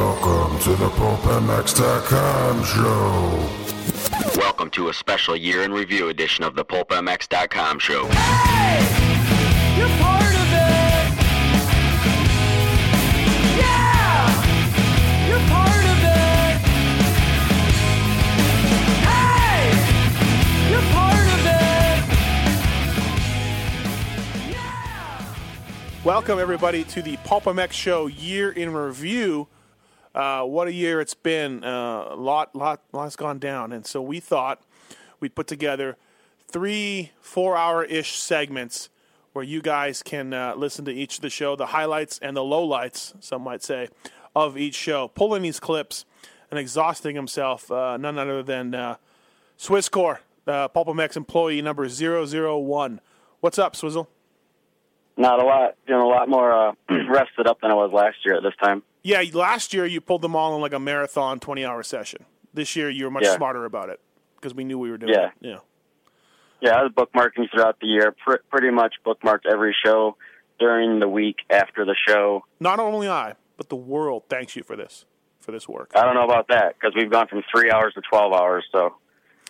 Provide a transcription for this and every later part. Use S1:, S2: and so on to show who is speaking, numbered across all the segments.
S1: to the PulpMX.com show.
S2: Welcome to a special year in review edition of the PulpMX.com show.
S3: You're part of it. Yeah, you're part of it. Hey, you're part of it.
S4: Welcome, everybody, to the Pulpamex Show Year in Review. Uh, what a year it's been. Uh, a lot, lot, lot's gone down. And so we thought we'd put together three four hour ish segments where you guys can uh, listen to each of the show, the highlights and the lowlights, some might say, of each show, pulling these clips and exhausting himself, uh, none other than uh, Swisscore, uh, Pulpamex employee number 001. What's up, Swizzle?
S5: Not a lot. Doing a lot more uh, rested up than I was last year at this time.
S4: Yeah, last year you pulled them all in like a marathon 20 hour session. This year you were much
S5: Yeah.
S4: smarter about it because we knew we were doing
S5: Yeah.
S4: it. Yeah.
S5: Yeah, I was bookmarking throughout the year. Pr- pretty much bookmarked every show during the week after the show.
S4: Not only I, but the world thanks you for this, for this work.
S5: I don't know about that because we've gone from three hours to twelve hours, so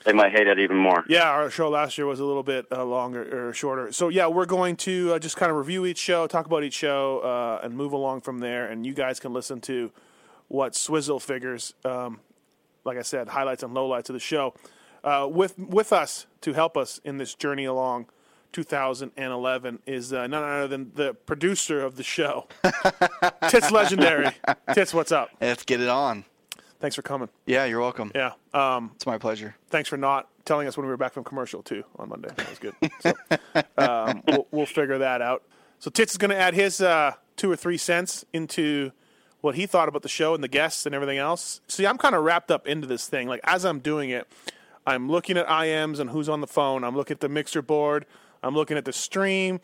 S5: they might hate it even more.
S4: Yeah, our show last year was a little bit uh, longer or shorter. So yeah, we're going to uh, just kind of review each show, talk about each show, uh, and move along from there. And you guys can listen to what Swizzle figures. Um, like I said, highlights and lowlights of the show. Uh, with with us to help us in this journey along. 2011 is uh, none other than the producer of the show. Tits legendary. Tits, what's up?
S6: Let's get it on.
S4: Thanks for coming.
S6: Yeah, you're welcome.
S4: Yeah. Um,
S6: It's my pleasure.
S4: thanks for not telling us when we were back from commercial too on Monday. That was good. So, um, we'll, we'll figure that out. So Tits is going to add his uh, two or three cents into what he thought about the show and the guests and everything else. See, I'm kind of wrapped up into this thing. Like as I'm doing it, I'm looking at IMs and who's on the phone. I'm looking at the mixer board. I'm looking at the stream,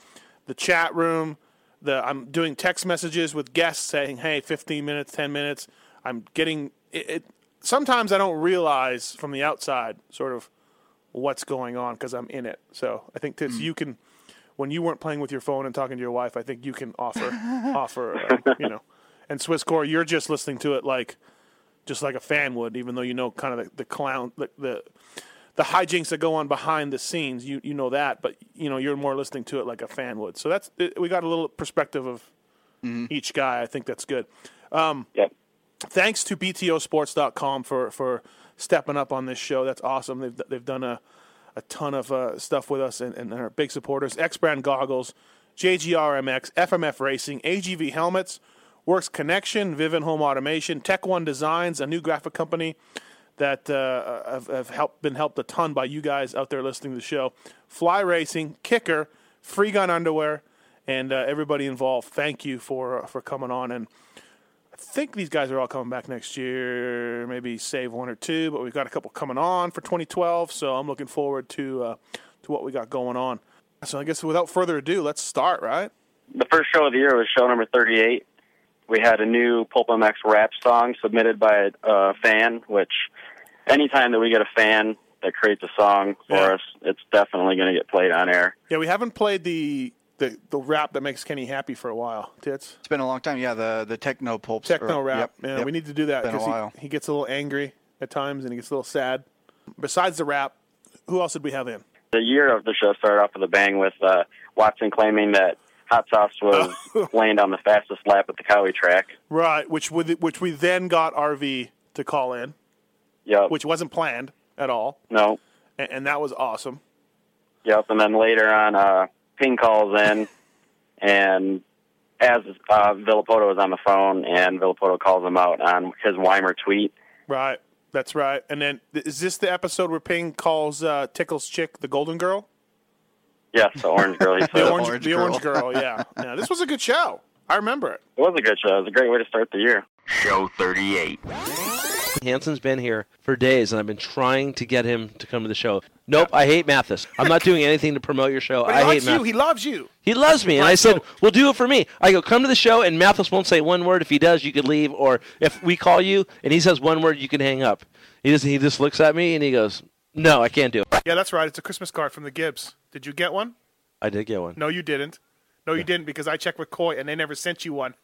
S4: the chat room. The I'm doing text messages with guests saying, "Hey, 15 minutes, 10 minutes." I'm getting it. it sometimes I don't realize from the outside sort of what's going on because I'm in it. So I think Tits, you can when you weren't playing with your phone and talking to your wife, I think you can offer offer uh, you know. And Swisscore, you're just listening to it like just like a fan would, even though you know kind of the, the clown the, the the hijinks that go on behind the scenes. You you know that, but you know you're more listening to it like a fan would. So that's it, we got a little perspective of each guy. I think that's good Um,
S5: Yep.
S4: thanks to btosports.com for for stepping up on this show. That's awesome. They've they've done a a ton of uh, stuff with us and, and are big supporters. X Brand goggles, JGRMX, FMF Racing, AGV helmets, Works Connection, Vivin Home Automation, Tech One Designs, a new graphic company that uh, have, have helped been helped a ton by you guys out there listening to the show. Fly Racing, Kicker, Free Gun Underwear, and uh, everybody involved. Thank you for uh, for coming on and think these guys are all coming back next year. Maybe save one or two, but we've got a couple coming on for 2012. So I'm looking forward to uh, to what we got going on. So I guess without further ado, let's start. Right?
S5: The first show of the year was show number thirty-eight. We had a new Pulp MX rap song submitted by a fan, which anytime that we get a fan that creates a song for
S4: Yeah.
S5: us, it's definitely going to get played on air.
S4: Yeah, we haven't played the the, the rap that makes Kenny happy for a while. Tits
S6: It's been a long time. Yeah, the the techno pulps.
S4: techno
S6: or-
S4: rap.
S6: Yep,
S4: yeah,
S6: yep.
S4: we need to do that
S6: Been a
S4: because
S6: while.
S4: he, he gets a little angry at times and he gets a little sad. Besides the rap, who else did we have in?
S5: the year of the show started off with a bang with uh, Watson claiming that hot sauce was laying down the fastest lap at the Cowie track.
S4: Right, which would which we then got RV to call in,
S5: Yep.
S4: which wasn't planned at all,
S5: no.
S4: and, and that was awesome.
S5: Yep. And then later on, uh, Ping calls in, and as uh, Villapoto is on the phone, and Villapoto calls him out on his Weimer tweet.
S4: Right. That's right. And then th- is this the episode where Ping calls uh, Tickle's chick the Golden Girl?
S5: Yes, the orange girl. He
S4: The
S5: said.
S4: orange,
S6: orange
S4: the
S6: girl.
S4: orange girl. Yeah. yeah. This was a good show. I remember it.
S5: It was a good show. It was a great way to start the year.
S2: Show 38.
S7: Hanson's been here for days, and I've been trying to get him to come to the show. Nope, I hate Mathis. I'm not doing anything to promote your show.
S4: But
S7: I
S4: he
S7: hate
S4: likes you.
S7: Mathis.
S4: He loves you.
S7: He loves me, and I said, "Well, do it for me." I go, "Come to the show," and Mathis won't say one word. If he does, you could leave, or if we call you and he says one word, you can hang up. He doesn't. He just looks at me and he goes, "No, I can't do it."
S4: Yeah, that's right. It's a Christmas card from the Gibbs. Did you get one?
S7: I did get one.
S4: No, you didn't. No, you didn't because I checked with Coy and they never sent you one.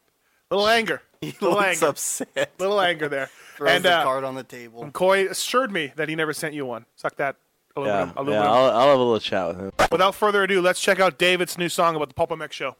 S4: little anger,
S6: He
S4: little
S6: looks
S4: anger,
S6: upset.
S4: little anger there.
S6: Throws
S4: and
S6: the
S4: uh,
S6: card on the table.
S4: Coy assured me that he never sent you one. Suck that. Aluminum.
S7: Yeah,
S4: aluminum.
S7: yeah I'll, I'll have a little chat with him.
S4: Without further ado, let's check out David's new song about the Pulp MX show.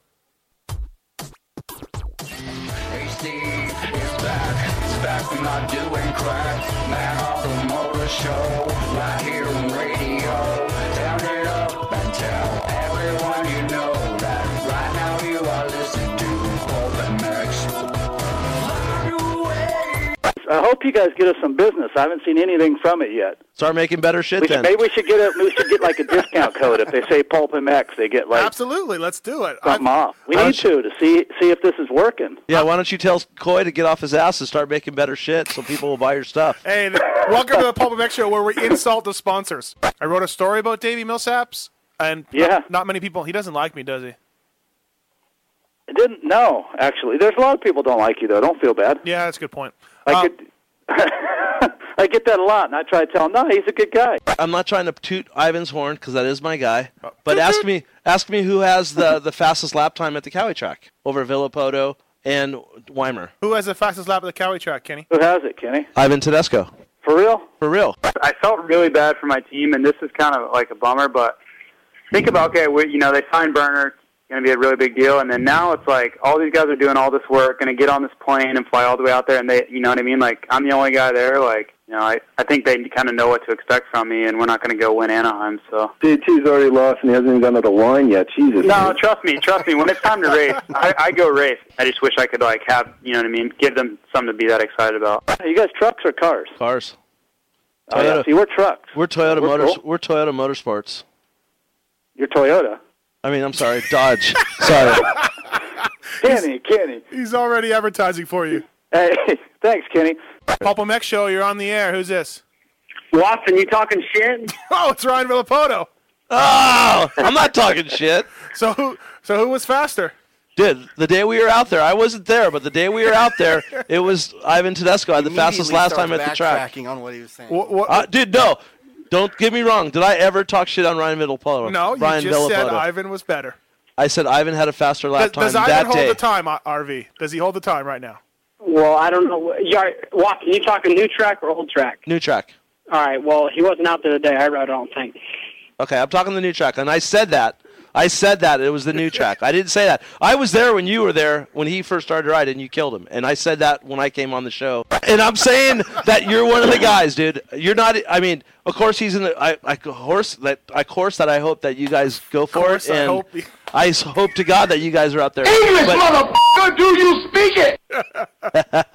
S8: I hope you guys get us some business. I haven't seen anything from it yet.
S7: Start making better shit
S8: We should,
S7: then.
S8: maybe we should get a, we should get like a discount code if they say Pulp MX, they get like
S4: Absolutely, let's do it.
S8: something
S4: I've-
S8: off. We
S7: I'm
S8: need
S7: sure-
S8: to to see see if this is working.
S7: yeah, why don't you tell Coy to get off his ass and start making better shit so people will buy your stuff?
S4: Hey, th- welcome to the Pulp MX show where we insult the sponsors. I wrote a story about Davey Millsaps, and not-
S8: Yeah.
S4: not, many people. He doesn't like me, does he?
S8: It didn't no actually. There's a lot of people don't like you though. Don't feel bad.
S4: Yeah, that's a good point.
S8: I
S4: Uh,
S8: get I get that a lot, and I try to tell him, no, he's a good guy.
S7: I'm not trying to toot Ivan's horn because that is my guy.
S8: Oh.
S7: But ask me, ask me who has the, the fastest lap time at the Cowie track over Villapoto and Weimer.
S4: Who has the fastest lap at the Cowie track, Kenny?
S8: Who has it, Kenny?
S7: Ivan Tedesco,
S8: For real?
S7: for real.
S3: I felt really bad for my team, and this is kind of like a bummer. But think about okay, we, you know they signed Burner, going to be a really big deal, and then now it's like all these guys are doing all this work, going to get on this plane and fly all the way out there, and they, you know what I mean? Like I'm the only guy there. Like you know, I I think they kind of know what to expect from me, and we're not going to go win Anaheim. So
S9: DT's already lost and he hasn't even gotten to the line yet. Jesus.
S3: no, trust me, trust me. When it's time to race, I, I go race. I just wish I could like have you know what I mean, give them something to be that excited about.
S8: You guys trucks or cars?
S7: Cars.
S8: Oh, yeah.
S7: Toyota.
S8: See, we're trucks.
S7: We're Toyota
S8: We're
S7: Motors.
S8: cool.
S7: We're Toyota Motorsports.
S8: You're Toyota.
S7: I mean, I'm sorry, Dodge. sorry.
S8: Kenny, Kenny.
S4: He's already advertising for you.
S8: Hey, thanks, Kenny.
S4: Pulp MX show, you're on the air. Who's this?
S3: Watson, you talking shit?
S4: Oh, it's Ryan Villapoto.
S7: Oh, I'm not talking shit.
S4: So who? So who was faster?
S7: Dude, the day we were out there, I wasn't there, but the day we were out there, it was Ivan Tedesco had the fastest
S6: Immediately
S7: last time
S6: starts
S7: at the track.
S6: Backtracking on what he was saying.
S4: What, what,
S7: Uh, dude, no. Don't get me wrong. Did I ever talk shit on Ryan Villapoto?
S4: no, you
S7: Ryan
S4: just said
S7: Villapoto.
S4: Ivan was better.
S7: I said Ivan had a faster
S4: Does,
S7: lap time
S4: does
S7: that
S4: Ivan hold
S7: day.
S4: the time, uh, RV? Does he hold the time right now?
S3: Well, I don't know. Yar, Watson, you talking new track or old track?
S7: New track.
S3: All right. Well, he wasn't out there today. I rode. I don't think.
S7: Okay, I'm talking the new track, and I said that. I said that it was the new track. I didn't say that. I was there when you were there when he first started riding, and you killed him. And I said that when I came on the show. And I'm saying that you're one of the guys, dude. You're not. I mean, of course he's in the. I, I horse that. I course that. I hope that you guys go for
S4: course
S7: it.
S4: I
S7: And
S4: hope you-
S7: I s- hope to God that you guys are out there. But-
S9: motherfucker, do you speak it?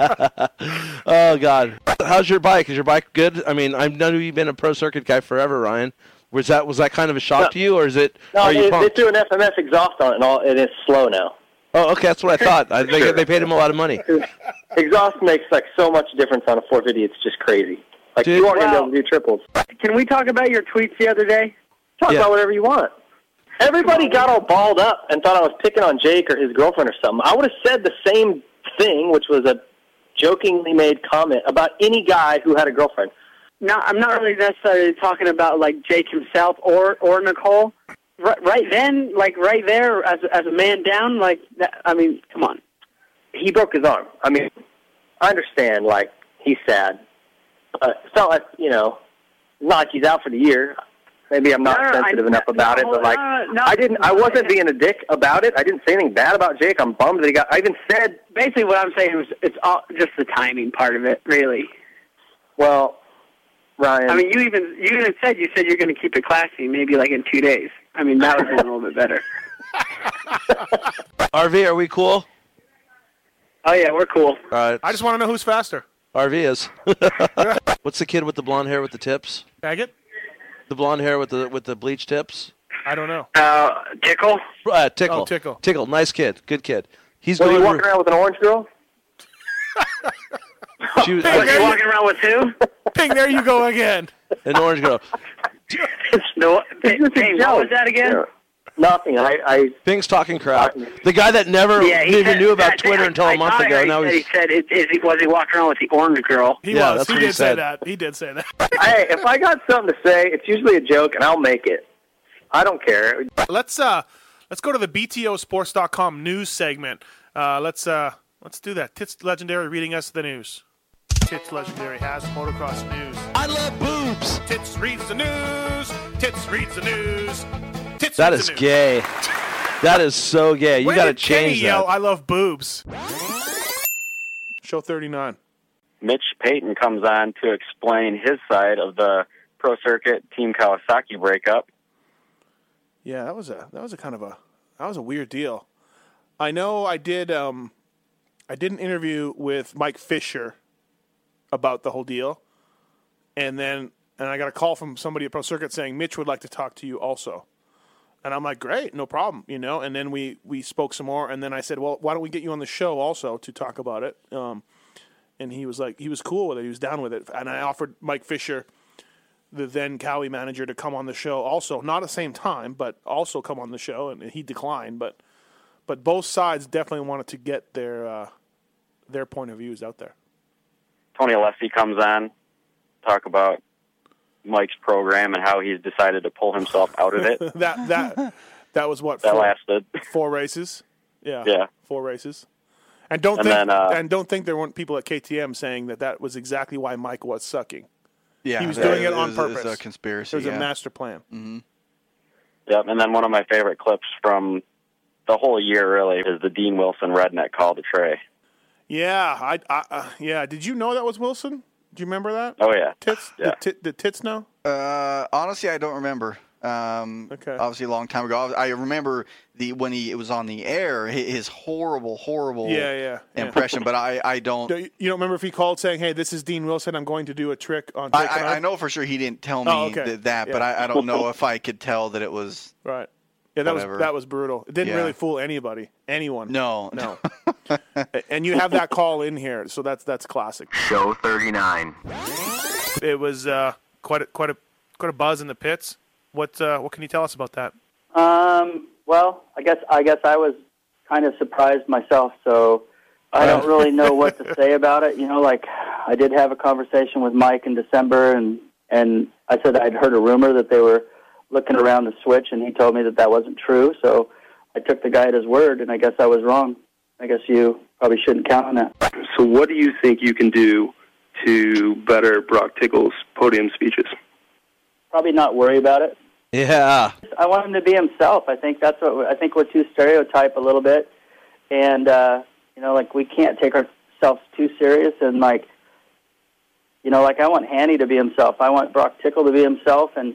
S7: Oh God, how's your bike? Is your bike good? I mean, I know you've been a pro circuit guy forever, Ryan. Was that was that kind of a shock to you, or is it?
S3: No,
S7: are you
S3: they, they
S7: pumped?
S3: threw an FMS exhaust on it, and, all, and it's slow now.
S7: Oh, okay, that's what I thought. I, they, they paid him a lot of money.
S3: Exhaust makes like so much difference on a 450. It's just crazy. Like
S7: Dude.
S3: you aren't gonna be able to do triples. Can we talk about your tweets the other day? Talk
S7: Yeah.
S3: about whatever you want. Everybody got all balled up and thought I was picking on Jake or his girlfriend or something. I would have said the same thing, which was a jokingly made comment about any guy who had a girlfriend.
S10: No, I'm not really necessarily talking about like Jake himself or or Nicole. Right, right then, like right there, as as a man down, like that, I mean, come on.
S3: he broke his arm. I mean, I understand. Like he's sad. Uh, it's not like you know, not like he's out for the year. Maybe I'm not
S10: No, no, no,
S3: sensitive
S10: I-
S3: enough
S10: no,
S3: about it,
S10: no,
S3: but like
S10: no, no,
S3: I didn't. I wasn't being a dick about it. I didn't say anything bad about Jake. I'm bummed that he got. I even said,
S10: Basically, what I'm saying is it's all just the timing part of it, really.
S3: well, Ryan.
S10: I mean, you even you even said you said you're going to keep it classy, maybe like in two days. I mean, that was a little bit better.
S7: RV, are we cool?
S10: Oh yeah, we're cool.
S7: All right,
S4: I just want to know who's faster.
S7: RV is. What's the kid with the blonde hair with the tips?
S4: Faggot?
S7: The blonde hair with the with the bleach tips?
S4: I don't know.
S10: Uh, tickle.
S7: Uh, tickle.
S4: Oh, Tickle.
S7: Tickle. Nice kid. Good kid. He's
S3: was he
S7: going.
S3: walking around with an orange girl?
S7: she was,
S10: You're walking around with who?
S4: Ping, there you go again.
S7: an orange girl.
S10: No. Hey,
S3: It's just a
S10: what
S3: joke.
S10: was that again?
S3: Yeah. Nothing. I, I
S7: Pink's talking crap. The guy that never even
S10: said-
S7: knew about
S10: I-
S7: Twitter
S10: I-
S7: until a
S10: I
S7: month
S10: thought I
S7: ago.
S10: heard
S7: Now
S10: he
S7: he's.
S10: said, he said, is, is he, was he walking around with the orange girl?
S4: He
S7: Yeah,
S4: was.
S7: that's
S4: he
S7: what
S4: did
S7: he
S4: say
S7: said.
S4: that. He did say that.
S3: hey, if I got something to say, it's usually a joke, and I'll make it. I don't care.
S4: let's uh let's go to the btosports.com news segment uh let's uh Let's do that. Tits Legendary reading us the news. Tits Legendary has motocross news.
S7: I love boobs.
S4: Tits reads the news. Tits reads the news. Tits
S7: That
S4: reads
S7: is
S4: the news.
S7: gay. That is so gay. You
S4: When
S7: got to
S4: did Kenny
S7: change
S4: yell,
S7: that.
S4: I love boobs. Show 39.
S5: Mitch Payton comes on to explain his side of the pro circuit team Kawasaki breakup.
S4: Yeah, that was a that was a kind of a that was a weird deal. I know I did um I did an interview with Mike Fisher about the whole deal. And then and I got a call from somebody at Pro Circuit saying Mitch would like to talk to you also. And I'm like, "Great, no problem," you know. And then we we spoke some more and then I said, "Well, why don't we get you on the show also to talk about it?" Um and he was like he was cool with it. He was down with it. And I offered Mike Fisher the then Cowie manager to come on the show also, not at the same time, but also come on the show, and he declined. But but both sides definitely wanted to get their uh, their point of views out there.
S5: Tony Alessi comes on, talk about Mike's program and how he's decided to pull himself out of it.
S4: that that that was what
S5: That
S4: four,
S5: lasted.
S4: four races. Yeah,
S5: Yeah.
S4: four races. And don't
S5: And
S4: think
S5: then, uh,
S4: and don't think there weren't people at KTM saying that that was exactly why Mike was sucking.
S5: Yeah,
S4: he was
S5: that-
S4: doing it
S5: it
S4: on
S5: was- it was
S4: purpose.
S5: a conspiracy,
S4: It was a
S5: yeah. Mm-hmm.
S4: master plan.
S5: Yep, and then one of my favorite clips from the whole year really is the Dean Wilson redneck call to Trey.
S4: Yeah, I, I uh, yeah. Did you know that was Wilson? Do you remember that?
S5: Oh yeah,
S4: tits.
S6: Yeah.
S4: Did, tit, did tits know?
S6: Uh, honestly, I don't remember. Um, Obviously, a long time ago. I remember the when he it was on the air. hi- His horrible, horrible
S4: Yeah, yeah, yeah.
S6: impression. But I, I don't.
S4: Do you, you don't remember if he called saying, "Hey, this is Dean Wilson. I'm going to do a trick on."
S6: I,
S4: Taken
S6: I, I
S4: On"?
S6: know for sure he didn't tell me
S4: Oh, okay.
S6: that, that but
S4: Yeah.
S6: I, I don't know if I could tell that it was
S4: Right. Yeah, that
S6: Whatever.
S4: was that was brutal. It didn't
S6: Yeah.
S4: really fool anybody, anyone.
S6: No,
S4: no. and you have that call in here, so that's that's classic.
S11: Show 39.
S4: It was uh, quite a, quite a quite a buzz in the pits. What uh, what can you tell us about that?
S12: Um, well, I guess I guess I was kind of surprised myself, so I don't really know what to say about it. You know, like I did have a conversation with Mike in December, and and I said I'd heard a rumor that they were looking around the switch, and he told me that that wasn't true. So I took the guy at his word, and I guess I was wrong. I guess you probably shouldn't count on that.
S13: So, what do you think you can do to better Brock Tickle's podium speeches?
S12: Probably not worry about it.
S7: Yeah.
S12: I want him to be himself. I think that's what I think we're too stereotype a little bit, and uh, you know, like we can't take ourselves too serious. And like, you know, like I want Hanny to be himself. I want Brock Tickle to be himself, and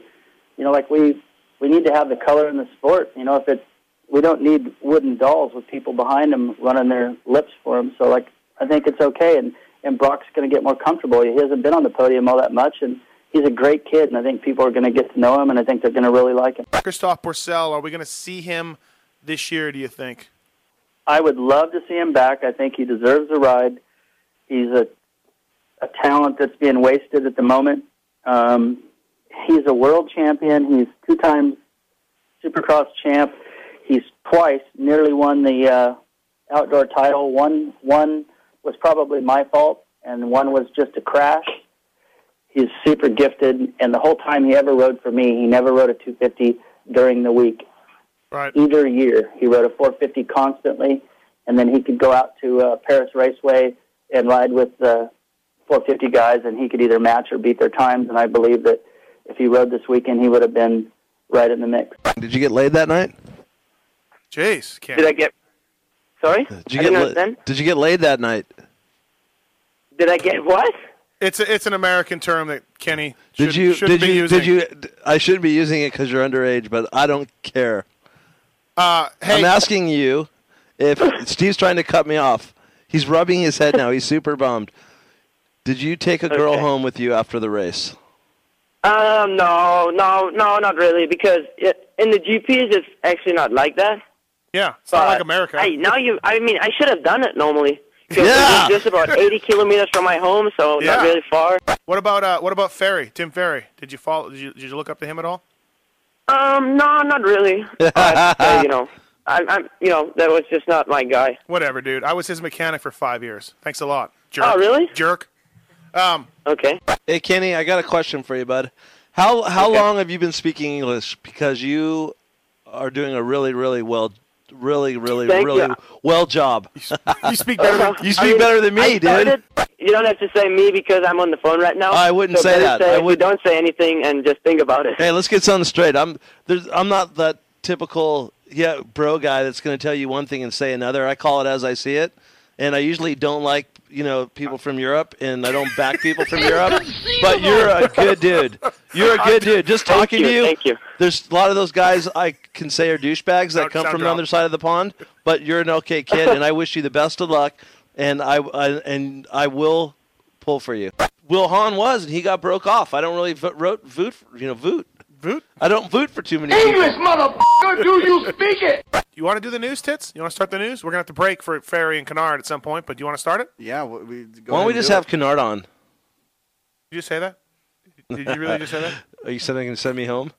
S12: you know, like we we need to have the color in the sport. You know, if it's we don't need wooden dolls with people behind them running their lips for him. So like, I think it's okay, and and Brock's going to get more comfortable. He hasn't been on the podium all that much, and. He's a great kid, and I think people are going to get to know him, and I think they're going to really like him.
S4: Christoph Porcel, are we going to see him this year? Do you think?
S12: I would love to see him back. I think he deserves the ride. He's a a talent that's being wasted at the moment. Um, he's a world champion. He's two time Supercross champ. He's twice nearly won the uh, outdoor title. One one was probably my fault, and one was just a crash. He's super gifted, and the whole time he ever rode for me, he never rode a 250 during the week
S4: Right.
S12: either year. He rode a 450 constantly, and then he could go out to uh, Paris Raceway and ride with the 450 guys, and he could either match or beat their times. And I believe that if he rode this weekend, he would have been right in the mix.
S7: Did you get laid that night?
S4: Jeez,
S12: Did I get? Sorry,
S7: Did you
S12: I
S7: get
S12: didn't
S7: la-
S12: understand.
S7: Did you get laid that night?
S12: Did I get what?
S4: It's a, it's an American term that Kenny should,
S7: Did you?
S4: should
S7: Did
S4: be
S7: you?
S4: using.
S7: Did you? d- I should be using it because you're underage, but I don't care.
S4: Uh, hey,
S7: I'm asking you if Steve's trying to cut me off. He's rubbing his head now. He's super bummed. Did you take a girl home with you after the race?
S3: Um, no, no, no, not really, because i in the GPs, it's actually not like that.
S4: Yeah,
S3: it's not like America. I, now you, I mean, I should have done it normally. 'cause
S4: Yeah.
S3: It's just about 80 kilometers from my home, so
S4: Yeah.
S3: not really far.
S4: What about uh, what about Ferry? Tim Ferry? Did you follow? Did you, did you look up to him at all?
S3: Um, no, not really. Uh, so, you know, I, I'm, you know, that was just not my guy.
S4: Whatever, dude. I was his mechanic for five years. Thanks a lot. Jerk.
S3: Oh, really?
S4: Jerk. Um.
S3: Okay.
S7: Hey Kenny, I got a question for you, bud. How how long have you been speaking English? Because you are doing a really really well really, really,
S10: Thank
S7: really
S10: you.
S7: well job.
S4: You speak
S10: better
S7: Than, you speak better than me, dude.
S10: You don't have to say me because I'm on the phone right now.
S7: I wouldn't
S10: So
S7: say
S10: better
S7: that. I
S10: if you don't say anything and just think about it.
S7: Hey, let's get something straight. I'm there's I'm not that typical yeah bro guy that's going to tell you one thing and say another. I call it as I see it, and I usually don't like you know people from Europe, and I don't back people from Europe. But you're a good dude. You're a good dude. Just
S10: Thank
S7: talking
S10: you,
S7: to you.
S10: thank you.
S7: There's a lot of those guys I can say are douchebags that come
S10: sound
S7: from the other side of the pond. But you're an okay kid, and I wish you the best of luck. And I, I and I will pull for you. Will Hahn was, and he got broke off. I don't really vo- wrote voot, for- you know, voot.
S4: Voot?
S7: I don't voot for too many
S14: English,
S7: people.
S14: motherfucker, do you speak it?
S4: You want to do the news, Tits? You want to start the news? We're going to have to break for Ferry and Kennard at some point, but do you want to start it?
S15: Yeah. We,
S7: Why don't we just have Kennard on?
S4: Did you say that? Did you really just say that?
S7: Are you saying they can send me home?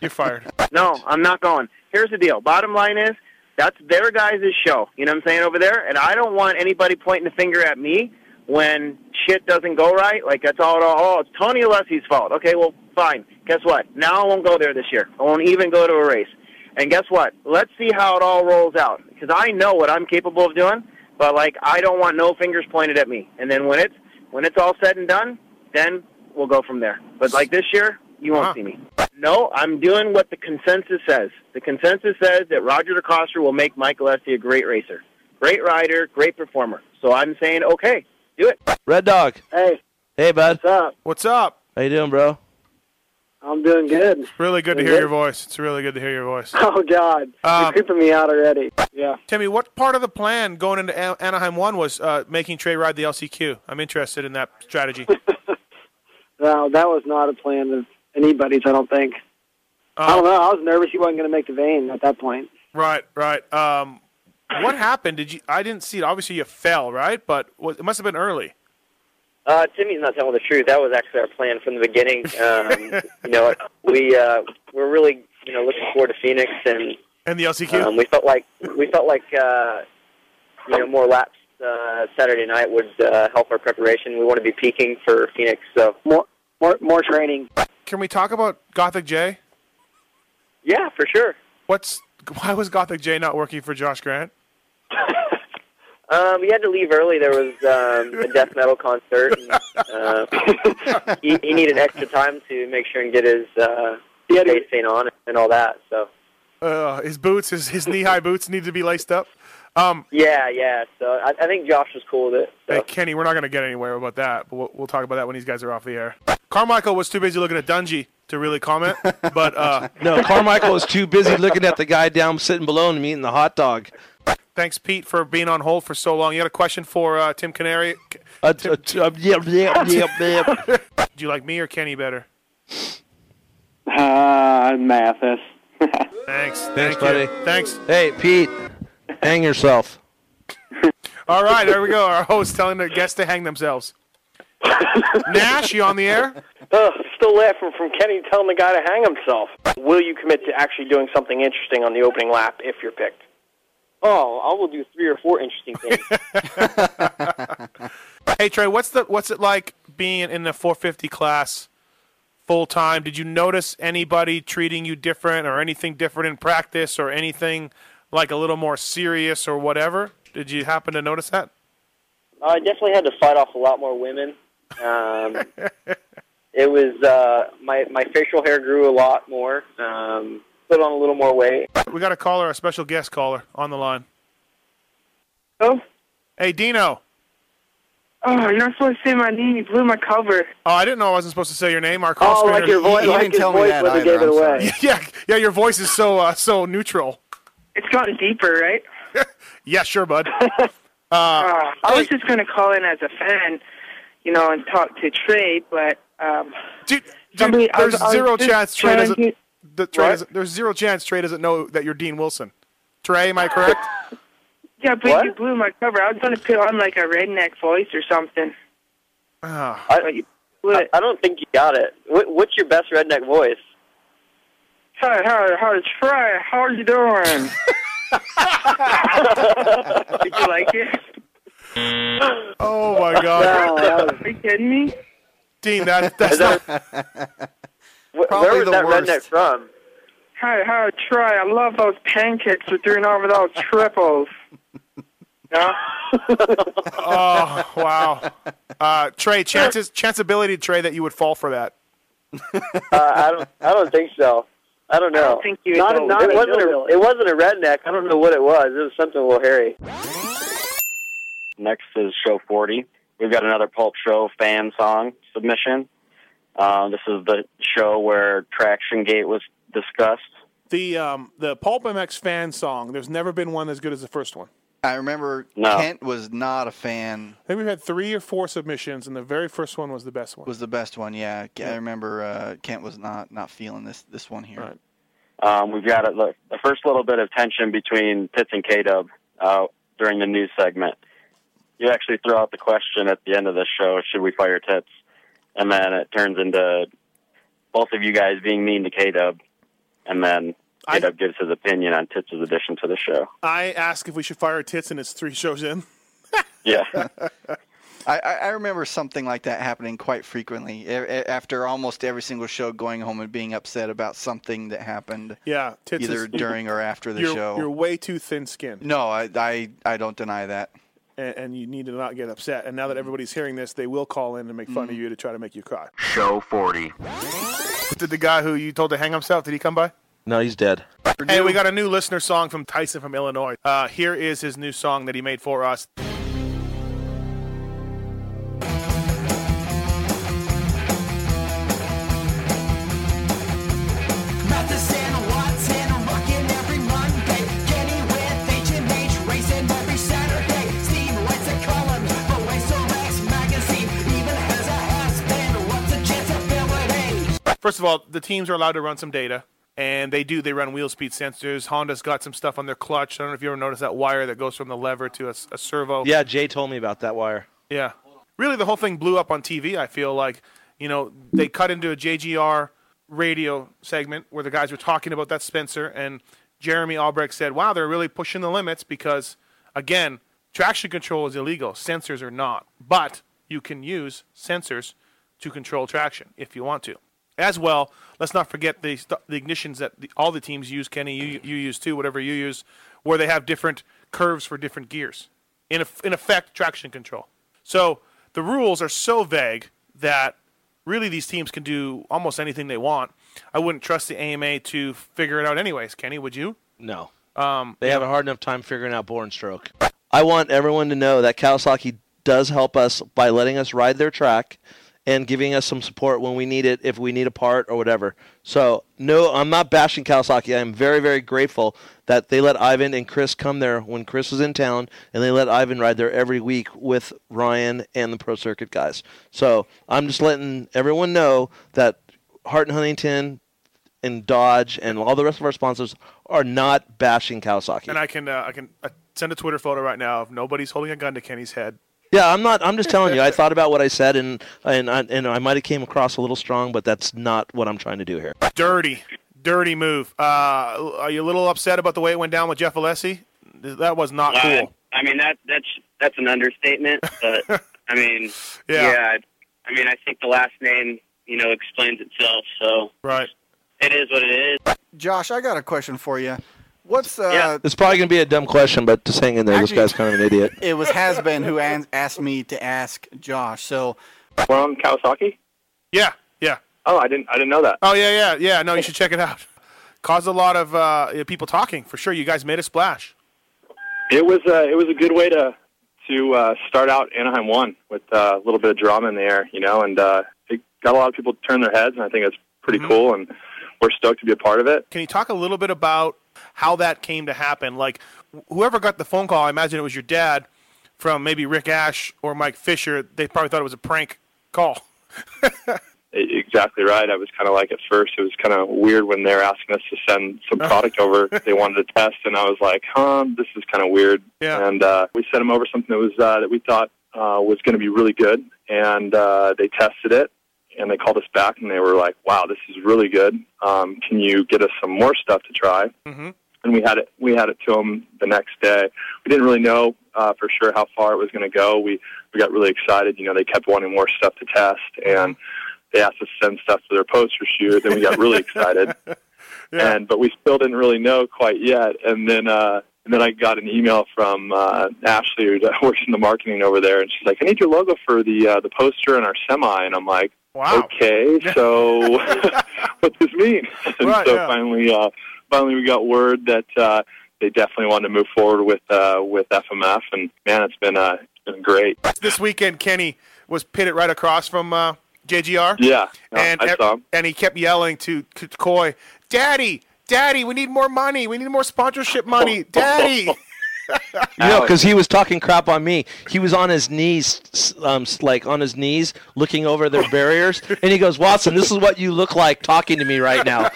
S4: You're fired.
S16: No, I'm not going. Here's the deal. Bottom line is that's their guys' show. You know what I'm saying over there? And I don't want anybody pointing the finger at me when shit doesn't go right. Like that's all. all oh, it's Tony Alessi's fault. Okay, well, fine. Guess what? Now I won't go there this year. I won't even go to a race. And guess what? Let's see how it all rolls out because I know what I'm capable of doing. But like, I don't want no fingers pointed at me. And then when it's when it's all said and done, then we'll go from there. But like this year, you won't
S12: Uh-huh.
S16: see me. No, I'm doing what the consensus says. The consensus says that Roger DeCoster will make Mike Alessi a great racer, great rider, great performer. So I'm saying, okay, do it.
S7: Red Dog.
S16: Hey,
S7: Hey, bud.
S16: What's up?
S4: What's up?
S7: How you doing, bro?
S16: I'm doing good.
S4: Really good to
S16: Is
S4: hear
S16: it?
S4: your voice. It's really good to hear your voice.
S16: Oh God,
S4: Um,
S16: you're creeping me out already. Yeah.
S4: Timmy, what part of the plan going into An- Anaheim 1 was uh, making Trey ride the LCQ? I'm interested in that strategy.
S16: No, that was not a plan of anybody's. I don't think. I don't know. I was nervous he wasn't going to make the vein at that point.
S4: right, right. Um, what happened? Did you? I didn't see it. Obviously, you fell, right? But what, it must have been early.
S3: Uh, Timmy's not telling the truth. That was actually our plan from the beginning. Um, you know, we uh, we're really you know looking forward to Phoenix, and
S4: And the LCQ?
S3: um, we felt like we felt like uh, you know more laps uh, Saturday night would uh, help our preparation. We want to be peaking for Phoenix, so
S16: more more more training.
S4: Can we talk about Gothic J?
S3: Yeah, for sure.
S4: What's why was Gothic J not working for Josh Grant?
S3: Um, he had to leave early. There was um, a death metal concert. And, uh, he, he needed extra time to make sure and get his uh, face paint on and all that. So
S4: Uh, his boots, his, his knee high boots, need to be laced up. Um,
S3: yeah, yeah. So I, I think Josh was cool with it.
S4: Hey, Kenny, we're not going to get anywhere about that, but we'll, we'll talk about that when these guys are off the air. Carmichael was too busy looking at Dungy to really comment, but uh,
S7: No, Carmichael was too busy looking at the guy down sitting below him eating the hot dog.
S4: Thanks, Pete, for being on hold for so long. You had a question for uh, Tim Canary.
S7: Uh, t- uh, t- uh, yeah, yeah, yeah, yeah.
S4: Do you like me or Kenny better?
S17: Uh, Mathis.
S4: Thanks.
S7: Thanks,
S4: Thank
S7: buddy.
S4: you. Thanks.
S7: Hey, Pete, hang yourself.
S4: All right, there we go. Our host telling their guests to hang themselves. Nash, you on the air?
S18: Ugh, Uh, still laughing from Kenny telling the guy to hang himself. Will you commit to actually doing something interesting on the opening lap if you're picked?
S3: Oh, I will do three or four interesting things.
S4: Hey Trey, what's the what's it like being in the 450 class full time? Did you notice anybody treating you different or anything different in practice or anything like a little more serious or whatever? Did you happen to notice that?
S3: I definitely had to fight off a lot more women. Um, it was uh, my my facial hair grew a lot more. Um, put on a little more weight.
S4: We got a caller, a special guest caller on the line. Oh. Hey Dino.
S19: Oh, you're not supposed to say my name. You blew my cover.
S4: Oh, I didn't know I wasn't supposed to say your name. Our call
S19: Oh, like
S4: screener-
S19: your voi- He- he like didn't his tell me voice that when he either, gave it I'm away. sorry.
S4: Yeah, yeah, your voice is so uh, so neutral.
S19: It's gotten deeper, right?
S4: Yeah, sure, bud.
S19: Uh, I was just going to call in as a fan, you know, and talk to Trey, but. Um,
S4: dude,
S19: somebody, I was-
S4: There's
S19: I was
S4: zero
S19: just
S4: chance Trey
S19: trying
S4: doesn't.
S19: to-
S4: the- Trey
S19: What?
S4: doesn't- There's zero chance Trey doesn't know that you're Dean Wilson. Trey, am I correct?
S19: Yeah, but you blew my cover. I was going to put on like a redneck voice or something.
S3: I, I, I don't think you got it. What, what's your best redneck voice?
S19: Hi, hi, hi, Trey. How are you doing? Did you like it?
S4: Oh my God!
S19: Are you kidding me?
S4: Dean, that, that's
S3: Is that-
S4: not.
S3: Wh- Where was that redneck from?
S12: How how try? I love those pancakes with doing over those triples.
S4: oh wow, uh, Trey. Chances, chance ability, Trey, that you would fall for that.
S11: uh, I don't. I don't think so. I don't know.
S12: I don't think you-
S11: Not,
S12: no,
S11: not
S12: not
S11: it
S12: a
S11: wasn't a.
S12: hillbilly.
S11: It wasn't a redneck. I don't know what it was. It was something a little hairy.
S5: Next is show 40. We've got another Pulp Show fan song submission. Uh, this is the show where Traction Gate was discussed.
S4: The um, the Pulp MX fan song. There's never been one as good as the first one.
S6: I remember Kent was not a fan.
S4: I think we've had three or four submissions, and the very first one was the best one.
S6: Was the best one, yeah. I remember uh, Kent was not not feeling this this one here.
S5: Um, we've got a, the, the first little bit of tension between Pitts and K Dub uh, during the news segment. You actually throw out the question at the end of the show should we fire Tits? And then it turns into both of you guys being mean to K Dub. And then K Dub gives his opinion on Tits' addition to the show.
S4: I ask if we should fire tits, and it's three shows in.
S5: Yeah.
S6: I, I I remember something like that happening quite frequently. A- a- After almost every single show, going home and being upset about something that happened.
S4: Yeah, tits
S6: either
S4: is-
S6: during or after the
S4: you're,
S6: show.
S4: You're way too thin-skinned,
S6: No, I, I I don't deny that.
S4: and, and you need to not get upset. And now that everybody's hearing this, they will call in and make
S6: Mm.
S4: fun of you to try to make you cry.
S2: Show 40.
S4: Did the guy who you told to hang himself? Did he come by?
S7: No, he's dead.
S4: Hey, we got a new listener song from Tyson from Illinois. Uh, here is his new song that he made for us.
S10: Mathis and Watts and I'm rocking every Monday. Kenny with HMH racing every Saturday. Steve writes a column for Racing X magazine. Even has a husband. What's a chance of
S4: First of all, the teams are allowed to run some data, and they do. They run wheel speed sensors. Honda's got some stuff on their clutch. I don't know if you ever noticed that wire that goes from the lever to a, s- a servo.
S7: Yeah, Jay told me about that wire.
S4: Yeah. Really, the whole thing blew up on TV. I feel like, you know, they cut into a JGR radio segment where the guys were talking about that Spencer, and Jeremy Albrecht said, wow, they're really pushing the limits because, again, traction control is illegal. Sensors are not. But you can use sensors to control traction if you want to. As well, let's not forget the, st- the ignitions that the, all the teams use, Kenny, you, you use too, whatever you use, where they have different curves for different gears. In, eff- in effect, traction control. So the rules are so vague that really these teams can do almost anything they want. I wouldn't trust the AMA to figure it out, anyways. Kenny, would you?
S7: No.
S4: Um,
S7: They have a hard enough time figuring out born stroke. I want everyone to know that Kawasaki does help us by letting us ride their track and giving us some support when we need it, if we need a part or whatever. So, no, I'm not bashing Kawasaki. I'm very, very grateful that they let Ivan and Chris come there when Chris was in town, and they let Ivan ride there every week with Ryan and the Pro Circuit guys. So, I'm just letting everyone know that Hart and Huntington and Dodge and all the rest of our sponsors are not bashing Kawasaki.
S4: And I can uh, I can uh, send a Twitter photo right now of nobody's holding a gun to Kenny's head.
S7: Yeah, I'm not. I'm just telling you. I thought about what I said, and and I, and I might have came across a little strong, but that's not what I'm trying to do here.
S4: Dirty, dirty move. Uh, are you a little upset about the way it went down with Jeff Alessi? Th- That was not
S5: Uh,
S4: cool.
S5: I mean that that's that's an understatement, but I mean,
S4: Yeah.
S5: yeah. I mean, I think the last name you know explains itself. So
S4: right.
S5: it is what it is.
S6: Josh, I got a question for you. What's uh?
S7: It's probably gonna be a dumb question, but just hang in there.
S6: Actually-
S7: this guy's kind of an idiot.
S6: It was has been who an- asked me to ask Josh. So
S20: from Kawasaki.
S4: Yeah, yeah.
S20: Oh, I didn't I didn't know that.
S4: Oh yeah, yeah, yeah. No, you should check it out. Caused a lot of uh, people talking for sure. You guys made a splash.
S20: It was uh, it was a good way to to uh, start out Anaheim one with uh, a little bit of drama in the air, you know, and uh, it got a lot of people to turn their heads, and I think it's pretty cool, and we're stoked to be a part of it.
S4: Mm-hmm. Can you talk a little bit about how that came to happen? Like, wh- whoever got the phone call, I imagine it was your dad from maybe Rick Ash or Mike Fisher. They probably thought it was a prank call.
S20: E- Exactly right. I was kind of like at first, it was kind of weird when they were asking us to send some product over they wanted to test, and I was like, huh, this is kind of weird.
S4: Yeah.
S20: And uh, we sent them over something that was uh, that we thought uh, was going to be really good, and uh, they tested it, and they called us back, and they were like, wow, this is really good. Um, can you get us some more stuff to try?
S4: Mm-hmm.
S20: and we had it we had it to them the next day. We didn't really know uh, for sure how far it was going to go. We we got really excited. You know, they kept wanting more stuff to test, and they asked us to send stuff to their poster shoot. Then we got really excited, and but we still didn't really know quite yet. And then uh, and then I got an email from uh, Ashley who works in the marketing over there, and she's like, "I need your logo for the uh, the poster in our semi." And I'm like,
S4: Wow.
S20: "Okay, so what does this mean?" And
S4: Right,
S20: so
S4: yeah.
S20: finally, uh, finally, we got word that uh, they definitely wanted to move forward with uh, with FMF, and man, it's been uh, it's been great.
S4: This weekend, Kenny was pitted right across from uh, JGR.
S20: Yeah, no,
S4: and
S20: I saw 'em.
S4: and he kept yelling to, to Coy, "Daddy, Daddy, we need more money. We need more sponsorship money, Daddy."
S7: You know, because he was talking crap on me. He was on his knees, s- um, s- like on his knees, looking over their barriers, and he goes, "Watson, this is what you look like talking to me right now."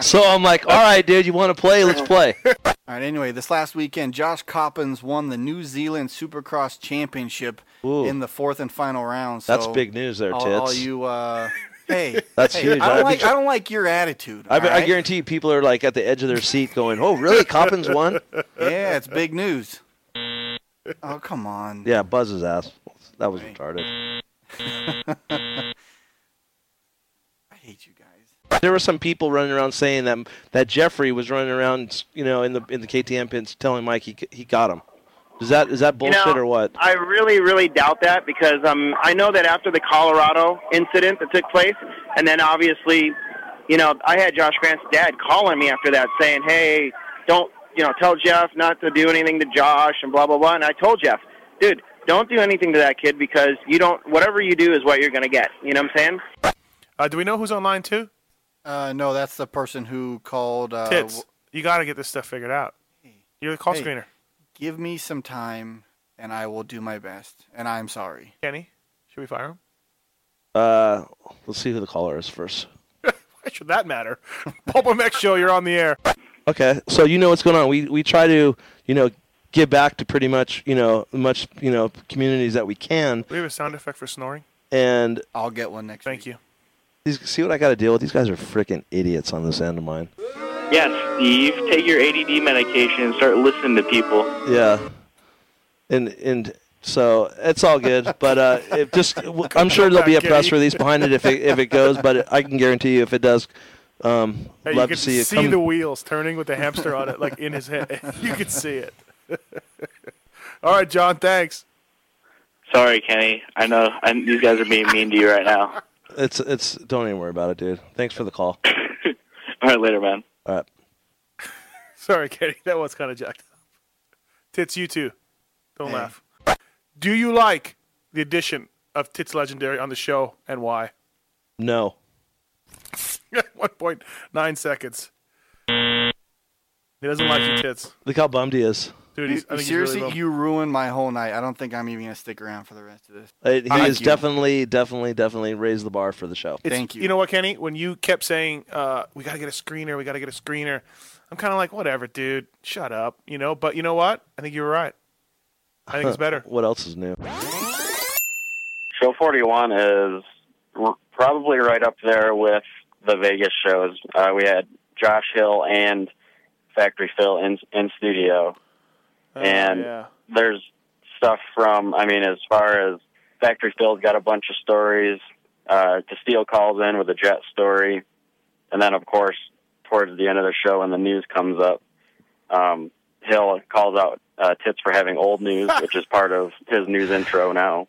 S7: so I'm like, "All right, dude, you want to play? Let's play."
S6: All right. Anyway, this last weekend, Josh Coppins won the New Zealand Supercross Championship
S7: Ooh.
S6: in the fourth and final round. So
S7: That's big news there,
S6: all,
S7: Tits.
S6: all you, uh, hey,
S7: That's
S6: hey,
S7: huge.
S6: I
S7: I'd be
S6: don't, like,
S7: tr-
S6: I don't like your attitude.
S7: I,
S6: all
S7: I
S6: right?
S7: guarantee you, people are like at the edge of their seat, going, "Oh, really? Coppins won?"
S6: Yeah, it's big news. Oh come on.
S7: Yeah, Buzz's ass. That was retarded.
S6: I hate you guys.
S7: There were some people running around saying that that Jeffrey was running around, you know, in the in the KTM pits, telling Mike he he got him. Is that is that bullshit
S16: you know,
S7: or what?
S16: I really, really doubt that because um, I know that after the Colorado incident that took place, and then obviously, you know, I had Josh Grant's dad calling me after that saying, hey, don't, you know, tell Jeff not to do anything to Josh and blah, blah, blah. And I told Jeff, dude, don't do anything to that kid because you don't, whatever you do is what you're going to get. You know what I'm saying?
S4: Uh, do we know who's online too?
S6: Uh, no, that's the person who called. Uh,
S4: Tits, you got to get this stuff figured out. You're the call
S6: Hey.
S4: screener,
S6: Give me some time, and I will do my best. And I'm sorry.
S4: Kenny. Should we fire him?
S7: Uh, let's see who the caller is first.
S4: Why should that matter? Pulp X show, you're on the air.
S7: Okay, so you know what's going on. We we try to you know give back to pretty much you know much you know communities that we can,
S4: Do we have a sound effect for snoring?
S7: and
S6: I'll get one next.
S4: Thank you.
S7: these, see what I got to deal with. These guys are freaking idiots on this end of mine.
S21: Yes, Steve, take your ADD medication and start listening to people.
S7: Yeah, and and so it's all good. But uh, it just I'm sure there'll be a press release behind it if it if it goes. But I can guarantee you if it does, um,
S4: Hey, you
S7: love
S4: could
S7: to see
S4: see,
S7: it come.
S4: the wheels turning with the hamster on it, like in his head. you could see it. All right, John. Thanks.
S21: Sorry, Kenny. I know i these guys are being mean to you right now.
S7: it's it's don't even worry about it, dude. Thanks for the call.
S21: All right, later, man.
S7: All right.
S4: Sorry, Kenny. That was kind of jacked up. Tits, you too. Don't
S6: Hey.
S4: laugh. Do you like the addition of Tits Legendary on the show and why?
S7: No.
S4: 1.9 seconds. He doesn't like you, Tits.
S7: Look how bummed he is.
S4: Dude,
S6: You-
S4: he's, I think
S6: seriously,
S4: he's really bummed.
S6: you ruined my whole night. I don't think I'm even gonna stick around for the rest of this.
S7: Uh, he
S6: Thank
S7: has
S6: you.
S7: definitely, definitely, definitely raised the bar for the show.
S4: It's- You know what, Kenny? When you kept saying, uh, we got to get a screener, we got to get a screener, I'm kind of like, whatever, dude. Shut up. You know, but you know what? I think you were right. I think it's better.
S7: what else is new?
S5: Show 41 is r- probably right up there with the Vegas shows. Uh, we had Josh Hill and Factory Phil in, in studio. and there's stuff from, I mean, as far as Factory Phil's got a bunch of stories. Uh, to Steel calls in with a jet story. And then, of course, towards the end of the show when the news comes up, um, Hill calls out uh, Tits for having old news, which is part of his news intro now.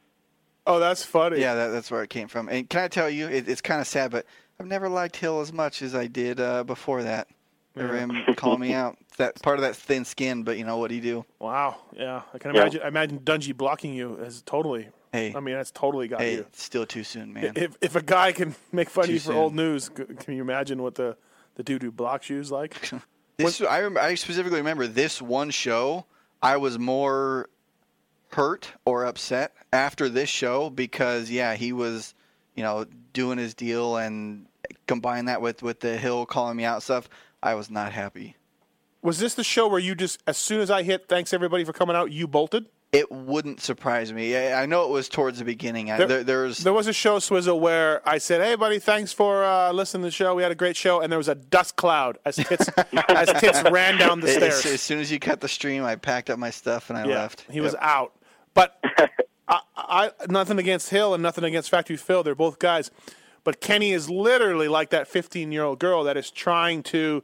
S4: Oh, that's funny.
S6: Yeah, that, that's where it came from. And can I tell you, it, it's kind of sad, but I've never liked Hill as much as I did uh, before that. Remember him calling me out. It's That part of that thin skin, but you know what he do?
S4: Wow. Yeah. I can
S6: Yeah.
S4: imagine. I imagine Dungy blocking you is totally.
S6: Hey.
S4: I mean, that's totally got
S6: hey,
S4: you.
S6: it's still too soon, man.
S4: If if a guy can make fun
S6: Too
S4: of you for
S6: soon.
S4: old news, c- can you imagine what the the dude who blocks you is like?
S6: This I remember. I specifically remember this one show. I was more hurt or upset after this show because yeah, he was, you know, doing his deal and combine that with with the Hill calling me out and stuff. I was not happy.
S4: Was this the show where you just as soon as I hit thanks everybody for coming out, you bolted?
S6: It wouldn't surprise me. I, I know it was towards the beginning. I, there, there was
S4: There was a show Swizzle where I said, "Hey, buddy, thanks for uh, listening to the show. We had a great show." And there was a dust cloud as tits as tits ran down the
S6: As-
S4: stairs.
S6: As, soon as you cut the stream, I packed up my stuff and I
S4: Yeah,
S6: left.
S4: He was
S6: Yep.
S4: out. But I, I nothing against Hill and nothing against Factory Phil. They're both guys. But Kenny is literally like that 15 year old girl that is trying to,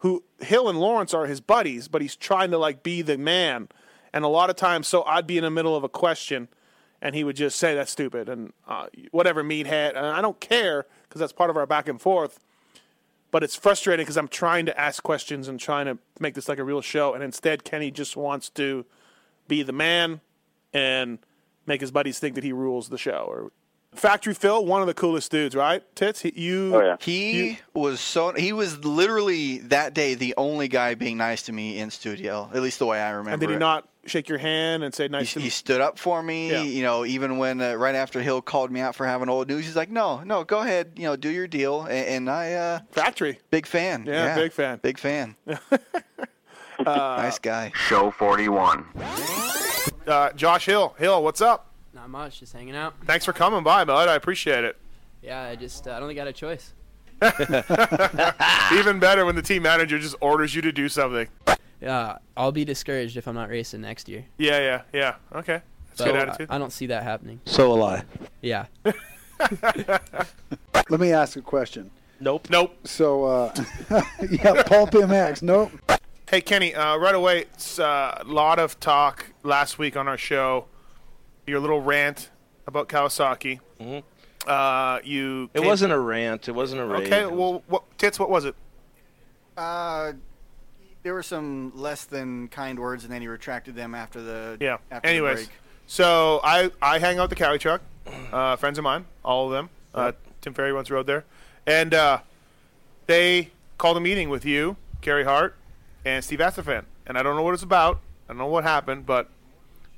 S4: who Hill and Lawrence are his buddies, but he's trying to like be the man. And a lot of times, so I'd be in the middle of a question, and he would just say that's stupid and uh, whatever meathead. And I don't care because that's part of our back and forth. But it's frustrating because I'm trying to ask questions and trying to make this like a real show, and instead Kenny just wants to be the man and make his buddies think that he rules the show. Or Factory Phil, one of the coolest dudes, right? Tits, he,
S7: Oh,
S4: you.
S6: He was so he was literally that day the only guy being nice to me in studio, at least the way I remember.
S4: and did he
S6: it.
S4: not shake your hand and say nice to
S6: He
S4: meet
S6: stood up for me,
S4: Yeah.
S6: you know, even when uh, right after Hill called me out for having old news, he's like, "No, no, go ahead, you know, do your deal." And, and I uh
S4: Factory.
S6: Big fan.
S4: Yeah, big fan.
S6: Big fan.
S22: Uh,
S6: nice guy.
S2: Show 41.
S4: Uh, Josh Hill. Hill, what's up?
S23: Not much, just hanging out.
S4: Thanks for coming by, bud. I appreciate it.
S23: Yeah, I just uh, I don't think I had a choice.
S4: Even better when the team manager just orders you to do something.
S23: Yeah, I'll be discouraged if I'm not racing next year.
S4: Yeah, yeah, yeah. Okay. That's a
S23: But
S4: good attitude.
S23: I, I don't see that happening.
S7: So will I.
S23: Yeah.
S24: Let me ask a question.
S7: Nope.
S4: Nope.
S24: So, uh, yeah, Pulp MX. Nope.
S4: Hey, Kenny, uh, right away, it's uh, a lot of talk last week on our show. Your little rant about Kawasaki.
S7: Mhm.
S4: Uh, you.
S7: It
S4: came-
S7: wasn't a rant. It wasn't a rant.
S4: Okay, well, what, Tits, what was it?
S6: Uh, there were some less than kind words, and then he retracted them after the
S4: Yeah.
S6: After the
S4: Anyways,
S6: break.
S4: so I, I hang out at the Cowie truck, uh, friends of mine, all of them. Uh, Tim Ferry once rode there, and uh, they called a meeting with you, Kerry Hart, and Steve Astafan. And I don't know what it's about. I don't know what happened, but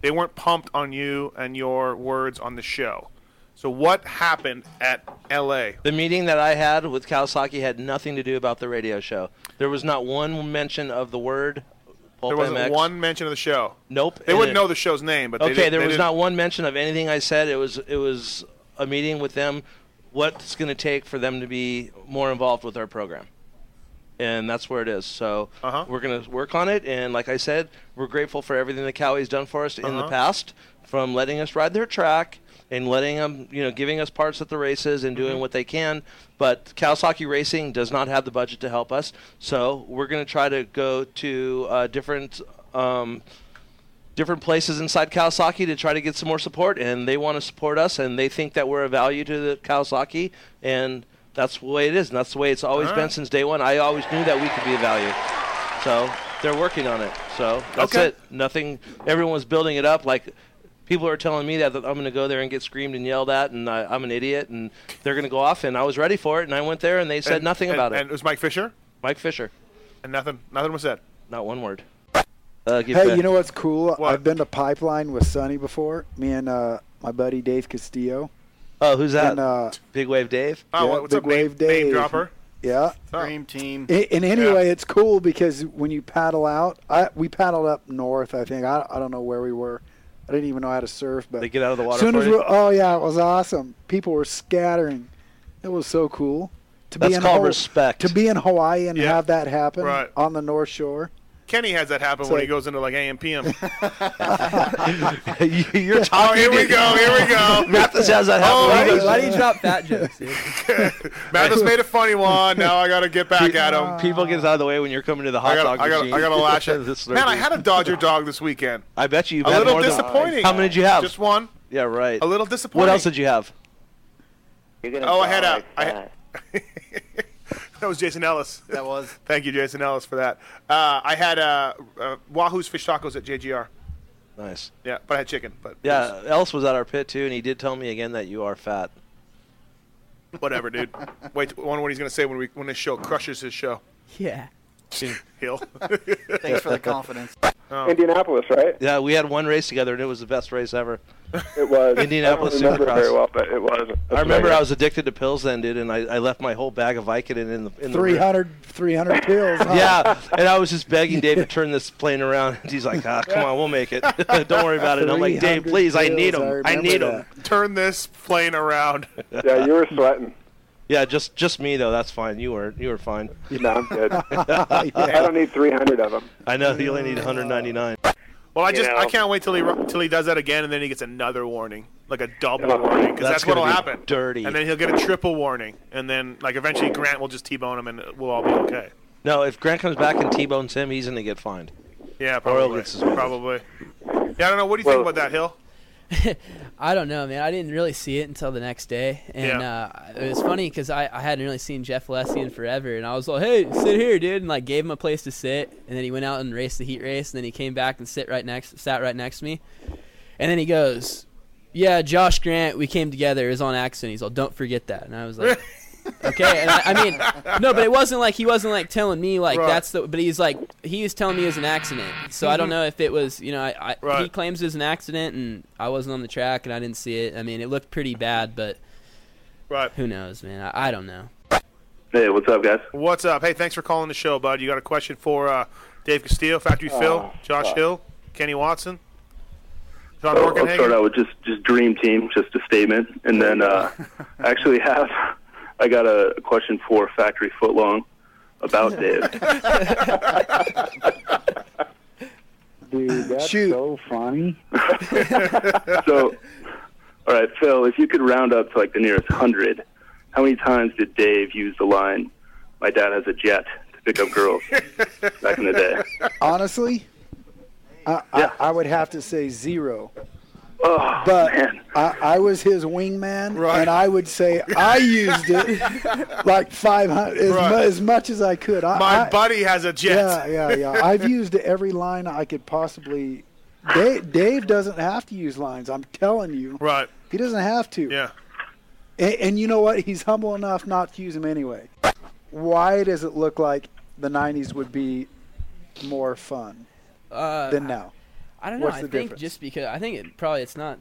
S4: they weren't pumped on you and your words on the show. So what happened at LA?
S7: The meeting that I had with Kawasaki had nothing to do about the radio show. There was not one mention of the word. Pulp
S4: there wasn't
S7: MX.
S4: one mention of the show.
S7: Nope.
S4: They
S7: and
S4: wouldn't
S7: it-
S4: know the show's name, but they
S7: okay,
S4: did-
S7: there
S4: they
S7: was
S4: didn't-
S7: not one mention of anything I said. It was it was a meeting with them. What's going to take for them to be more involved with our program? And that's where it is. So
S4: Uh-huh.
S7: we're going to work on it. And like I said, we're grateful for everything that Cowie's done for us in the
S25: Uh-huh.
S7: past, from letting us ride their track and letting them, you know, giving us parts at the races and doing
S4: Mm-hmm.
S25: Mhm.
S7: what they can. But Kawasaki Racing does not have the budget to help us. So we're going to try to go to uh, different. Um, different places inside Kawasaki to try to get some more support, and they want to support us, and they think that we're a value to the Kawasaki, and that's the way it is, and that's the way it's always
S4: All right.
S7: been since day one. I always knew that we could be a value, so they're working on it. So that's
S4: Okay.
S7: it. Nothing. Everyone's building it up like. People are telling me that, that I'm going to go there and get screamed and yelled at, and I, I'm an idiot, and they're going to go off. And I was ready for it, and I went there, and they said
S4: And-
S7: nothing
S4: and-
S7: about it.
S4: And it was Mike Fisher.
S7: Mike Fisher.
S4: And nothing. Nothing was said.
S7: Not one word. Uh, give
S24: Hey,
S7: back.
S24: you know what's cool?
S7: What?
S24: I've been to Pipeline with Sonny before. Me and uh, my buddy Dave Castillo.
S7: Oh, who's that?
S24: And, uh,
S7: Big Wave Dave.
S24: Oh, yeah, what- what's Big up, name- Wave Dave. name dropper? yeah.
S6: Dream team.
S24: I- And anyway, it's cool because when you paddle out, I, we paddled up north. I think I, I don't know where we were. I didn't even know how to surf, but
S7: They get out of the water.
S24: soon
S7: for
S24: as
S7: you?
S24: we, oh yeah, it was awesome. People were scattering. It was so cool to be
S7: That's
S24: in
S7: called
S24: Hawaii,
S7: respect.
S24: To be in Hawaii and have that happen
S4: Right.
S24: on the North Shore.
S4: Kenny has that happen
S24: It's
S4: when he
S24: like-
S4: goes into like AM PM.
S7: You're
S4: Oh, here we go. Here we go.
S7: Mathis has that happen.
S4: Oh, why do you- why
S23: do you drop fat jokes?
S4: Mathis made a funny one. Now I got to get back at him.
S7: People get out of the way when you're coming to the hot
S4: I
S7: dog
S4: got I got
S7: machine.
S4: I got to lash it.
S7: This is
S4: Man, I
S7: ridiculous.
S4: had a Dodger dog this weekend.
S7: I bet you. you've
S4: a
S7: had
S4: little
S7: more than-
S4: disappointing.
S7: How many did you have?
S4: Just one.
S7: yeah, right.
S4: A little
S7: What
S4: disappointing.
S7: else did you have?
S4: Oh, I had a. I had, that was Jason Ellis. That was. Thank you, Jason Ellis, for that. Uh, I had uh, uh, Wahoo's fish tacos at JGR.
S7: Nice.
S4: Yeah, but I had chicken. But
S7: Yeah, Ellis was at our pit too, and he did tell me again that you are fat.
S4: whatever, dude. Wait, t- wonder what he's gonna say when we when this show crushes his show.
S23: Yeah.
S4: Hill.
S6: Thanks for the confidence.
S4: Oh.
S3: Indianapolis, right?
S7: Yeah, we had one race together, and it was the best race ever.
S3: It was.
S7: Indianapolis
S3: I don't remember it very
S7: Supercross.
S3: well, but it was.
S7: I remember I was addicted to pills then, dude, and I, I left my whole bag of Vicodin in the in the room.
S24: 300, 300 pills. huh?
S7: Yeah, and I was just begging Dave to turn this plane around. And he's like, ah, come on, we'll make it. Don't worry about it. And I'm like, Dave,
S4: 300
S7: please, I
S4: pills,
S7: need
S4: I
S7: them. I,
S4: remember
S7: need them.
S4: that. Turn this plane around.
S3: Yeah, you were sweating.
S7: Yeah, just just me though. That's fine. You were you were fine.
S3: No, I'm good. I don't need 300 of them.
S7: I know you only need 199.
S4: Well, I
S3: You
S4: just
S3: know.
S4: I can't wait till he ru- till he does that again, and then he gets another warning. like a double
S20: Oh,
S4: warning because that's,
S20: that's
S4: what'll
S20: gonna be
S4: happen.
S7: dirty.
S4: and then he'll get a triple warning, and then like eventually Grant will just t-bone him, and we'll all be okay.
S7: No, if Grant comes back and T-bones him, he's gonna get fined.
S4: Yeah,
S7: Or
S4: probably.
S7: it's his-
S4: Probably. Yeah, I don't know. What do you think about that, Hill?
S23: I don't know, man. I didn't really see it until the next day, and uh, it was funny because I, I hadn't really seen Jeff Lessie in forever, and I was like, "Hey, sit here, dude," and like gave him a place to sit, and then he went out and raced the heat race, and then he came back and sit right next, sat right next to me, and then he goes, "Yeah, Josh Grant, we came together. It was on accident." He's all, "Don't forget that," and I was like. okay, and I, I mean, no, but it wasn't like he wasn't like telling me like
S22: Right.
S23: that's the, but he's like he was telling me it was an accident. So I don't
S22: Mhm.
S23: know if it was, you know, I, I he claims it was an accident and I wasn't on the track and I didn't see it. I mean, it looked pretty bad, but
S4: right,
S23: who knows, man? I, I don't know.
S20: Hey, what's up, guys?
S4: What's up? Hey, thanks for calling the show, bud. You got a question for uh, Dave Castillo, Factory
S24: Oh,
S4: Phil, Josh
S20: fuck.
S4: Hill, Kenny Watson, John
S20: So I'll start
S4: Morgan.
S20: out with just just dream team, just a statement, and then uh, I actually have I got a question for Factory Footlong about Dave.
S25: Dude, that's so funny.
S20: so, all right, Phil, if you could round up to like the nearest hundred, how many times did Dave use the line, "My dad has a jet to pick up girls"? back in the day.
S24: Honestly, I, I, I would have to say zero.
S25: Oh,
S24: but I, I was his wingman, and I would say I used it like 500 as,
S4: Right.
S24: mu- as much as I could. I,
S4: My
S24: I-
S4: buddy has a jet.
S24: Yeah, yeah, yeah. I've used every line I could possibly. Dave, Dave doesn't have to use lines. I'm telling you.
S4: Right.
S24: He doesn't have to.
S4: Yeah.
S24: And, and you know what? He's humble enough not to use them anyway. Why does it look like the '90s would be more fun
S23: Uh,
S24: than now?
S23: I don't know.
S24: What's
S23: I
S24: the
S23: think
S24: difference?
S23: just because I think it probably it's not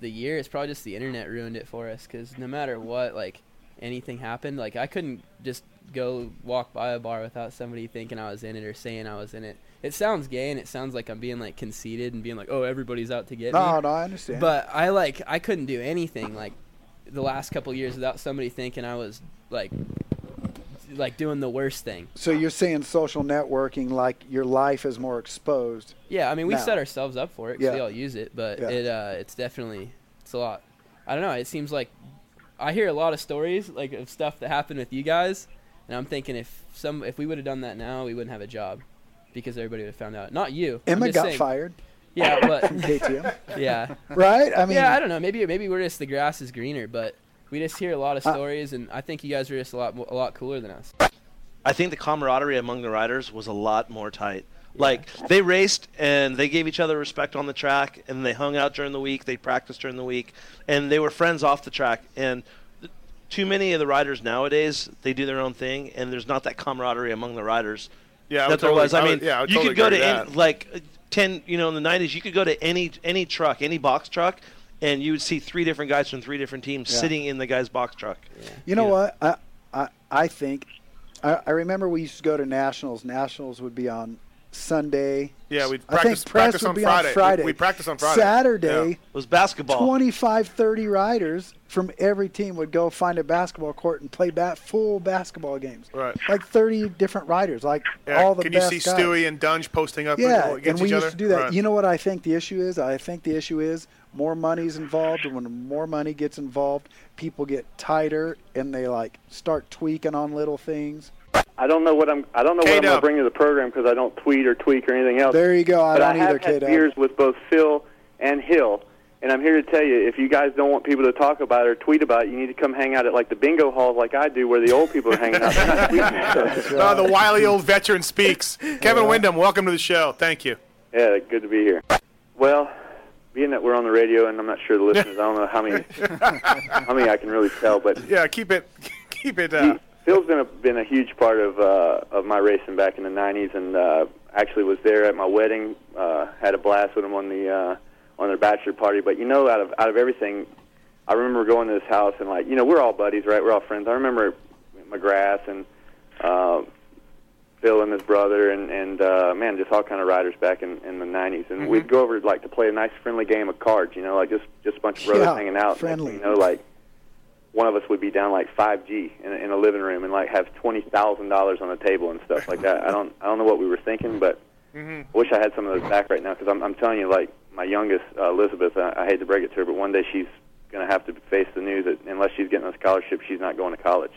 S23: the year. It's probably just the internet ruined it for us. Because no matter what, like anything happened, like I couldn't just go walk by a bar without somebody thinking I was in it or saying I was in it. It sounds gay and it sounds like I'm being like conceited and being like, oh, everybody's out to get me.
S24: No, no, I understand.
S23: But I like I couldn't do anything like the last couple years without somebody thinking I was like like doing the worst thing.
S24: So you're saying social networking, like your life is more exposed.
S23: Yeah, I mean, we
S24: now.
S23: set ourselves up for it 'cause
S24: Yeah.
S23: we all use it, but
S24: Yeah.
S23: it uh, it's definitely it's a lot. I don't know. It seems like I hear a lot of stories like of stuff that happened with you guys, and I'm thinking if some if we would have done that now, we wouldn't have a job because everybody would have found out. Not you. I'm
S24: Emma
S23: just
S24: got
S23: saying-
S24: fired.
S23: Yeah, but
S24: from KTM.
S23: yeah.
S24: Right? I mean-
S23: yeah. I don't know. Maybe maybe we're just the grass is greener, but we just hear a lot of
S24: Uh,
S23: stories, and I think you guys are just a lot mo- a lot cooler than us.
S7: I think the camaraderie among the riders was a lot more tight. Like they raced and they gave each other respect on the track, and they hung out during the week. They practiced during the week, and they were friends off the track. And th- too many of the riders nowadays they do their own thing, and there's not that camaraderie among the riders.
S4: Yeah, I would
S7: that there
S4: totally-
S7: was. I
S4: I
S7: mean,
S4: would- yeah, I would
S7: you
S4: totally
S7: could go
S4: agree
S7: to
S4: with
S7: any,
S4: that.
S7: like uh, ten, you know, in the '90s, you could go to any any truck, any box truck, and you would see three different guys from three different teams
S24: Yeah.
S7: sitting in the guy's box truck.
S24: You know what? I, I I think I, I remember we used to go to nationals. Nationals would be on Sunday.
S4: Yeah, we'd
S24: I
S4: practice-
S24: think press
S4: practice
S24: would
S4: on
S24: be
S4: Friday.
S24: on
S4: We-
S24: Friday.
S4: we practice on Friday.
S24: Saturday
S4: Yeah. It was basketball.
S24: 25, 30 riders from every team would go find a basketball court and play bat full basketball games.
S4: Right.
S24: Like thirty different riders. Like
S4: Yeah,
S24: all the
S4: Can you
S24: best
S4: see
S24: guys.
S4: Stewie and Dunge posting up
S24: Yeah,
S4: against
S24: and we
S4: each
S24: used
S4: other?
S24: to do that.
S4: Right.
S24: You know what I think the issue is? I think the issue is more money's involved, and when more money gets involved, people get tighter and they like start tweaking on little things.
S26: I don't know what I'm. I don't know what I'm going
S24: K-Dub.
S26: to bring to the program because I don't tweet or tweak or anything else.
S24: There you go. I
S26: but
S24: don't
S26: I have
S24: either,
S26: had
S24: K-Dub.
S26: beers with both Phil and Hill, and I'm here to tell you if you guys don't want people to talk about it or tweet about it, you need to come hang out at like the bingo halls like I do, where the old people are hanging out. They're not tweeting at each other.
S4: Oh, the wily old veteran speaks. Kevin Wyndham, welcome to the show. Thank you.
S26: Yeah, good to be here. Well, being that we're on the radio and I'm not sure the listeners, I don't know how many how many I can really tell, but
S4: Yeah, keep it, keep it. Uh,
S26: Phil's been a, been a huge part of uh, of my racing back in the '90s, and uh, actually was there at my wedding. Uh, had a blast with him on the uh, on their bachelor party. But you know, out of out of everything, I remember going to his house and like, you know, we're all buddies, right? We're all friends. I remember McGrath and uh, Phil and his brother, and and uh, man, just all kind of riders back in in the '90s. And
S24: Mm-hmm.
S26: we'd go over like to play a nice friendly game of cards, you know, like just just a bunch of brothers
S24: Yeah,
S26: hanging out.
S24: friendly.
S26: You know, like one of us would be down like 5G in, a- in a living room and like have twenty thousand dollars on the table and stuff like that. I don't I don't know what we were thinking, but
S4: mhm.
S26: I wish I had some of those back right now because I'm I'm telling you, like my youngest uh, Elizabeth, I, I hate to break it to her, but one day she's going to have to face the news that unless she's getting a scholarship, she's not going to college.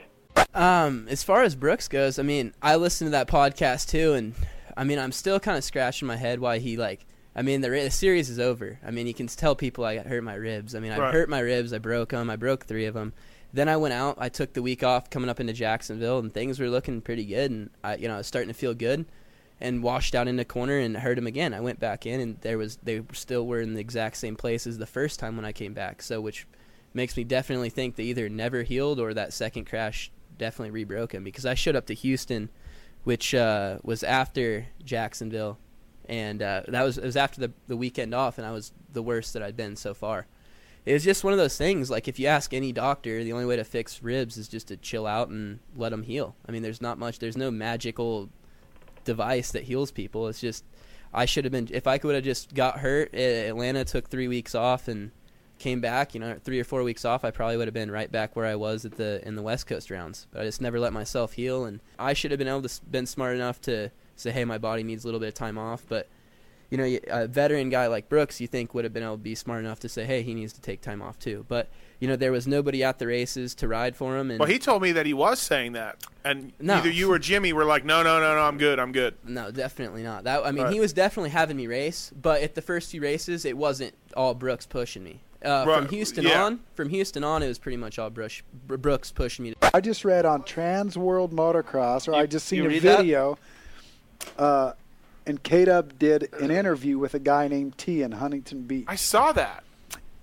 S23: Um, as far as Brooks goes, I mean, I listened to that podcast too, and I mean, I'm still kind of scratching my head why he like. I mean, the, ri- the series is over. I mean, you can tell people I got hurt my ribs. I mean, I
S22: Right.
S23: hurt my ribs. I broke them. I broke three of them. Then I went out. I took the week off coming up into Jacksonville, and things were looking pretty good. And I, you know, I was starting to feel good, and washed out in the corner and hurt him again. I went back in, and there was they still were in the exact same place as the first time when I came back. So, which makes me definitely think they either never healed or that second crash definitely rebroke him because I showed up to Houston, which uh, was after Jacksonville, and uh, that was it was after the the weekend off, and I was the worst that I'd been so far. It was just one of those things. Like if you ask any doctor, the only way to fix ribs is just to chill out and let them heal. I mean, there's not much. There's no magical device that heals people. It's just I should have been if I could have just got hurt. eh, Atlanta took three weeks off and came back. You know, three or four weeks off, I probably would have been right back where I was at the in the West Coast rounds. But I just never let myself heal, and I should have been able to s- been smart enough to say, hey, my body needs a little bit of time off. But you know, you- a veteran guy like Brooks, you think would have been able to be smart enough to say, hey, he needs to take time off too. But you know, there was nobody at the races to ride for him, and
S4: Well, he told me that he was saying that, and
S23: No.
S4: either you or Jimmy were like, "No, no, no, no, I'm good, I'm good."
S23: No, definitely not. That I mean,
S4: Right.
S23: he was definitely having me race, but at the first few races, it wasn't all Brooks pushing me. Uh,
S4: Right,
S23: From Houston
S4: yeah.
S23: on, from Houston on, it was pretty much all Brush, Br- Brooks pushing me. To
S24: I just read on Trans World Motocross, or I just
S23: you
S24: seen a
S23: read that?
S24: video, uh, and K Dub did an interview with a guy named T in Huntington Beach. I
S4: saw that.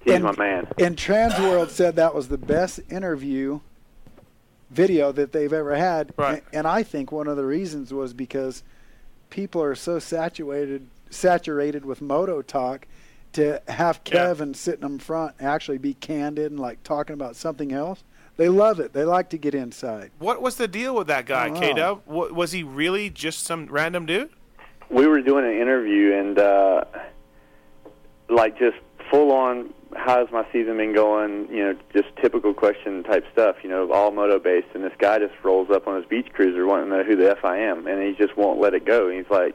S24: He's
S26: my man.
S24: And Trans World said that was the best interview video that they've ever had. Right. And, I think one of the reasons was because people are so saturated saturated with moto talk to have Kevin sitting in front and actually be candid and like talking about something else. They love it. They like to get inside.
S4: What was the deal with that guy,
S24: Wow.
S4: K Dub? Wa- Was he really just some random dude?
S26: we were doing an interview and uh like just full on how's my season been going you know just typical question type stuff you know all moto based and this guy just rolls up on his beach cruiser wanting to know who the f i am and he just won't let it go and he's like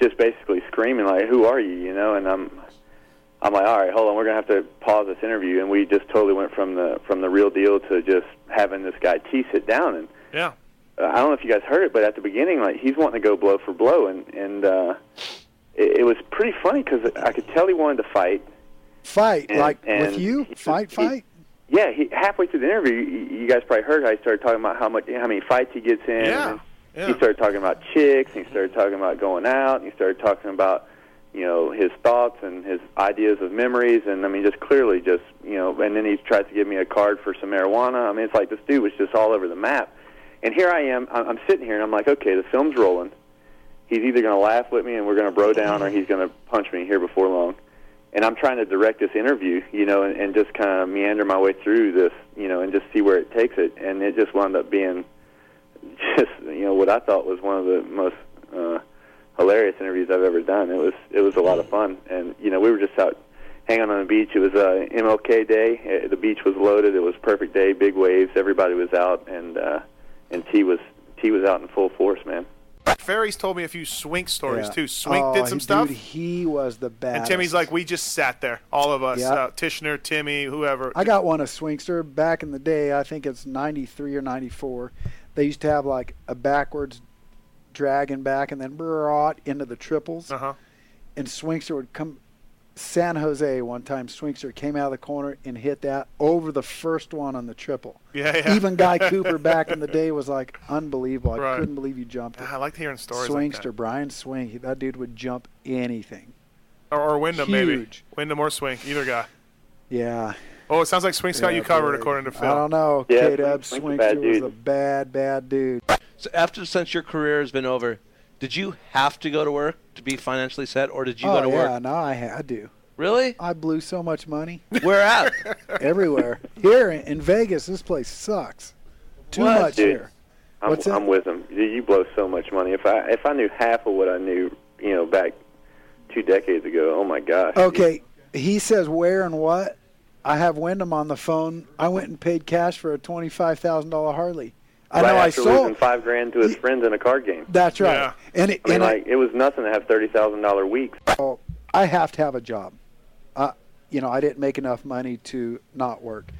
S26: just basically screaming like who are you you know and i'm i'm like all right hold on we're going to have to pause this interview and we just totally went from the from the real deal to just having this guy t sit down and
S4: Yeah.
S26: I don't know if you guys heard it, but at the beginning, like he's wanting to go blow for blow, and and uh, it, it was pretty funny because I could tell he wanted to fight.
S24: Fight
S26: And-
S24: like
S26: and
S24: with you, fight, fight.
S26: Yeah, he halfway through the interview, you, you guys probably heard how he started talking about how much how many fights he gets in.
S4: Yeah,
S26: and He started talking about chicks, and he started talking about going out, and he started talking about you know his thoughts and his ideas of memories, and I mean just clearly just you know, and then he tries to give me a card for some marijuana. I mean it's like this dude was just all over the map, and here I am, I- I'm sitting here, and I'm like, okay, the film's rolling. He's either going to laugh with me and we're going to bro down, or he's going to punch me here before long and I'm trying to direct this interview, you know, and, and just kind of meander my way through this, you know, and just see where it takes it. And it just wound up being just, you know, what I thought was one of the most uh, hilarious interviews I've ever done. It was it was a lot of fun, and you know, we were just out hanging on the beach. It was uh, MLK Day. Uh, The beach was loaded. It was a perfect day, big waves. Everybody was out, and uh, and T was T was out in full force, man.
S4: Ferry's told me a few Swink stories
S24: Yeah.
S4: too. Swink
S24: Oh,
S4: did some
S24: dude,
S4: stuff,
S24: He was the best.
S4: and Timmy's like, "We just sat there, all of us,
S24: Yeah.
S4: uh, Tishner, Timmy, whoever."
S24: I got one of Swingster back in the day. I think it's '93 or '94. They used to have like a backwards dragon back and then brought into the triples.
S4: Uh huh.
S24: And Swingster would come. San Jose one time, Swingster came out of the corner and hit that over the first one on the triple.
S4: Yeah, yeah.
S24: Even Guy Cooper back in the day was like unbelievable. I
S4: Right.
S24: couldn't believe you jumped. it.
S4: I liked hearing stories like
S24: Swingster, Brian Swing, he- that dude would jump anything.
S4: Or, or Wyndham, maybe
S24: Huge.
S4: Wyndham or Swink, either guy.
S24: Yeah.
S4: Oh, it sounds like Swink's got you covered, according to Phil.
S24: I don't know.
S7: Yeah,
S24: K Dub
S7: Swink's a
S24: Swingster
S7: bad
S24: was
S7: dude.
S24: a bad, bad dude.
S7: So after since your career has been over, did you have to go to work to be financially set, or did you
S24: oh,
S7: go to
S24: yeah,
S7: work?
S24: no, I had to.
S7: Really?
S24: I blew so much money.
S7: Where at?
S24: Everywhere. Here in, in Vegas, this place sucks. Too
S26: What?
S24: much
S26: Dude,
S24: here.
S26: I'm,
S24: What's that?
S26: I'm with him. You you blow so much money. If I if I knew half of what I knew, you know, back two decades ago, oh my gosh.
S24: Okay, he says where and what. I have Wyndham on the phone. I went and paid cash for a twenty-five thousand dollar Harley. I
S26: right
S24: know I
S26: after
S24: sold.
S26: losing five grand to his friends in a card game.
S24: That's right. Yeah. And it-
S26: I mean,
S24: and it-
S26: like it was nothing to have thirty thousand dollar weeks.
S24: I have to have a job. I you know, I didn't make enough money to not work.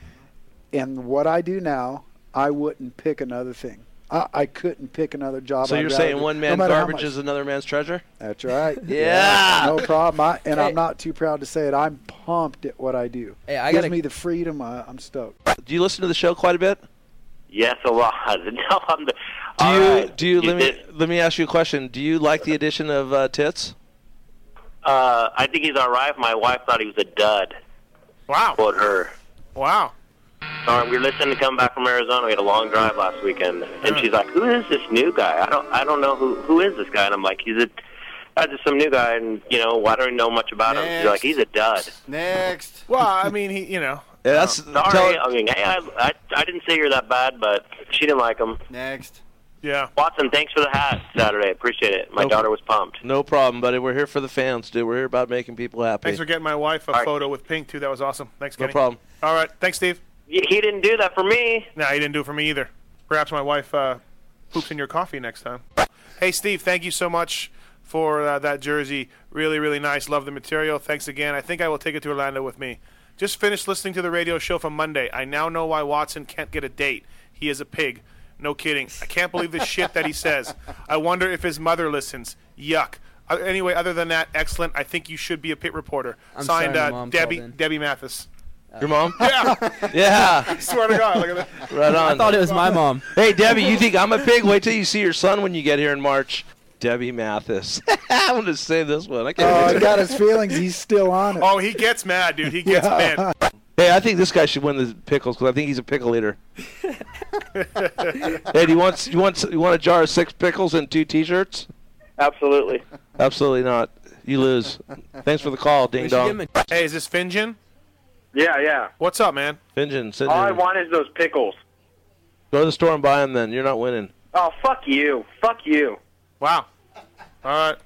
S24: And what I do now, I wouldn't pick another thing. I, I couldn't pick another job.
S7: So
S24: I'd
S7: you're
S24: rather-
S7: saying one
S24: no
S7: man
S24: matter how
S7: garbage
S24: much-
S7: is another man's treasure?
S24: That's right.
S7: Yeah.
S24: no problem. I, and
S7: Hey.
S24: I'm not too proud to say it. I'm pumped at what I do.
S7: Hey, I
S24: Gives
S7: gotta-
S24: me the freedom. I, I'm stoked.
S7: Do you listen to the show quite a bit?
S22: Yes, a lot. No, I'm the,
S7: Do
S22: All
S7: you?
S22: right.
S7: Do you?
S22: You
S7: Let me let me ask you a question. Do you like the addition of uh, tits?
S22: uh, I think he's all right. My wife thought he was a dud.
S4: Wow.
S22: Quote her.
S4: Wow.
S22: All right, we were listening to come back from Arizona. We had a long drive last weekend, and she's like, "Who is this new guy? I don't, I don't know who, who is this guy." And I'm like, "He's a, uh, just some new guy, and you know, well, I don't know much about him." She's like, "He's a dud."
S4: Next. Oh. Well, I mean, he, you know.
S7: Yeah, that's
S22: Sorry, I mean, hey, I, I, I didn't say you're that bad, but she didn't like him.
S6: Next.
S4: Yeah.
S22: Watson, thanks for the hat Saturday. Appreciate it. My
S7: No
S22: daughter
S7: pro-
S22: was pumped.
S7: No problem, buddy. We're here for the fans, dude. We're here about making people happy.
S4: Thanks for getting my wife a photo with Pink too. That was awesome. Thanks,
S7: No
S4: Kenny.
S7: problem.
S4: All right. Thanks, Steve.
S22: He didn't do that for me.
S4: No, he didn't do it for me either. Perhaps my wife uh, poops in your coffee next time. Hey, Steve. Thank you so much for uh, that jersey. Really, really nice. Love the material. Thanks again. I think I will take it to Orlando with me. Just finished listening to the radio show from Monday. I now know why Watson can't get a date. He is a pig. No kidding. I can't believe the shit that he says. I wonder if his mother listens. Yuck. Uh, anyway, other than that, excellent. I think you should be a pit reporter.
S7: I'm
S4: Signed
S7: sorry my
S4: uh,
S7: mom
S4: Debbie
S7: called in.
S4: Debbie Mathis.
S7: Your mom?
S4: Yeah.
S7: Yeah.
S4: Swear to God, look at that.
S7: Right on.
S4: I thought it was my mom.
S7: Hey, Debbie, you think I'm a pig? Wait till you see your son when you get here in March. Debbie Mathis. I'm going to say this one. I can't
S24: Oh,
S7: wait
S24: I
S7: to-
S24: got his feelings. He's still on it.
S4: Oh, he gets mad, dude. He gets mad.
S7: Hey, I think this guy should win the pickles because I think he's a pickle eater. Hey, do you want you want you want a jar of six pickles and two T-shirts?
S22: Absolutely.
S7: Absolutely not. You lose. Thanks for the call, Oh, ding dong.
S4: hey, is this Finjan?
S22: Yeah, yeah.
S4: What's up, man?
S7: Finjan, send
S4: All I
S7: him-
S22: want is those pickles.
S7: Go to the store and buy them. Then you're not winning.
S22: Oh, fuck you. Fuck you.
S4: Wow. All right.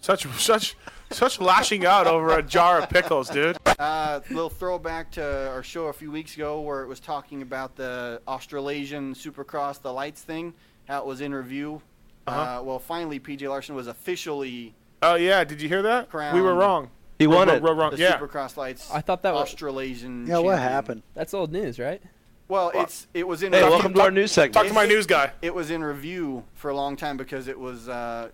S4: Such such such lashing out over a jar of pickles, dude.
S6: Uh, little throwback to our show a few weeks ago where it was talking about the Australasian Supercross, the lights thing, how it was in review. uh
S4: Uh-huh.
S6: well, finally, PJ Larson was officially
S4: Oh yeah, did you hear that? We were
S6: crowned
S4: wrong.
S7: He won
S4: We're-
S7: it.
S4: we're wrong.
S6: the
S4: Yeah.
S6: Supercross lights.
S23: I thought that was-
S6: Australasian.
S23: Yeah, what
S6: champion.
S23: happened? That's old news, right?
S6: Well, it's it was in.
S23: Hey, welcome to our news segment. Talk to my
S6: It-
S23: news guy.
S6: It was in review for a long time because it was. Uh,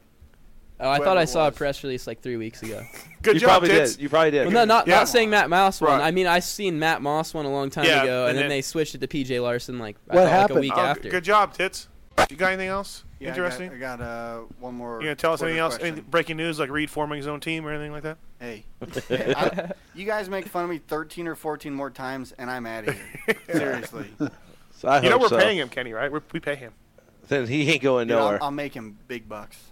S23: Oh, I thought
S6: whoever
S23: I
S6: it
S23: saw a
S6: was.
S23: press release like three weeks ago.
S6: Good You job, probably Tits.
S7: did. You probably did.
S23: Well, no, not,
S7: Yeah.
S23: not saying Matt Moss one.
S7: Right.
S23: I mean, I seen Matt Moss one a long time
S7: Yeah,
S23: ago, and,
S7: and
S23: then
S7: it-
S23: they switched it to PJ Larson like I
S4: What
S23: thought,
S4: happened?
S23: like a week
S4: Oh, g-
S23: after.
S4: good job, Tits. You got anything else?
S6: yeah, I got-
S4: Interesting.
S6: I got, uh, one more.
S4: you gonna tell us
S6: Twitter
S4: anything else?
S6: question.
S4: Any breaking news like Reed forming his own team or anything like that?
S6: Hey. I- you guys make fun of me 13 or 14 more times, and I'm out of here. Seriously.
S7: I
S4: you know
S7: hope
S4: we're
S7: so.
S4: paying him, Kenny, right? We're, we pay him.
S7: Then he ain't going
S6: Dude, I'll,
S7: nowhere.
S6: I'll make him big bucks.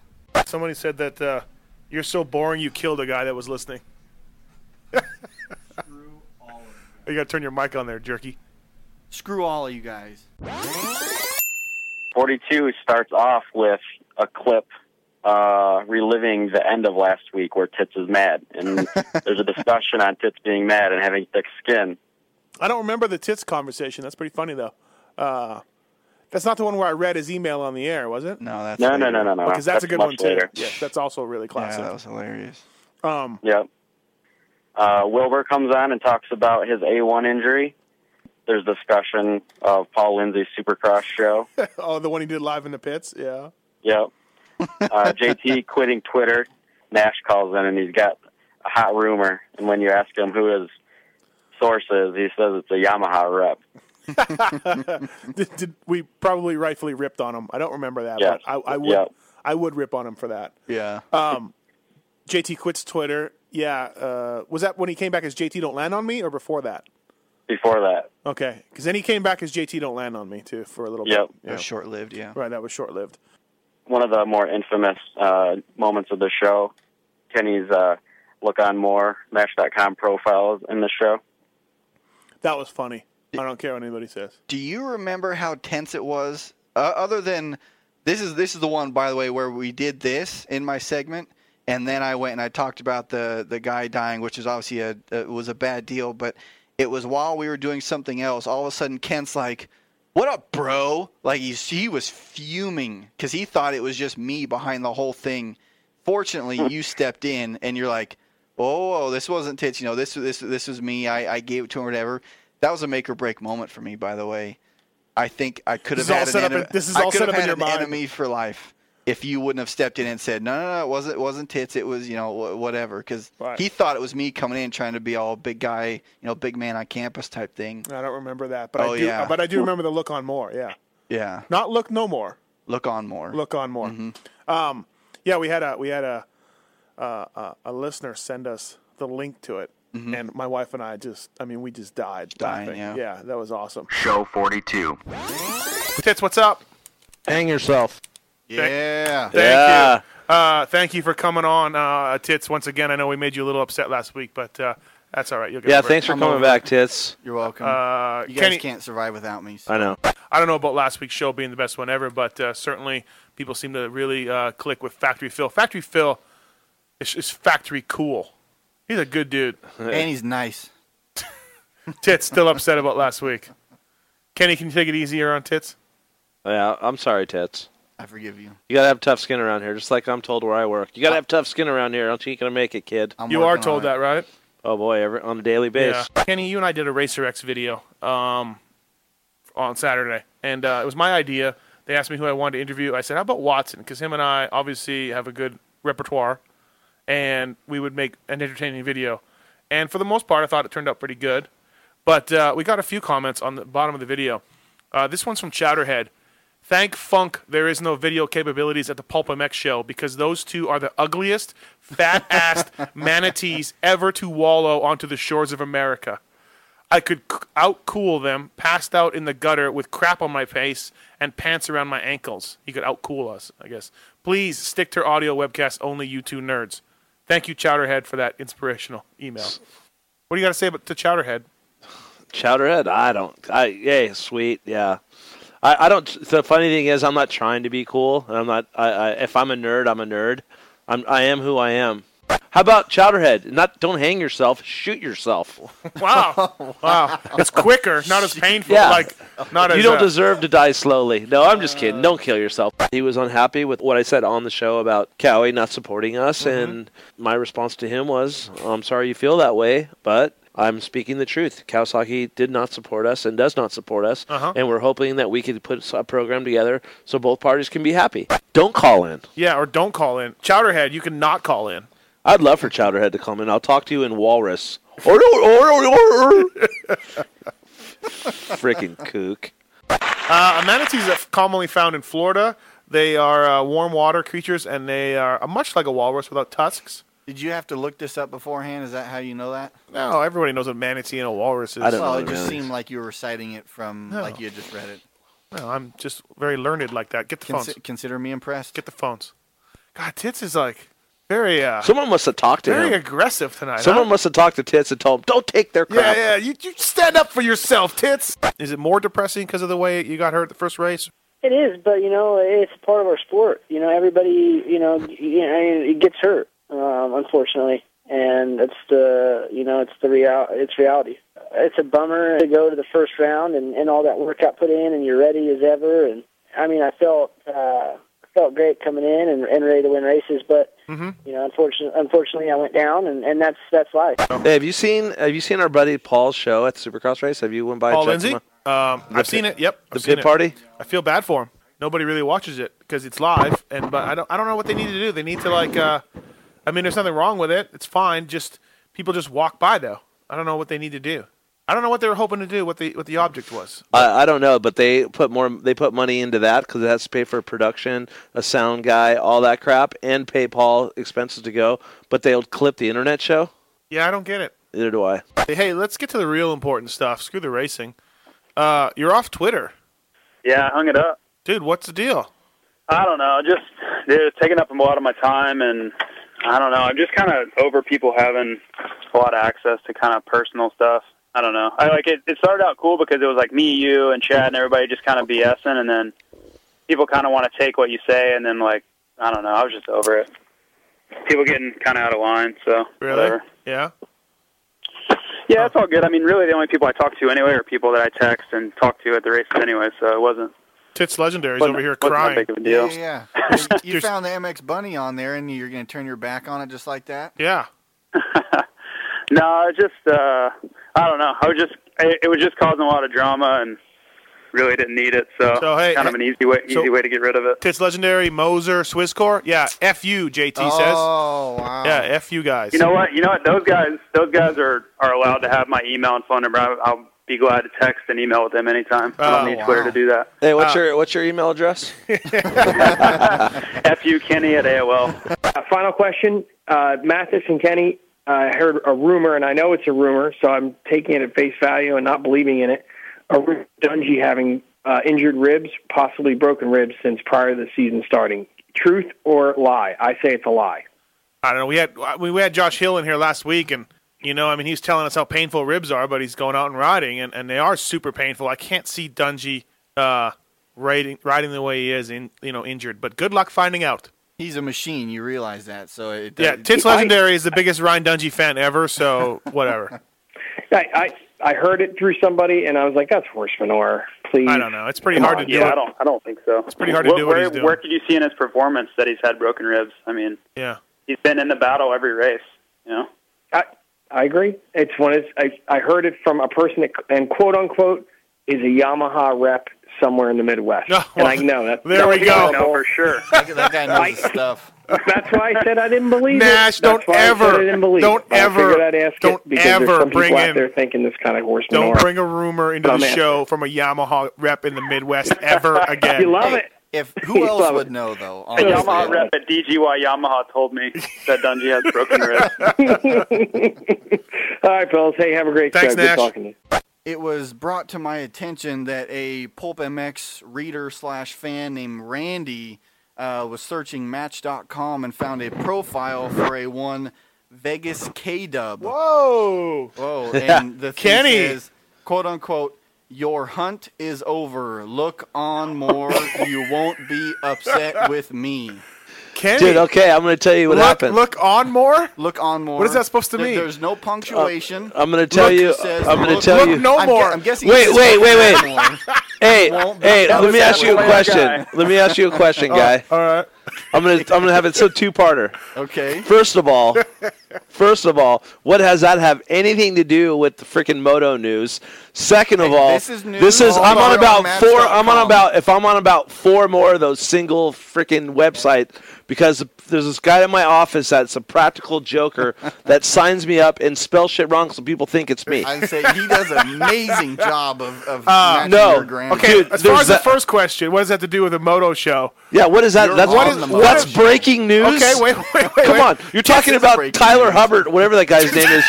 S4: Somebody said that uh, you're so boring you killed a guy that was listening. you gotta turn your mic on there, jerky.
S6: Screw all of you guys.
S5: 42 starts off with a clip uh, reliving the end of last week where Tits is mad. And there's a discussion on Tits being mad and having thick skin.
S4: I don't remember the tits conversation. That's pretty funny though. Uh, that's not the one where I read his email on the air, was it?
S6: No, that's
S5: No, no, later. no, no, no, no.
S4: Because that's, a
S5: That's
S4: good
S5: much
S4: one too.
S5: later.
S4: Yeah, that's also really classic.
S6: was hilarious.
S4: Um,
S5: Yep. Uh, Wilbur comes on and talks about his A1 injury. There's discussion of Paul Lindsay's Supercross show.
S4: oh, the one he did live in the pits. Yeah.
S5: Yep. Uh, JT quitting Twitter. Nash calls in and he's got a hot rumor. And when you ask him who his source is, he says it's a Yamaha rep.
S4: did, did- we probably rightfully ripped on him. I don't remember that,
S5: Yeah.
S4: but I, I would
S5: Yeah.
S4: I would rip on him for that.
S6: Yeah.
S4: Um, JT quits Twitter. Yeah. Uh, was that when he came back as JT Don't Land on Me or before that?
S5: Before that,
S4: Okay, because then he came back as JT Don't Land on Me too for a little
S5: Yep.
S4: bit.
S5: That was
S6: short-lived. Yeah.
S4: Right. That was short-lived.
S5: one of the more infamous uh, moments of the show, Kenny's uh, look on more Match.com profiles in the show.
S4: That was funny. I don't care what anybody says.
S6: Do you remember how tense it was? Uh, other than this is this is the one, by the way, where we did this in my segment, and then I went and I talked about the the guy dying, which is obviously a uh, was a bad deal, but it was while we were doing something else. All of a sudden, Kent's like. What up, bro? Like he's, he was fuming because Hmm. he thought it was just me behind the whole thing. Fortunately, you stepped in and you're like, oh, this wasn't tits. You know, this this this was me. I, I gave it to him or whatever. That was a make or break moment for me, by the way. I think I could
S4: This
S6: have
S4: is all
S6: had an
S4: set up
S6: enemy-
S4: in- this is
S6: I
S4: all
S6: could
S4: set
S6: have
S4: up in
S6: had
S4: your
S6: an
S4: mind.
S6: enemy for life if you wouldn't have stepped in and said, no, no, no, it wasn't, it wasn't tits. It was, you know, wha- whatever. Because he thought it was me coming in trying to be all big guy, you know, big man on campus type thing.
S4: I don't remember that, but
S6: Oh,
S4: I do.
S6: yeah.
S4: But I do remember the look on more. Yeah,
S6: Yeah.
S4: not look no more.
S6: Look on more.
S4: Look on more.
S6: Mm-hmm.
S4: Um, yeah, we had a we had a uh, a, a listener send us the link to it,
S6: Mm-hmm.
S4: and my wife and I just I mean we just died
S2: Dying,
S4: laughing.
S2: yeah.
S4: yeah, that was awesome.
S2: Show 42.
S4: Tits, what's up?
S7: Hang yourself.
S6: Yeah.
S4: Thank you. Uh, thank you for coming on, uh, Tits. Once again, I know we made you a little upset last week, but uh, that's all right. You'll get
S7: Yeah,
S4: over it.
S7: thanks for coming back, Tits.
S6: You're welcome.
S4: Uh,
S6: you guys
S4: Kenny-
S6: can't survive without me.
S7: I know.
S4: I don't know about last week's show being the best one ever, but uh, certainly people seem to really uh, click with Factory Phil. Factory Phil is, is factory cool. He's a good dude.
S6: And he's nice.
S4: Tits still upset about last week. Kenny, can you take it easier on Tits?
S7: Yeah, I'm sorry, Tits.
S6: I forgive you.
S7: You gotta have tough skin around here, just like I'm told where I work. You gotta have tough skin around here. Don't you gonna make it, kid?
S4: you are told that, right?
S7: Oh boy, every, on a daily basis.
S4: Yeah. Kenny, you and I did a Racer X video um, on Saturday, and uh, it was my idea. They asked me who I wanted to interview. I said, "How about Watson?" Because him and I obviously have a good repertoire, and we would make an entertaining video. And for the most part, I thought it turned out pretty good. But uh, we got a few comments on the bottom of the video. Uh, this one's from Chowderhead. Thank Funk there is no video capabilities at the Pulp MX show because those two are the ugliest, fat assed manatees ever to wallow onto the shores of America. I could c- outcool them, passed out in the gutter with crap on my face and pants around my ankles. He could outcool us, I guess. Please stick to audio webcast only, you two nerds. Thank you, Chowderhead, for that inspirational email. What do you got to say about to Chowderhead?
S7: Chowderhead, I don't. I yeah, sweet, yeah. I, I don't. The funny thing is, I'm not trying to be cool, and I'm not. I, I if I'm a nerd, I'm a nerd. I'm I am who I am. How about Chowderhead? Not don't hang yourself, shoot yourself.
S4: Wow, wow, it's quicker, not as painful.
S7: Yeah.
S4: Like not as
S7: you don't
S4: uh,
S7: deserve to die slowly. No, I'm just kidding. Don't kill yourself. He was unhappy with what I said on the show about Cowie not supporting us,
S4: Mm-hmm.
S7: and my response to him was, "I'm sorry you feel that way, but." I'm speaking the truth. Kawasaki did not support us and does not support us,
S4: Uh-huh.
S7: and we're hoping that we could put a program together so both parties can be happy. Don't call in.
S4: Yeah, or don't call in. Chowderhead, you can not call in.
S7: I'd love for Chowderhead to come in. I'll talk to you in Walrus. Or, or, or, or, or. Freaking kook.
S4: Uh, manatees are commonly found in Florida. They are uh, warm water creatures, and they are uh, much like a walrus without tusks.
S6: Did you have to look this up beforehand? Is that how you know that?
S4: No, everybody knows a manatee and a walrus is.
S6: well, it just seemed like you were reciting it from
S4: No.
S6: like you had just read it.
S4: No, I'm just very learned like that. Get the
S6: Consi-
S4: phones.
S6: Consider me impressed.
S4: Get the phones. God, Tits is like very uh,
S7: Someone must have talked to
S4: very
S7: him.
S4: aggressive tonight.
S7: Someone
S4: huh?
S7: must have talked to Tits and told him, "Don't take their crap."
S4: Yeah, yeah. You, you stand up for yourself, Tits. Is it more depressing because of the way you got hurt at the first race?
S27: It is, but you know, it's part of our sport. You know, everybody, you know, you know it gets hurt, um, unfortunately, and it's the, you know, it's the real, it's reality. It's a bummer to go to the first round and, and all that work I put in, and you're ready as ever. And I mean, I felt uh, felt great coming in and, and ready to win races, but
S4: Mm-hmm.
S27: you know, unfortunately, unfortunately, I went down, and, and that's that's life.
S7: Hey, have you seen Have you seen our buddy Paul's show at the Supercross race? Have you went by? and
S4: Paul
S7: checked
S4: Lindsay.
S7: him
S4: Um,
S7: out? The
S4: I've
S7: pit-
S4: seen it. Yep.
S7: the
S4: I've seen
S7: pit
S4: it.
S7: party?
S4: I feel bad for him. Nobody really watches it because it's live, and but I don't I don't know what they need to do. They need to like. Uh, I mean, there's nothing wrong with it. It's fine. Just people just walk by though. I don't know what they need to do. I don't know what they were hoping to do. What the what the object was.
S7: I, I don't know, but they put more. They put money into that because it has to pay for production, a sound guy, all that crap, and pay Paul expenses to go. But they'll clip the internet show.
S4: Yeah, I don't get it.
S7: Neither do I.
S4: Hey, let's get to the real important stuff. Screw the racing. Uh, you're off Twitter.
S28: Yeah, I hung it up.
S4: Dude, what's the deal?
S28: I don't know. Just dude, it's taking up a lot of my time, and I don't know. I'm just kind of over people having a lot of access to kind of personal stuff. I don't know. I like it. It started out cool because it was like me, you, and Chad, and everybody just kind of BSing, and then people kind of want to take what you say, and then like I don't know. I was just over it. People getting kind of out of line. So
S4: Really?
S28: whatever.
S4: Yeah.
S28: Yeah, it's all good. I mean, really, the only people I talk to anyway are people that I text and talk to at the races anyway. So it wasn't.
S4: Tits legendaries
S28: Wasn't-
S4: over here
S28: wasn't that
S4: crying.
S28: big of a deal. Yeah,
S6: Yeah. You found the MX Bunny on there, and you're going to turn your back on it just like that?
S4: Yeah.
S28: No, it just uh, I don't know. I was just it, it was just causing a lot of drama and really didn't need it. So,
S4: So, hey,
S28: kind of an easy way easy
S4: so-
S28: way to get rid of it.
S4: Tits legendary Moser Swisscore. Yeah, f you, JT says.
S28: Oh, wow.
S4: Yeah, f you guys.
S28: You know what? You know what? Those guys those guys are are allowed to have my email and phone number. I, I'll be glad to text and email with them anytime. I don't
S7: Oh,
S28: need Twitter to do that.
S7: Hey,
S4: Uh,
S7: what's your what's your email address?
S28: F you, Kenny at AOL.
S3: Uh, final question. Uh, Mathis and Kenny, uh, I heard a rumor, and I know it's a rumor, so I'm taking it at face value and not believing in it. A rumor of Dungy having uh, injured ribs, possibly broken ribs, since prior to the season starting. Truth or lie? I say it's a lie.
S4: I don't know. We had I mean, we had Josh Hill in here last week, and you know, I mean, he's telling us how painful ribs are, but he's going out and riding, and, and they are super painful. I can't see Dungy uh, riding riding the way he is, in you know, injured. But good luck finding out.
S6: He's a machine. You realize that. So it
S4: Yeah,
S6: does-
S4: Tits legendary is the biggest Ryan Dungy fan ever. So whatever.
S3: I, I I heard it through somebody, and I was like, "That's horse manure." Please,
S4: I don't know. It's pretty
S3: Come
S4: hard
S3: on.
S4: to do.
S28: Yeah,
S4: it.
S28: I don't. I don't think so. It's
S4: pretty hard to do what
S28: where,
S4: he's doing.
S28: Where could you see in his performance that he's had broken ribs? I mean,
S4: Yeah.
S28: he's been in the battle every race. You know.
S3: I agree. It's one. It's, I I heard it from a person that, and quote unquote is a Yamaha rep somewhere in the Midwest, and I know that.
S4: There we go.
S3: No,
S28: for sure.
S6: that guy knows his stuff.
S3: That's why I said I didn't believe
S4: Nash,
S3: it. That's
S4: don't
S3: why I
S4: ever-
S3: said I didn't believe
S4: don't
S3: it. But I
S4: ever-
S3: figured I'd ask it
S4: don't
S3: because there's
S4: ever
S3: some people
S4: bring
S3: out
S4: in-
S3: there thinking this kind of horse
S4: Don't
S3: manure.
S4: bring a rumor into
S3: Dumb
S4: the
S3: answer.
S4: show from a Yamaha rep in the Midwest ever again.
S3: You love it.
S6: If
S28: who else Love would it.
S6: know though?
S28: A Yamaha rep at DGY Yamaha told me that Dungy has broken ribs.
S3: All right, fellas. Hey, have a great
S6: Thanks,
S3: show. Good
S6: Nash.
S3: talking to you.
S6: It was brought to my attention that a Pulp MX reader slash fan named Randy uh, was searching Match.com and found a profile for a one Vegas K Dub.
S4: Whoa!
S6: Whoa! And the thing
S4: Kenny!
S6: says, "quote unquote." Your hunt is over. Look on more. you won't be upset with me.
S4: Kenny.
S7: Dude, okay, I'm gonna tell you what
S6: Look-
S7: happened.
S4: Look on more.
S6: Look on more.
S4: What is that supposed to
S6: There-
S4: mean?
S6: There's no punctuation.
S7: Uh, I'm gonna tell
S6: Look
S7: you.
S6: says
S7: I'm gonna
S6: look-
S7: tell
S6: look
S7: you.
S6: no
S7: I'm
S6: more.
S7: gu-
S6: I'm guessing
S7: Wait,
S6: he's
S7: wait, wait,
S6: looking
S7: wait.
S6: at more.
S7: Hey,
S6: Won't be-
S7: hey.
S6: that
S7: Let
S6: was
S7: me ask you a
S6: definitely that
S7: question.
S6: guy.
S7: Let me ask you a question,
S6: Oh,
S7: guy.
S4: all right.
S7: I'm gonna I'm gonna have it so two parter.
S6: Oh, Okay.
S7: First of all, first of all, what does that have anything to do with the freaking moto news? Second of all,
S6: this is news.
S7: This is- I'm on
S6: Moto
S7: about
S6: Match
S7: four.
S6: dot
S7: I'm on about if I'm on about four more of those single freaking website because there's this guy in my office that's a practical joker that signs me up and spells shit wrong so people think it's me.
S6: I'd say he does an amazing job of, of
S7: Uh,
S6: matching
S7: no.
S6: your grammar.
S4: Okay,
S7: Dude,
S4: as far
S7: there's
S4: as the
S7: that-
S4: first question, what does that have to do with the moto show?
S7: Yeah, what is that?
S4: You're
S7: that's
S4: on the moto
S7: that's
S4: show.
S7: breaking news.
S4: Okay, wait, wait, wait.
S7: Come
S4: wait.
S7: on, you're talking about Tyler Hubbard, whatever that guy's name is.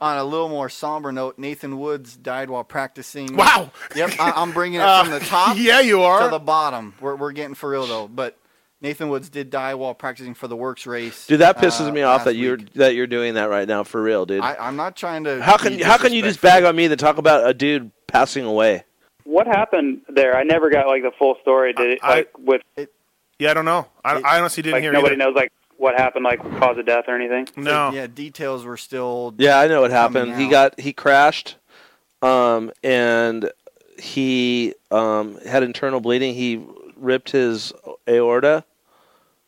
S6: on a little more somber note, Nathan Woods died while practicing.
S4: Wow.
S6: Yep, I, I'm bringing it
S4: Uh,
S6: from the top.
S4: yeah, you are.
S6: to the bottom. We're we're getting for real though, but. Nathan Woods did die while practicing for the works race.
S7: Dude, that pisses
S6: uh,
S7: me off
S6: last
S7: that you're that you're doing that right now for real, dude.
S6: I, I'm not trying to.
S7: how can
S6: be
S7: how can you just bag on me to talk about a dude passing away?
S28: What happened there? I never got like the full story. Did it,
S4: I-
S28: like with
S4: Yeah, I don't know. I, I honestly didn't
S28: like
S4: hear
S28: nobody
S4: either.
S28: knows like what happened, like cause of death or anything?
S6: No. Yeah, details were still.
S7: Yeah, I know what happened. He got he crashed, um, and he um, had internal bleeding. He ripped his aorta,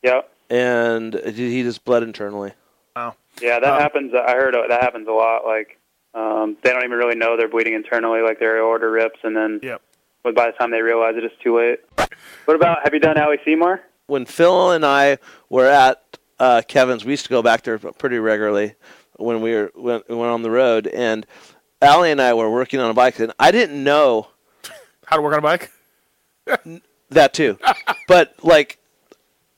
S28: Yeah,
S7: and he just bled internally.
S4: Oh.
S28: yeah, that happens. I heard that happens a lot. Like um, they don't even really know they're bleeding internally, like their aorta rips, and then but by the time they realize it, it's too late. What about have you done Ali Seymour?
S7: when Phil and I were at uh, Kevin's, we used to go back there pretty regularly when we were when, when on the road. And Allie and I were working on a bike, and I didn't know
S4: how to work on a bike.
S7: that too, but like,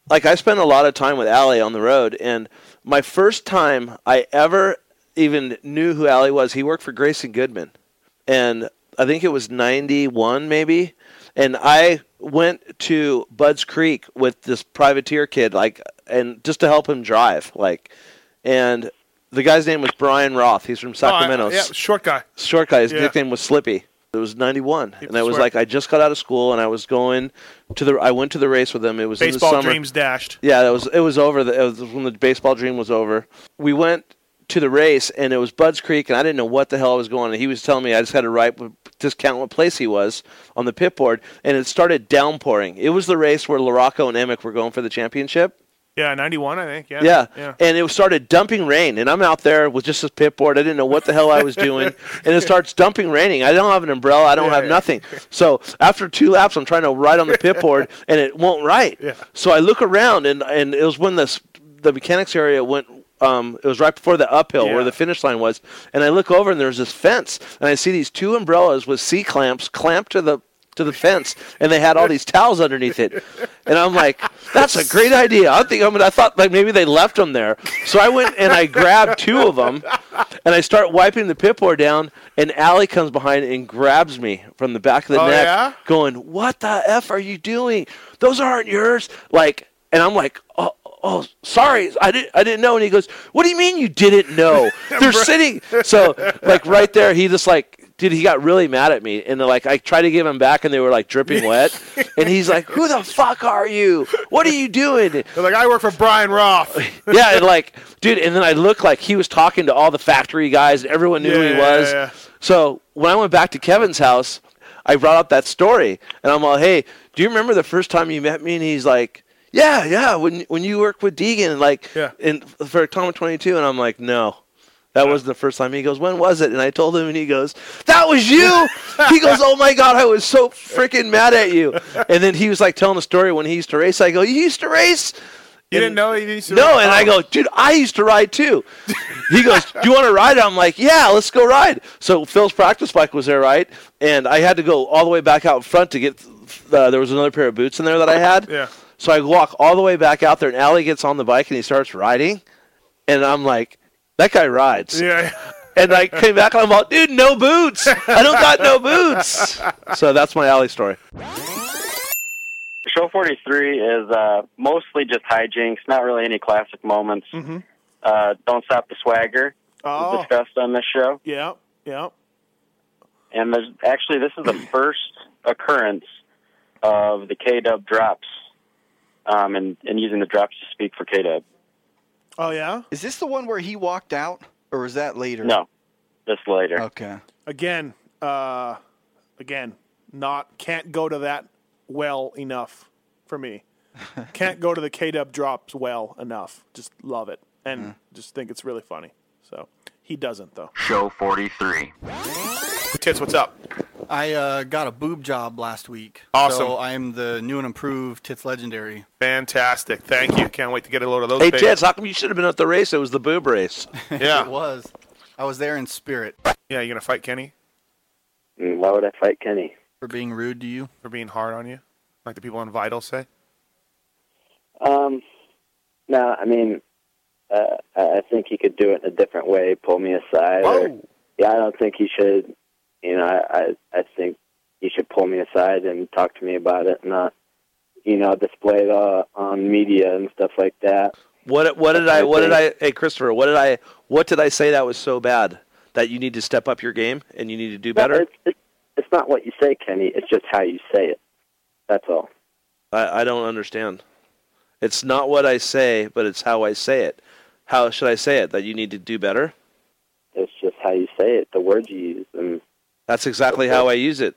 S7: like I spent a lot of time with Allie on the road, and my first time I ever even knew who Allie was, he worked for Grayson Goodman, and I think it was '91 maybe, and I went to Bud's Creek with this privateer kid, like, and just to help him drive, like, and the guy's name was Brian Roth. He's from Sacramento.
S4: Oh, I- yeah, short guy.
S7: Short guy. His
S4: Yeah.
S7: nickname was Slippy. It was '91, and I was
S4: swear.
S7: like, I just got out of school, and I was going to the. I went to the race with him. It was in the
S4: Baseball
S7: summer.
S4: dreams dashed.
S7: Yeah, that was it was over. The, it was when the baseball dream was over. We went to the race, and it was Bud's Creek, and I didn't know what the hell I was going. And he was telling me I just had to write discount what place he was on the pit board, and it started downpouring. It was the race where Larocco and Emick were going for the championship,
S4: Yeah, 91, I think. Yeah.
S7: Yeah. And it started dumping rain, and I'm out there with just a pit board. I didn't know what the hell I was doing, and it starts dumping raining. I don't have an umbrella. I don't have nothing. So after two laps, I'm trying to ride on the pit board, and it won't right.
S4: Yeah.
S7: So I look around, and and it was when the s- the mechanics area went. Um, it was right before the uphill where
S4: Yeah.
S7: the finish line was, and I look over and there's this fence, and I see these two umbrellas with C clamps clamped to the to the fence, and they had all these towels underneath it, and I'm like, that's a great idea. I think I'm gonna. I thought like maybe they left them there, so I went and I grabbed two of them, and I start wiping the pit board down, and Allie comes behind and grabs me from the back of the
S4: Oh,
S7: neck,
S4: yeah?
S7: going, "What the f are you doing? Those aren't yours!" Like, and I'm like, "Oh, oh, sorry, I didn't, I didn't know." And he goes, "What do you mean you didn't know? They're sitting." So, like, right there, he just like. Dude, he got really mad at me, and like I tried to give him back, and they were like dripping wet, and he's like, "Who the fuck are you? What are you doing?" They're
S4: like, "I work for Brian Roth."
S7: yeah, and like, dude, and then I looked like he was talking to all the factory guys, and everyone knew who
S4: Yeah,
S7: he was.
S4: yeah, yeah.
S7: So when I went back to Kevin's house, I brought up that story, and I'm all, "Hey, do you remember the first time you met me?" And he's like, "Yeah, yeah, when when you worked with Deegan, and like,
S4: Yeah.
S7: in for Atomic 22," and I'm like, "No." That wasn't the first time. He goes, "When was it?" And I told him, and he goes, "That was you." he goes, "Oh my god, I was so freaking mad at you." And then he was like telling the story when he used to race. I go, "You used to race."
S4: You
S7: And-
S4: didn't know he used to
S7: no, and I go, dude, I used to ride too. He goes, do you want to ride? I'm like, yeah, let's go ride. So Phil's practice bike was there, right? And I had to go all the way back out front to get. Uh, there was another pair of boots in there that I had.
S4: Yeah.
S7: So I walk all the way back out there, and Allie gets on the bike and he starts riding, and I'm like, that guy rides.
S4: Yeah.
S7: And I came back and I'm like, dude, no boots. I don't got no boots. So that's my Allie story.
S5: Show 43 is uh, mostly just hijinks, not really any classic moments.
S4: Mhm.
S5: Uh, Don't Stop the Swagger
S4: Oh.
S5: was discussed on this show.
S4: Yeah. Yeah.
S5: And there's, actually, this is the first occurrence of the K Dub drops um, and, and using the drops to speak for K Dub.
S4: Oh yeah.
S29: Is this the one where he walked out, or was that later?
S5: No, this later.
S29: Okay.
S4: Again, uh, again, not can't go to that well enough for me. can't go to the K Dub drops well enough. Just love it and
S7: Mm-hmm.
S4: just think it's really funny. So he doesn't though.
S30: Show 43.
S4: Tits, what's up?
S6: I uh, got a boob job last week.
S4: Awesome.
S6: So I'm the new and improved Tits Legendary.
S4: Fantastic. Thank you. Can't wait to get a load of those.
S7: Hey,
S4: babies.
S7: Jets, how come you should have been at the race? It was the boob race.
S4: Yeah.
S6: it was. I was there in spirit.
S4: Yeah, you gonna fight Kenny?
S5: Why would I fight Kenny?
S6: For being rude to you?
S4: For being hard on you? Like the people on Vital say?
S25: Um, no, I mean, uh, I I think he could do it in a different way. Pull me aside. or- yeah, I don't think he should. You know, I, I I think he should pull me aside and talk to me about it, not you know display it uh, on media and stuff like that.
S7: What what did I what did I hey Christopher, what did I what did I say that was so bad that you need to step up your game and you need to do better?
S25: It's, it's, it's not what you say, Kenny. It's just how you say it. That's all.
S7: I, I don't understand. It's not what I say, but it's how I say it. How should I say it? That you need to do better?
S25: It's just how you say it, the words you use, and
S7: That's exactly how I use it.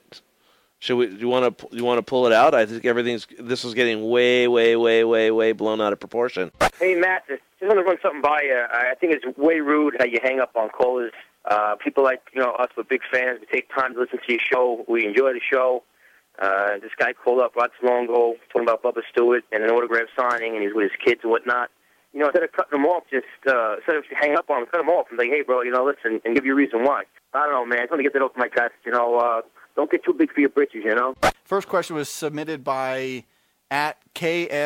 S7: Should we do you wanna pu- you wanna pull it out? I think everything's this is getting way, way, way, way, way blown out of proportion.
S3: Hey, Matt, just want to run something by you. I I think it's way rude how you hang up on callers. Uh, people like you know us, we're big fans. We take time to listen to your show. We enjoy the show. Uh, this guy called up not too long ago talking about Bubba Stewart and an autograph signing, and he's with his kids and whatnot. You know, instead of cutting him off, just uh, instead of hang up on him, cut him off and like, hey, bro, you know, listen, and give you a reason why. I don't know, man. I just want to get that off my chest. You know, uh, don't get too big for your britches. You know.
S6: First question was submitted by at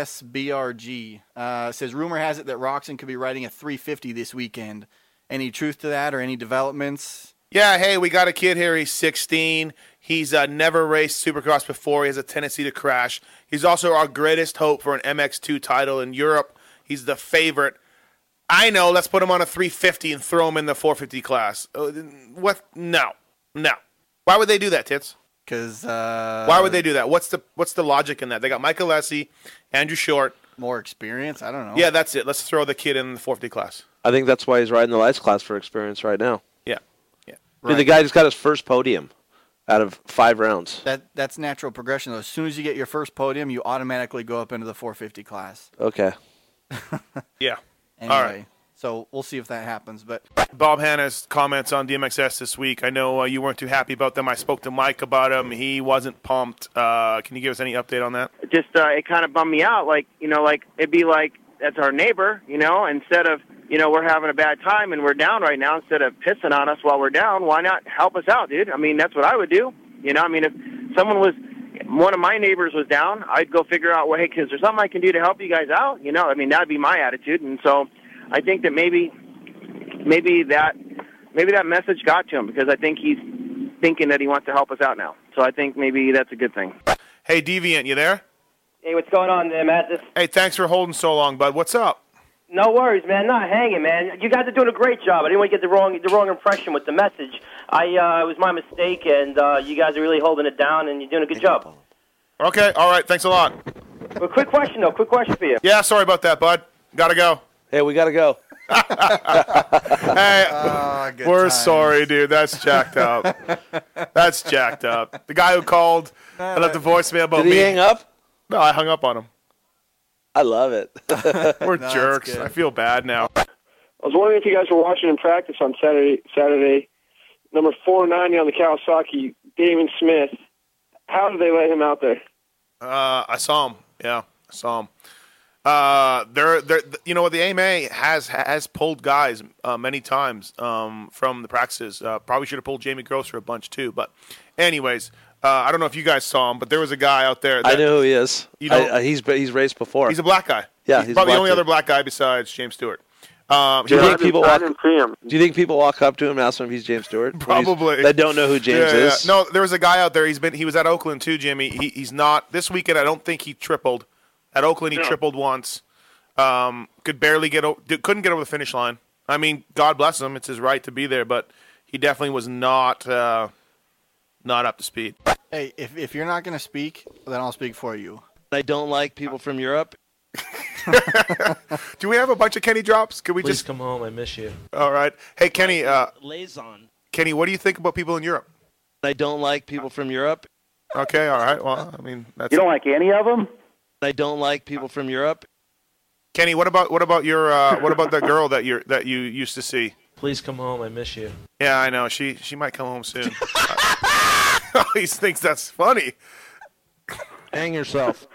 S6: KSBRG. Uh, it says rumor has it that Roxon could be riding a 350 this weekend. Any truth to that or any developments?
S4: Yeah, hey, we got a kid here. He's 16. He's uh, never raced Supercross before. He has a tendency to crash. He's also our greatest hope for an MX2 title in Europe. He's the favorite. I know. Let's put him on a 350 and throw him in the 450 class. Uh, what? No, no. Why would they do that, tits?
S6: Because uh,
S4: Why would they do that? What's the what's the logic in that? They got Michael Lessie, Andrew Short.
S6: More experience? I don't know.
S4: Yeah, that's it. Let's throw the kid in the 450 class.
S7: I think that's why he's riding the lights class for experience right now.
S4: Yeah.
S7: Dude, the guy just got his first podium out of five rounds.
S6: That that's natural progression though. As soon as you get your first podium, you automatically go up into the 450 class.
S7: Okay.
S4: Yeah.
S9: Anyway,
S4: All right.
S9: so we'll see if that happens. But
S4: Bob Hanna's comments on DMXS this week. I know uh, you weren't too happy about them. I spoke to Mike about them. He wasn't pumped. Uh, can you give us any update on that?
S16: just uh, it kind of bummed me out. Like you know, like it'd be like that's our neighbor, you know. Instead of you know we're having a bad time and we're down right now, instead of pissing on us while we're down, why not help us out, dude? I mean, that's what I would do. You know, I mean, if someone was one of my neighbors was down, I'd go figure out, well, hey, is there something I can do to help you guys out? You know, I mean, that'd be my attitude. And so I think that maybe maybe that maybe that message got to him because I think he's thinking that he wants to help us out now. So I think maybe that's a good thing.
S4: Hey, Deviant, you there?
S31: Hey, what's going on there, Matt? This,
S4: Hey, thanks for holding so long, bud. What's up?
S31: no worries, man. Not hanging, man. You guys are doing a great job. I didn't want to get the wrong the wrong impression with the message. I uh, it was my mistake, and uh, you guys are really holding it down, and you're doing a good job.
S4: Okay. All right. Thanks a lot.
S31: But quick question though, quick question for you.
S4: Yeah. Sorry about that, bud. Gotta go.
S7: Hey, we gotta go.
S4: hey, we're sorry, dude. That's jacked up. That's jacked up. The guy who called, I left a voicemail about
S7: Did he
S4: me.
S7: hang up?
S4: No, I hung up on him.
S7: I love it.
S4: We're jerks. I feel bad now.
S31: I was wondering if you guys were watching in practice on Saturday. Saturday,
S27: number four ninety on the Kawasaki, Damon Smith. How did they let him out there?
S4: Uh, I saw him. Yeah, I saw him. Uh, they're, they're, you know what? The AMA has has pulled guys uh, many times um, from the practices. Uh, probably should have pulled Jamie Grosser a bunch too. But, anyways, uh, I don't know if you guys saw him, but there was a guy out there.
S7: I
S4: that-
S7: know who he is.
S4: You know-
S7: I- I- he's been- he's raced before.
S4: He's a black guy.
S7: Yeah,
S4: he's,
S7: he's
S4: probably
S7: black
S4: the only
S7: dude.
S4: other black guy besides James Stewart. Um,
S7: Do you
S4: he-
S7: think people walk? Do you think people walk up to him and ask him if he's James Stewart?
S4: Probably.
S7: They don't know who James
S4: Yeah, yeah.
S7: is.
S4: No, there was a guy out there. He's been. He was at Oakland too, Jimmy. He, he's not this weekend. I don't think he tripled. At Oakland, he
S8: No.
S4: tripled once. Um, could barely get. O- d- couldn't get over the finish line. I mean, God bless him. It's his right to be there, but he definitely was not. Uh, not up to speed.
S9: hey, if, if you're not going to speak, then I'll speak for you. Uh,
S7: I don't like people from Europe.
S4: Do we have a bunch of Kenny drops? Can we
S7: Please
S4: just
S7: come home. I miss you.
S4: All right. Hey, Kenny. Uh,
S7: Liaison.
S4: Kenny, what do you think about people in Europe?
S7: I don't like people from Europe.
S4: Okay. All right. Well, I mean, that's
S7: You don't
S4: like any of them.
S7: I don't like people from Europe.
S4: Kenny, what about what about your uh, what about that girl that you that you used to see?
S7: Please come home. I miss you.
S4: Yeah, I know. She she might come home soon. he thinks that's funny.
S7: Hang yourself,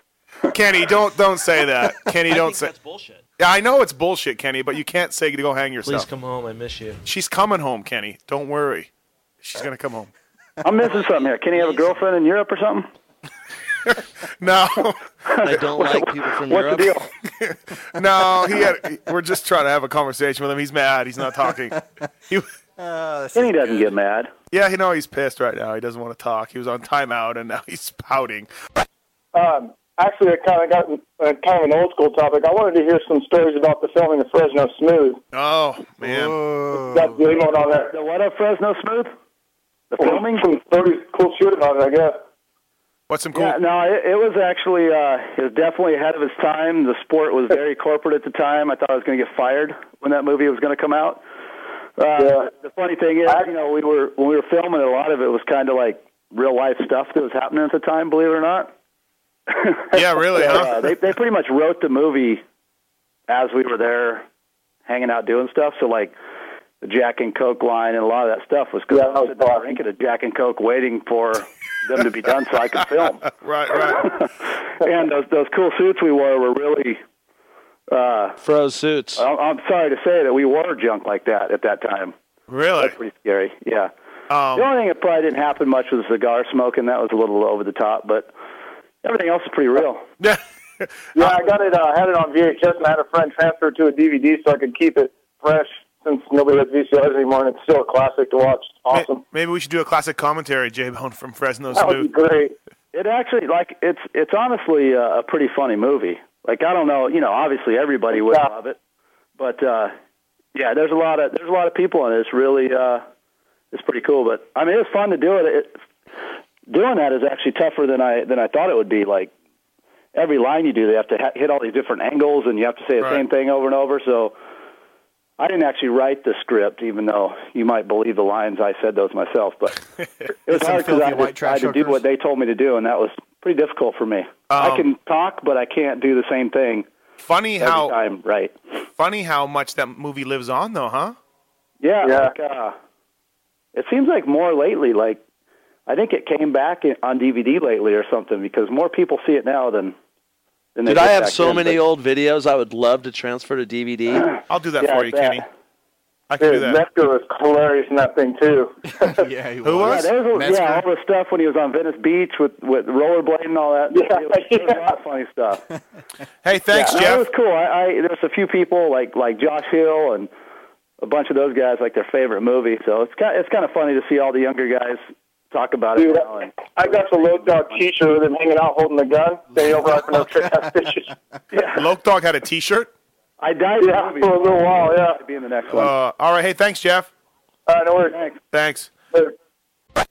S4: Kenny. Don't don't say that, Kenny.
S7: I
S4: Don't
S7: think
S4: say
S7: that's bullshit.
S4: Yeah, I know it's bullshit, Kenny, but you can't say to go hang yourself.
S7: Please come home. I miss you.
S4: She's coming home, Kenny. Don't worry. She's gonna come home.
S8: I'm missing something here. Can he have a girlfriend in Europe or something?
S4: No.
S7: I don't like people from
S8: What's the
S7: Europe.
S4: no, he had. We're just trying to have a conversation with him. He's mad. He's not talking. He,
S8: Kenny doesn't get mad.
S4: yeah, you know he's pissed right now. He doesn't want to talk. He was on timeout, and now he's pouting.
S27: Um, actually, I kind of got uh, kind of an old school topic. I wanted to hear some stories about the filming of Fresno Smooth.
S4: Oh man,
S8: Oh.
S27: That's the email on that.
S8: The what up, Fresno Smooth?
S27: The filming, some stories, cool shit about it, I guess.
S4: What's some
S27: cool?
S8: Yeah, no, it, it was actually uh, it was definitely ahead of its time. The sport was very corporate at the time. I thought I was going to get fired when that movie was going to come out. Uh, The funny thing is, you know, we were when we were filming, it, a lot of it was kind of like real life stuff that was happening at the time. Believe it or not.
S4: yeah, really.
S8: uh, they they pretty much wrote the movie as we were there, hanging out doing stuff. So like the Jack and Coke line and a lot of that stuff was good. I was sitting there drinking a Jack and Coke, waiting for them to be done so I could film.
S4: right, right.
S8: and those those cool suits we wore were really uh,
S7: froze suits.
S8: I, I'm sorry to say that we wore junk like that at that time.
S4: Really,
S8: that's pretty scary. Yeah.
S4: Um,
S8: the only thing that probably didn't happen much was cigar smoking. That was a little over the top, but everything else is pretty real.
S4: Yeah.
S27: Yeah, I got it. Uh, had it on VHS, and I had a friend transfer it to a DVD so I could keep it fresh. Since nobody has VCRs anymore, and it's still a classic to watch. Awesome.
S4: Maybe we should do a classic commentary, J Bone from Fresno
S8: That would be
S4: Smooth.
S27: great.
S8: It actually like it's it's honestly uh, a pretty funny movie. Like I don't know, you know, obviously everybody would love it, but uh, yeah, there's a lot of there's a lot of people in it. It's really uh, it's pretty cool. But I mean, it was fun to do it. it. Doing that is actually tougher than I than I thought it would be. Like every line you do, they have to ha- hit all these different angles, and you have to say the
S19: Right.
S8: same thing over and over. So I didn't actually write the script, even though you might believe the lines I said those myself. But it was
S9: Some
S8: hard because
S9: filthy
S8: I, had to-
S9: white trash
S8: I had to do
S9: hookers.
S8: what they told me to do, and that was pretty difficult for me. I
S9: Um,
S8: can talk, but I can't do the same thing
S4: Funny
S8: Every
S4: how
S8: time, right.
S4: Funny how much that movie lives on, though, huh?
S8: Yeah, Like, uh, it seems like more lately. Like I think it came back in, on DVD lately or something because more people see it now than. than they
S7: Dude, I
S8: did
S7: have
S8: back
S7: so
S8: then,
S7: many
S8: but-
S7: old videos I would love to transfer to DVD.
S4: I'll do
S8: that Yeah, for you, I bet. Kenny.
S4: I
S8: can do
S19: Dude,
S8: that.
S19: Nestor was hilarious in that thing too.
S9: yeah, he
S8: Who was? Yeah, there's a, yeah, all the stuff when he was on Venice Beach with with rollerblading and all that. Yeah, it was, it was a lot of funny stuff.
S4: hey, thanks,
S8: yeah, That was cool. I, I there's a few people like like Josh Hill and a bunch of those guys like their favorite movie. So it's kind it's kind of funny to see all the younger guys talk about
S19: Dude,
S8: it now. And,
S19: I got the low dog T-shirt with him hanging out holding the gun, standing over like no trick ass bitches.
S4: Loke Dog had a T-shirt.
S8: I died
S19: yeah, for a little while. Yeah.
S8: Be in the next
S4: Uh, all right. Hey, thanks, Jeff.
S19: All right, no worries.
S8: Thanks.
S4: Thanks.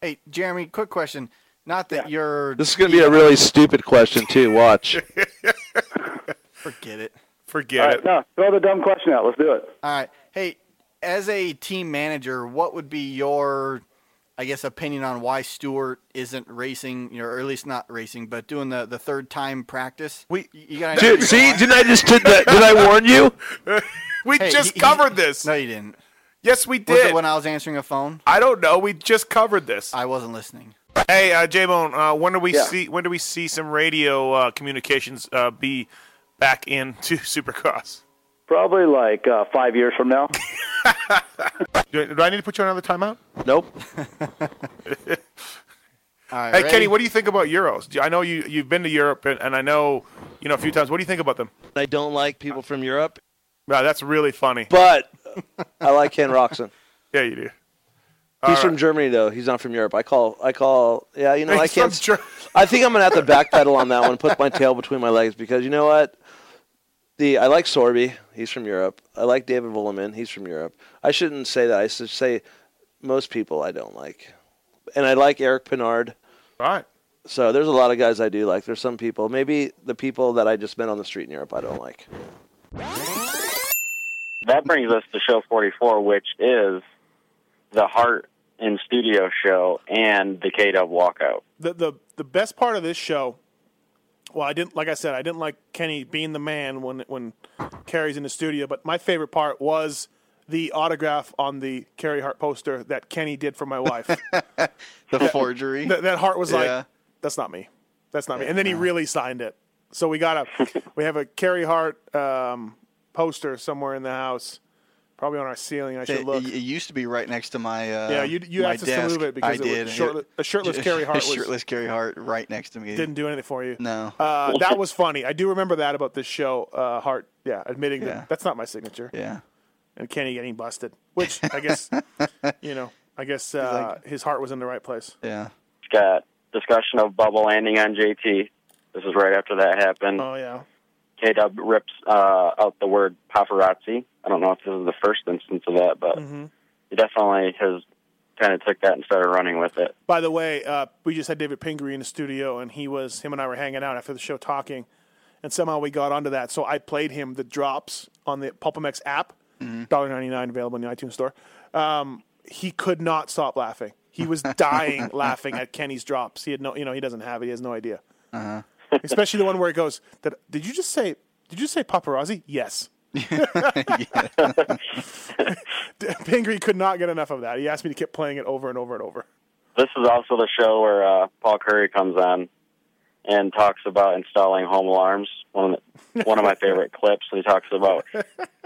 S9: Hey, Jeremy, quick question. Not that you're.
S7: This is going to be a really stupid question too. Watch.
S9: Forget it.
S4: Forget
S8: it. No, throw the dumb question out. Let's do it.
S9: All right. Hey, as a team manager, what would be your, I guess, opinion on why Stewart isn't racing, you know, or at least not racing, but doing the, the third time practice? We, you got
S7: Dude, see, didn't I just did that? Did I warn you?
S4: We just covered this.
S9: No, you didn't.
S4: Yes, we
S9: Was
S4: did.
S9: it when I was answering a phone?
S4: I don't know. We just covered this.
S9: I wasn't listening.
S4: Hey, uh, J Bone, uh, when do we
S9: Yeah.
S4: see when do we see some radio uh, communications uh, be back into Supercross?
S8: Probably like uh, five years from now.
S4: Do, do I need to put you on another timeout?
S7: Nope.
S4: hey, Kenny, what do you think about Euros? Do- I know you you've been to Europe, and, and I know you know a few times. What do you think about them?
S7: I don't like people from Europe.
S4: Wow, that's really funny.
S7: But I like Ken Roxon.
S4: Yeah, you do.
S7: He's
S4: All
S7: from Germany though. He's not from Europe. I call. I call. Yeah, you know, I
S4: He's
S7: can't.
S4: from
S7: I think I'm gonna have to backpedal on that one. Put my tail between my legs because you know what? The I like Sorby. He's from Europe. I like David Villeman. He's from Europe. I shouldn't say that. I should say most people I don't like, and I like Eric Pinard.
S4: All right.
S7: So there's a lot of guys I do like. There's some people. Maybe the people that I just met on the street in Europe I don't like.
S5: That brings us to show 44, which is the Heart in Studio show and the K Dub walkout.
S4: the the the best part of this show. Well, I didn't like I said I didn't like Kenny being the man when when Carrie's in the studio, but my favorite part was the autograph on the Carrie Hart poster that Kenny did for my wife.
S9: The forgery.
S4: that, that Hart was
S9: Yeah.
S4: like, "That's not me. That's not me." And then he really signed it. So we got a we have a Carrie Hart um, poster somewhere in the house, probably on our ceiling. I should
S9: It,
S4: look.
S9: it used to be right next to my uh,
S4: Yeah, you- you
S9: my
S4: asked us to
S9: desk.
S4: move it because
S9: I
S4: it was
S9: did.
S4: shirtl- a shirtless Carey Hart
S9: A
S4: was-
S9: shirtless Carey Hart right next to me.
S4: Didn't do anything for you.
S9: No.
S4: Uh, that was funny. I do remember that about this show. Uh, Hart, yeah, admitting
S9: Yeah.
S4: that that's not my signature.
S9: Yeah.
S4: and Kenny getting busted, which I guess, you know, I guess uh, his heart was in the right place.
S9: Yeah.
S5: It's got discussion of bubble landing on JT. This is right after that happened.
S4: Oh yeah.
S5: K Dub rips uh, out the word paparazzi. I don't know if this is the first instance of that, but he definitely has kind of took that and started running with it.
S4: By the way, uh, we just had David Pingree in the studio, and he was him and I were hanging out after the show talking, and somehow we got onto that. So I played him the drops on the Pulpamex app, dollar ninety nine available in the iTunes store. Um, he could not stop laughing. He was dying laughing at Kenny's drops. He had no, you know, he doesn't have it. He has no idea.
S9: Uh-huh.
S4: Especially the one where it goes, "That did you just say? Did you say paparazzi? Yes." Pingree could not get enough of that. He asked me to keep playing it over and over and over.
S5: This is also the show where uh, Paul Curry comes on and talks about installing home alarms. One of, the, one of my favorite clips. He talks about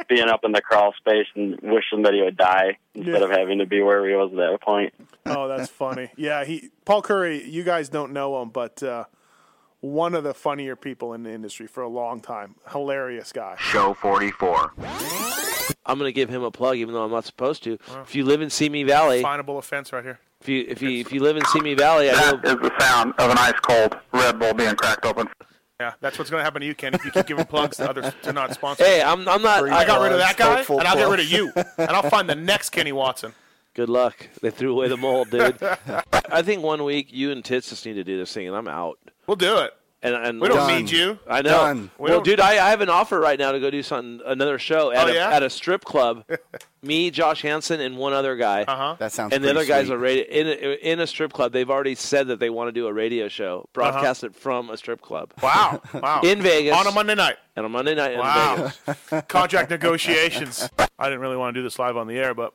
S5: being up in the crawl space and wishing that he would die instead of having to be where he was at that point.
S4: Oh, that's funny. Yeah, he Paul Curry. You guys don't know him, but uh, one of the funnier people in the industry for a long time. Hilarious guy.
S2: Show 44.
S7: I'm gonna give him a plug, even though I'm not supposed to. If you live in Simi Valley,
S4: Finable offense right here.
S7: if you if you if you live in Simi Valley, I know
S19: is the sound of an ice cold Red Bull being cracked open.
S4: Yeah, that's what's going to happen to you, Ken. If you keep giving plugs to others to not sponsor.
S7: Hey, I'm- I'm not- Free
S4: I got rid of
S7: plugs,
S4: that guy,
S7: hopeful
S4: and I'll get rid
S7: plugs.
S4: of you, and I'll find the next Kenny Watson.
S7: Good luck. They threw away the mold, dude. I think one week you and Tits just need to do this thing, and I'm out.
S4: We'll do it.
S7: And, and
S4: We don't Done. need you.
S7: I know.
S4: Done. We
S7: Well,
S4: don't-
S7: dude, I, I have an offer right now to go do something, another show at,
S4: Oh,
S7: a,
S4: yeah?
S7: at a strip club. Me, Josh Hansen, and one other guy.
S4: Uh-huh.
S10: That sounds
S7: And the
S10: pretty
S7: other guys
S10: sweet.
S7: are radio, in a, in a strip club. They've already said that they want to do a radio show, broadcast it from a strip club.
S4: Uh-huh. Wow. Wow.
S7: In Vegas
S4: On a Monday night.
S7: And on Monday night in
S4: Wow.
S7: Vegas.
S4: Contract negotiations. I didn't really want to do this live on the air, but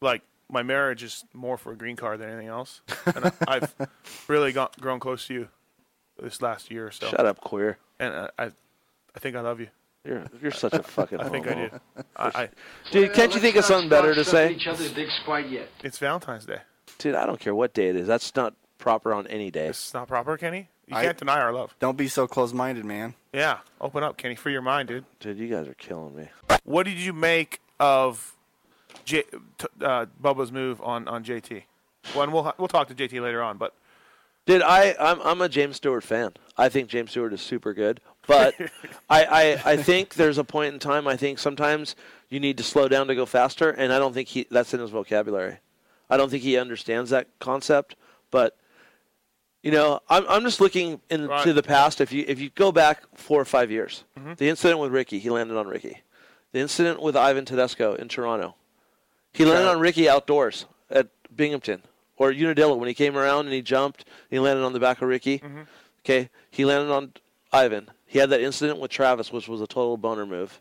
S4: like my marriage is more for a green card than anything else. And I, I've really got, grown close to you this last year or so.
S7: Shut up, queer.
S4: And uh, I, I think I love you.
S7: You're you're such a fucking.
S4: I think I do.
S7: homo.
S4: I, I
S7: Dude, can't you think of something better to say?
S4: quite yet. It's Valentine's Day.
S7: Dude, I don't care what day it is. That's not proper on any day. It's
S4: not proper, Kenny. You can't deny our love.
S9: Don't be so close-minded, man.
S4: Yeah, open up, Kenny. Free your mind, dude.
S7: Dude, you guys are killing me.
S4: What did you make of J- t- uh, Bubba's move on, on JT? Well, and we'll we'll talk to JT later on, but
S7: Dude, I I'm I'm a James Stewart fan. I think James Stewart is super good, but I, I I think there's a point in time. I think sometimes you need to slow down to go faster, and I don't think he that's in his vocabulary. I don't think he understands that concept, but. You know, I'm I'm just looking into
S4: Right.
S7: the past. If you if you go back four or five years,
S4: Mhm.
S7: the incident with Ricky, he landed on Ricky. The incident with Ivan Tedesco in Toronto, he landed on Ricky outdoors at Binghamton or Unadilla when he came around and he jumped. He landed on the back of Ricky. Okay, he landed on Ivan. He had that incident with Travis, which was a total boner move.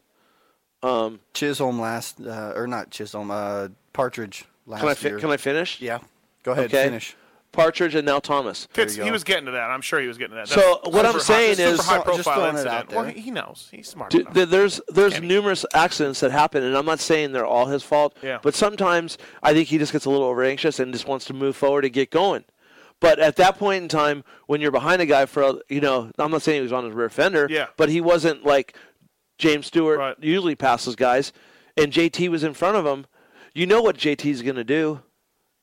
S7: Um,
S9: Chisholm last, uh, or not Chisholm, uh, Partridge last
S7: can I fi-
S9: year.
S7: can I finish?
S9: Yeah, go ahead,
S7: Okay.
S9: finish.
S7: Partridge and now Thomas.
S4: Fitz, he was getting to that. I'm sure he was getting to that.
S7: So what I'm
S4: super
S7: saying
S4: high,
S7: is-
S4: super high
S7: Just
S4: profile
S7: throwing it
S4: incident.
S7: out there.
S4: Well, he knows. He's smart.
S7: Dude,
S4: enough.
S7: th- there's there's numerous accidents that happen, and I'm not saying they're all his fault.
S4: Yeah.
S7: But sometimes I think he just gets a little over anxious and just wants to move forward and get going. But at that point in time, when you're behind a guy for a- you know, I'm not saying he was on his rear fender.
S4: Yeah.
S7: But he wasn't like James Stewart usually passes guys, and JT was in front of him. You know what JT's going to do.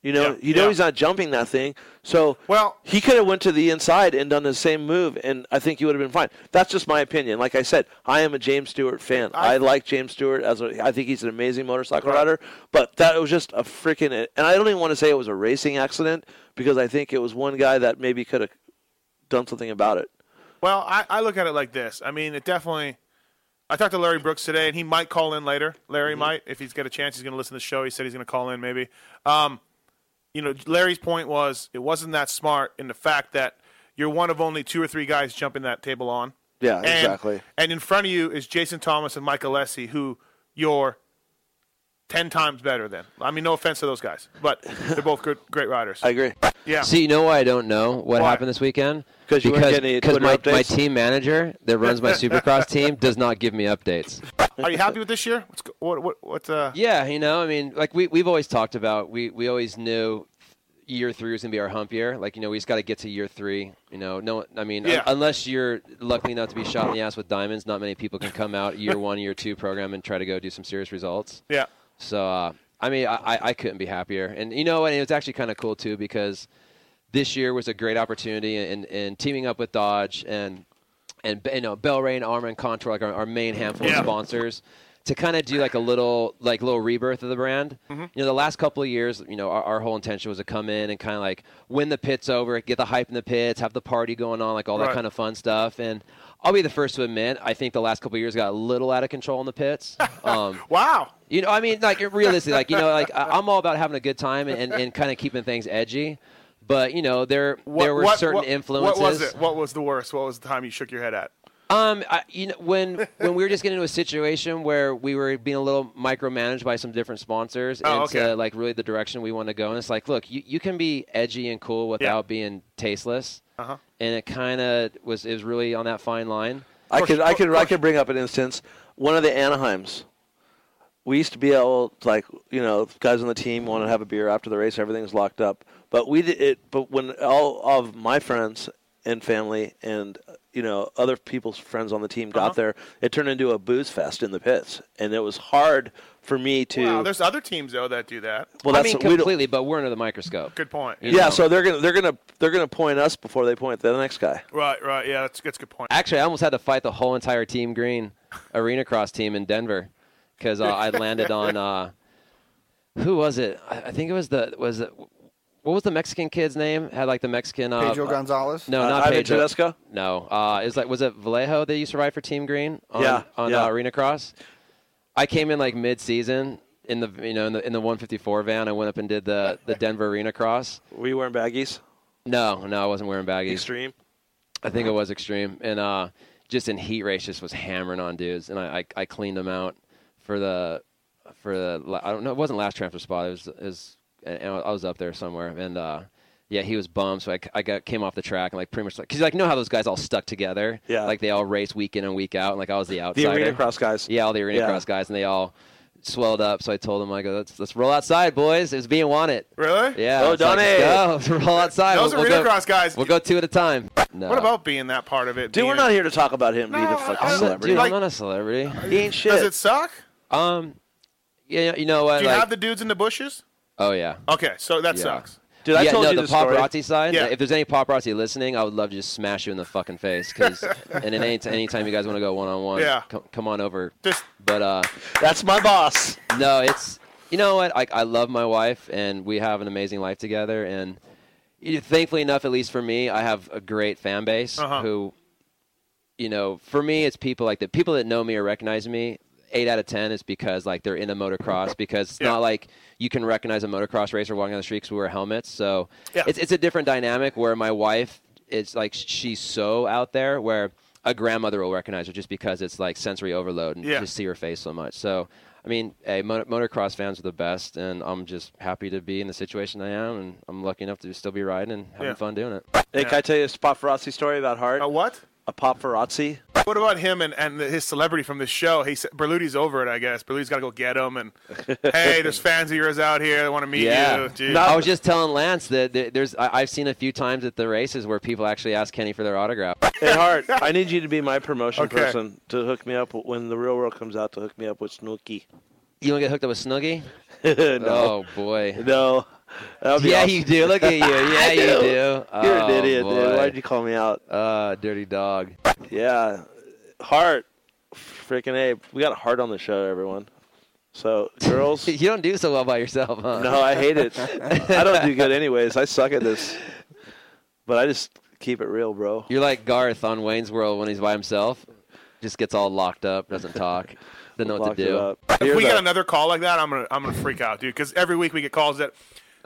S7: You know,
S4: Yeah,
S7: you know
S4: yeah.
S7: he's not jumping that thing. So
S4: well,
S7: he could have went to the inside and done the same move, and I think he would have been fine. That's just my opinion. Like I said, I am a James Stewart fan. I, like James Stewart as a, I think he's an amazing motorcycle rider. But that was just a freaking, and I don't even want to say it was a racing accident because I think it was one guy that maybe could have done something about it.
S4: Well, I, I look at it like this. I mean, it definitely. I talked to Larry Brooks today, and he might call in later. Larry might, if he's got a chance, he's going to listen to the show. He said he's going to call in, maybe. Um, you know, Larry's point was it wasn't that smart in the fact that you're one of only two or three guys jumping that table on.
S7: Yeah,
S4: And-
S7: exactly.
S4: And in front of you is Jason Thomas and Michael Lessie, who you're ten times better than. I mean, no offense to those guys, but they're both good, great riders.
S7: I agree.
S4: Yeah.
S11: See, you know why I don't know what
S4: Why?
S11: happened this weekend?
S7: 'Cause you weren't
S11: because
S7: getting any
S11: 'cause my,
S7: Twitter
S11: my
S7: updates?
S11: team manager that runs my Supercross team does not give me updates.
S4: Are you happy with this year? What's, go- what? What? What's uh?
S11: Yeah, you know, I mean, like we we've always talked about we we always knew year three was gonna be our hump year. Like you know, we just got to get to year three. You know, no, I mean, un- Yeah. unless you're lucky enough to be shot in the ass with diamonds, not many people can come out year one, year two program and try to go do some serious results.
S4: Yeah.
S11: So uh, I mean, I, I- I couldn't be happier. And you know, and it was actually kind of cool too because this year was a great opportunity and and teaming up with Dodge and and you know Bellray and Armor and Contour, like our, our main handful of sponsors, to kind of do like a little like little rebirth of the brand. You know, the last couple of years, you know, our, our whole intention was to come in and kind of like win the pits over, get the hype in the pits, have the party going on, like all
S12: Right.
S11: that kind of fun stuff. And I'll be the first to admit, I think the last couple of years got a little out of control in the pits. Um,
S4: wow.
S11: You know, I mean, like realistically, like you know, like I- I'm all about having a good time and, and, and kind of keeping things edgy. But you know, there there were certain influences.
S4: What was it? What was the worst? What was the time you shook your head at?
S11: Um, I, you know, when when we were just getting into a situation where we were being a little micromanaged by some different sponsors
S4: Oh,
S11: into
S4: okay.
S11: like really the direction we want to go, and it's like, look, you, you can be edgy and cool without being tasteless,
S4: Uh-huh.
S11: and it kind of was is really on that fine line.
S7: I could, I could, I could bring up an instance. One of the Anaheims. We used to be able, to, like you know, guys on the team want to have a beer after the race. Everything's locked up, but we did it. But when all of my friends and family and you know other people's friends on the team
S4: Uh-huh.
S7: got there, it turned into a booze fest in the pits, and it was hard for me to.
S4: Wow, there's other teams though that do that.
S7: Well, I that's- mean, we don't- completely,
S11: but we're under the microscope.
S4: Good point.
S7: yeah, so they're gonna, they're gonna, they're gonna point us before they point the next guy.
S4: Right, right, yeah, that's that's a good point.
S11: Actually, I almost had to fight the whole entire Team Green Arena Cross team in Denver because uh, I landed on uh, who was it? I, I think it was the was it what was the Mexican kid's name? Had like the Mexican uh,
S23: Pedro
S11: uh,
S23: Gonzalez?
S11: No,
S23: Uh,
S11: not
S23: Ivan
S11: Pedro.
S23: Tedesco?
S11: No, uh, it was like was it Vallejo that used to ride for Team Green on,
S7: Yeah,
S11: on
S7: yeah.
S11: Uh, Arena Cross? I came in like mid-season in the you know in the in the 154 van. I went up and did the the Denver Arena Cross.
S7: Were you wearing baggies?
S11: No, no, I wasn't wearing baggies.
S7: Extreme?
S11: I think it was extreme, and uh, just in heat race, just was hammering on dudes, and I, I, I cleaned them out for the for the la- I don't know, it wasn't last transfer spot. It was, it was and and I was up there somewhere, and uh, yeah, he was bummed, so I, I got came off the track and like pretty much like because like you know how those guys all stuck together,
S7: Yeah.
S11: like they all race week in and week out, and like I was the
S7: The
S11: outsider,
S7: arena cross guys.
S11: yeah, all the arena
S7: Yeah.
S11: cross guys, and they all swelled up. So I told them, I go, let's let's roll outside, boys. It was being wanted.
S4: Really?
S11: Yeah.
S4: Oh,
S11: it's like,
S4: Donnie.
S11: let's go. Let's roll outside.
S4: Those
S11: we'll, we'll
S4: arena
S11: go-
S4: cross guys-
S11: We'll go two at a time. No.
S4: What about being that part of it?
S7: Dude, we're
S4: being-
S7: not here to talk about him being a
S4: I
S7: fucking
S4: don't-
S7: celebrity.
S11: Dude,
S4: Like-
S11: I'm not a celebrity.
S7: He ain't shit.
S4: Does it suck?
S11: Um, yeah, you know what?
S4: Do you
S11: like-
S4: have the dudes in the bushes?
S11: oh yeah.
S4: Okay, so that
S11: Yeah.
S4: sucks.
S11: yeah, no, the paparazzi side.
S4: Yeah.
S11: If there's any paparazzi listening, I would love to just smash you in the fucking face. 'cause- and at any anytime you guys want to go one on one,
S7: Yeah.
S11: come on over. but uh,
S7: that's my boss.
S11: No, it's you know what? I I love my wife, and we have an amazing life together. And you know, thankfully enough, at least for me, I have a great fan base
S7: Uh-huh.
S11: who, you know, for me, it's people like the people that know me or recognize me. Eight out of ten is because like they're in a motocross because it's not like you can recognize a motocross racer walking on the street because we wear helmets. So it's it's a different dynamic where my wife is like she's so out there where a grandmother will recognize her just because it's like sensory overload and
S7: Yeah.
S11: just see her face so much. So I mean, hey, mo- motocross fans are the best, and I'm just happy to be in the situation I am, and I'm lucky enough to still be riding and having
S4: Yeah.
S11: fun doing it.
S7: Hey, can I tell you a paparazzi story about Hart? A
S4: what?
S7: A paparazzi.
S4: What about him and, and his celebrity from this show? He said Berluti's over it, I guess. Berluti's got to go get him. And hey, there's fans of yours out here that want to meet you. Dude.
S11: I was just telling Lance that there- there's. I- I've seen a few times at the races where people actually ask Kenny for their autograph.
S7: Hey, Hart, I need you to be my promotion
S11: Okay.
S7: person to hook me up when the real world comes out to hook me up with Snooki.
S11: You want to get hooked up with Snuggie?
S7: no.
S11: Oh boy.
S7: No. That would be
S11: yeah,
S7: awesome.
S11: you do. Look at you. Yeah,
S7: I
S11: you do.
S7: do. You're an
S11: Oh,
S7: idiot, dude.
S11: boy.
S7: Why'd you call me out?
S11: Uh, dirty dog.
S7: Yeah. Hart. Freaking Abe. We got Hart on the show, everyone. So, girls.
S11: you don't do so well by yourself, huh?
S7: No, I hate it. I don't do good anyways. I suck at this. But I just keep it real, bro.
S11: You're like Garth on Wayne's World when he's by himself. Just gets all locked up, doesn't talk, doesn't know what
S4: Locked
S11: to
S4: it
S11: do.
S4: up. If we get another call like that, I'm gonna I'm gonna freak out, dude. Because every week we get calls that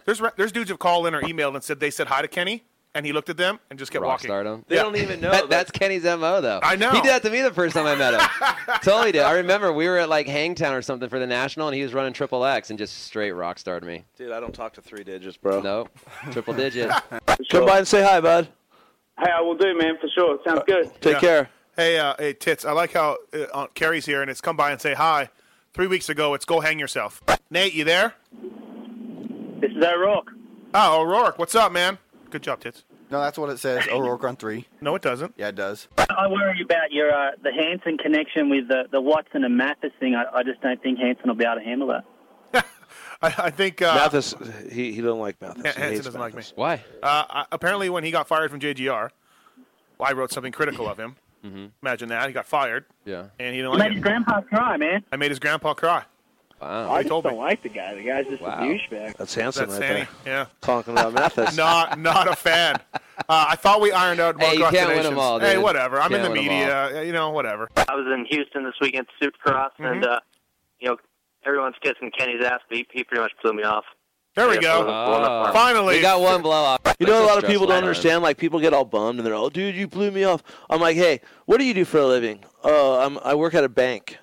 S4: there's re- there's dudes have called in or emailed and said they said hi to Kenny, and he looked at them and just kept
S11: Rock
S4: walking.
S11: stardom.
S4: Yeah.
S11: That- that's Kenny's mo, though.
S4: I know.
S11: He did that to me the first time I met him. totally did. I remember we were at like Hangtown or something for the national, and he was running triple X and just straight rock starred me.
S7: Dude, I don't talk to three digits, bro.
S11: Nope, triple digit.
S7: Come by and say hi, bud.
S32: Hey, I will do, man, for sure. Sounds good.
S7: Take
S4: Yeah.
S7: care.
S4: Hey, uh, hey, tits. I like how uh, Aunt Carrie's here, and it's come by and say hi. Three weeks ago, it's go hang yourself. Nate, you there?
S32: This is O'Rourke.
S4: Oh, O'Rourke, what's up, man? Good job, tits.
S23: No, that's what it says. O'Rourke on three.
S4: No, it doesn't.
S23: Yeah, it does.
S3: I worry about your uh, the Hanson connection with the, the Watson and Mathis thing. I, I just don't think Hanson will be able to handle that.
S4: I, I think uh,
S7: Mathis, he, he doesn't like Mathis.
S4: Han-
S7: He
S4: Hanson
S7: hates
S4: doesn't like me.
S7: Mathis.
S11: Why?
S4: Uh, I- apparently, when he got fired from JGR, I wrote something critical of him. Mm-hmm. Imagine that. He got fired,
S11: Yeah.
S4: and he
S3: You
S4: didn't
S3: made
S4: like
S3: his
S4: it.
S3: grandpa cry, man.
S4: I made his grandpa cry.
S11: Wow.
S3: I
S4: He
S3: just
S4: Oh. told
S3: don't
S4: me.
S3: like the guy. The guy's just
S4: Wow.
S3: a douchebag.
S7: That's Hanson
S4: That's
S7: right
S4: Hanny,
S7: there.
S4: Yeah.
S7: Talking about Mathis.
S4: not not a fan. Uh, I thought we ironed out.
S7: Hey, you
S4: Motocross
S7: can't win 'em
S4: Donations.
S7: all,
S4: Hey,
S7: dude.
S4: whatever. I'm
S7: Can't
S4: in the
S7: win 'em
S4: media. uh, You know, whatever. Mm-hmm.
S3: I was in Houston this weekend, Supercross, and uh, you know everyone's kissing Kenny's ass, but he, he pretty much blew me off.
S4: There we
S3: Yeah,
S4: go.
S3: blown up- blown up arm.
S7: Oh.
S4: Finally.
S11: one blow off.
S7: You know, a lot of people don't understand. Like, people get all bummed and they're, oh, dude, you blew me off. I'm like, hey, what do you do for a living? Uh, I'm, I work at a bank.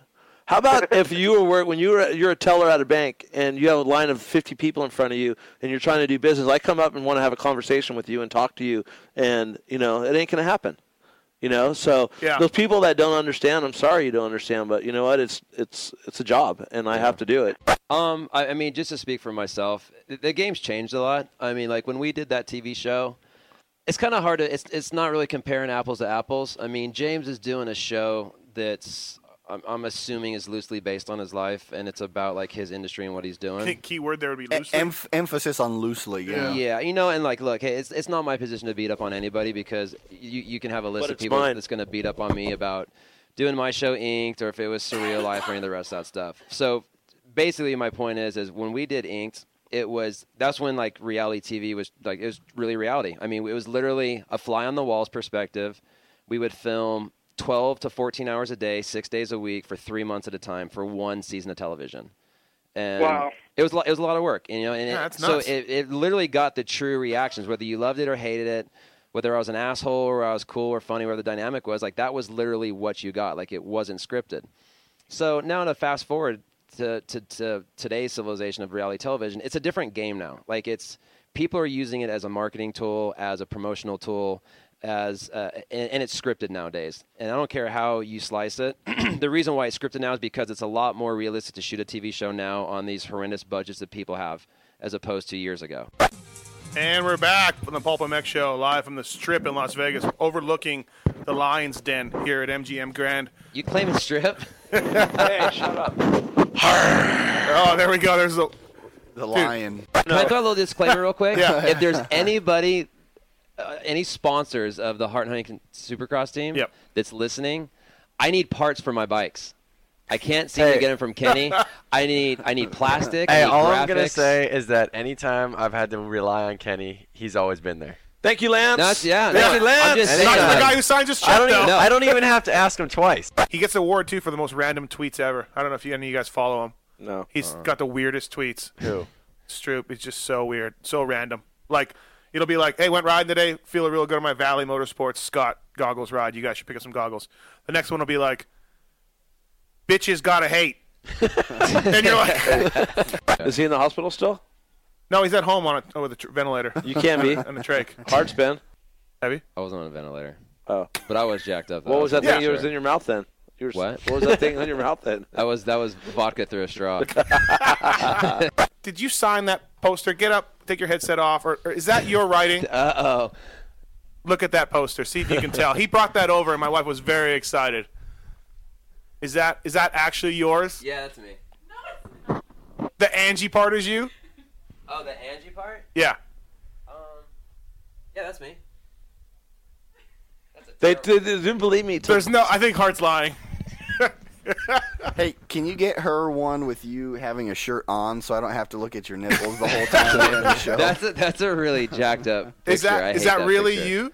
S7: How about if you were work when you were you're a teller at a bank and you have a line of 50 people in front of you and you're trying to do business? I come up and want to have a conversation with you and talk to you, and you know it ain't gonna happen. You know, so
S4: Yeah.
S7: those people that don't understand, I'm sorry you don't understand, but you know what? It's it's it's a job, and I have to do it.
S11: Um, I, I mean, just to speak for myself, the, the game's changed a lot. I mean, like when we did that TV show, it's kind of hard to. It's it's not really comparing apples to apples. I mean, James is doing a show that's I'm, I'm assuming is loosely based on his life, and it's about like his industry and what he's
S4: I
S11: doing.
S4: think key word there would be
S23: E-
S4: loosely.
S23: emph- emphasis on loosely. Yeah.
S11: you know, and like, look, hey, it's it's not my position to beat up on anybody because you you can have a list
S7: But
S11: of
S7: it's
S11: people
S7: mine.
S11: that's going to beat up on me about doing my show Inked or if it was Surreal Life or any of the rest of that stuff. So basically, my point is, is when we did Inked, it was that's when like reality TV was like it was really reality. I mean, it was literally a fly on the walls perspective. We would film 12 to 14 hours a day, 6 days a week for 3 months at a time for one season of television. And
S7: Wow.
S11: it was lo- it was a lot of work, you know, and
S7: Yeah,
S11: it-
S7: that's
S11: so
S7: nuts.
S11: it, it literally got the true reactions whether you loved it or hated it. Whether I was an asshole or I was cool or funny, whatever the dynamic was, like that was literally what you got. Like it wasn't scripted. So now to fast forward to, to, to today's civilization of reality television, it's a different game now. Like it's people are using it as a marketing tool, as a promotional tool, as uh, and, and it's scripted nowadays. And I don't care how you slice it. the reason why it's scripted now is because it's a lot more realistic to shoot a TV show now on these horrendous budgets that people have, as opposed to years ago.
S4: And we're back from the Pulp MX show, live from the Strip in Las Vegas, overlooking the Lions Den here at MGM Grand.
S11: You claim a strip?
S4: hey, shut up! oh, there we go. There's the
S9: the
S11: lion. Can I throw a little disclaimer real quick?
S4: Yeah.
S11: If there's anybody, uh, any sponsors of the Hart and Huntington Supercross team that's listening, I need parts for my bikes. I can't seem
S20: Hey.
S11: to get them from Kenny. I need I need plastic. I
S20: Hey,
S11: need
S20: all
S11: graphics.
S20: I'm gonna say is that anytime I've had to rely on Kenny, he's always been there.
S10: Thank you, Lance.
S20: That's- yeah,
S4: Thank
S20: no,
S4: you,
S20: I'm
S4: Lance.
S20: just
S4: Not
S20: saying.
S4: the guy who signs his check,
S20: Uh, I don't
S4: though.
S20: even- I don't even have to ask him twice.
S4: He gets an award too for the most random tweets ever. I don't know if you, any of you guys follow him.
S10: No.
S4: he's
S20: Uh-uh.
S4: got the weirdest tweets.
S20: Who?
S4: Stroop is just so weird, so random. Like it'll be like, "Hey, went riding today. Feeling real good on my Valley Motorsports Scott goggles ride. You guys should pick up some goggles." The next one will be like, "Bitches gotta hate," and you're like,
S10: Is he in the hospital still?
S4: "No, he's at home on a with a tr- ventilator."
S10: You can be.
S4: on a trach.
S10: Heart's been.
S4: Have you?
S11: I wasn't on a ventilator.
S10: Oh,
S11: but I was jacked up. though.
S10: What was that
S11: I
S10: thing that was in your mouth then? You were,
S11: What?
S10: What was that thing in your mouth then?
S11: That was that was vodka through a straw.
S4: Did you sign that poster? Get up, take your headset off, or, or is that your writing?
S11: Uh oh.
S4: Look at that poster. See if you can tell. He brought that over, and my wife was very excited. Is that is that actually yours?
S11: yeah, that's me.
S4: The Angie part is you?
S11: Oh, the Angie part?
S4: Yeah.
S11: Um, yeah, that's me.
S10: They, they, they didn't believe me.
S4: There's no. I think Hart's lying.
S21: hey, can you get her one with you having a shirt on so I don't have to look at your nipples the whole time we're in the show?
S11: That's a, that's a really jacked up. Picture.
S21: Is that-
S11: I
S21: is
S11: hate
S21: that really
S11: picture.
S4: you?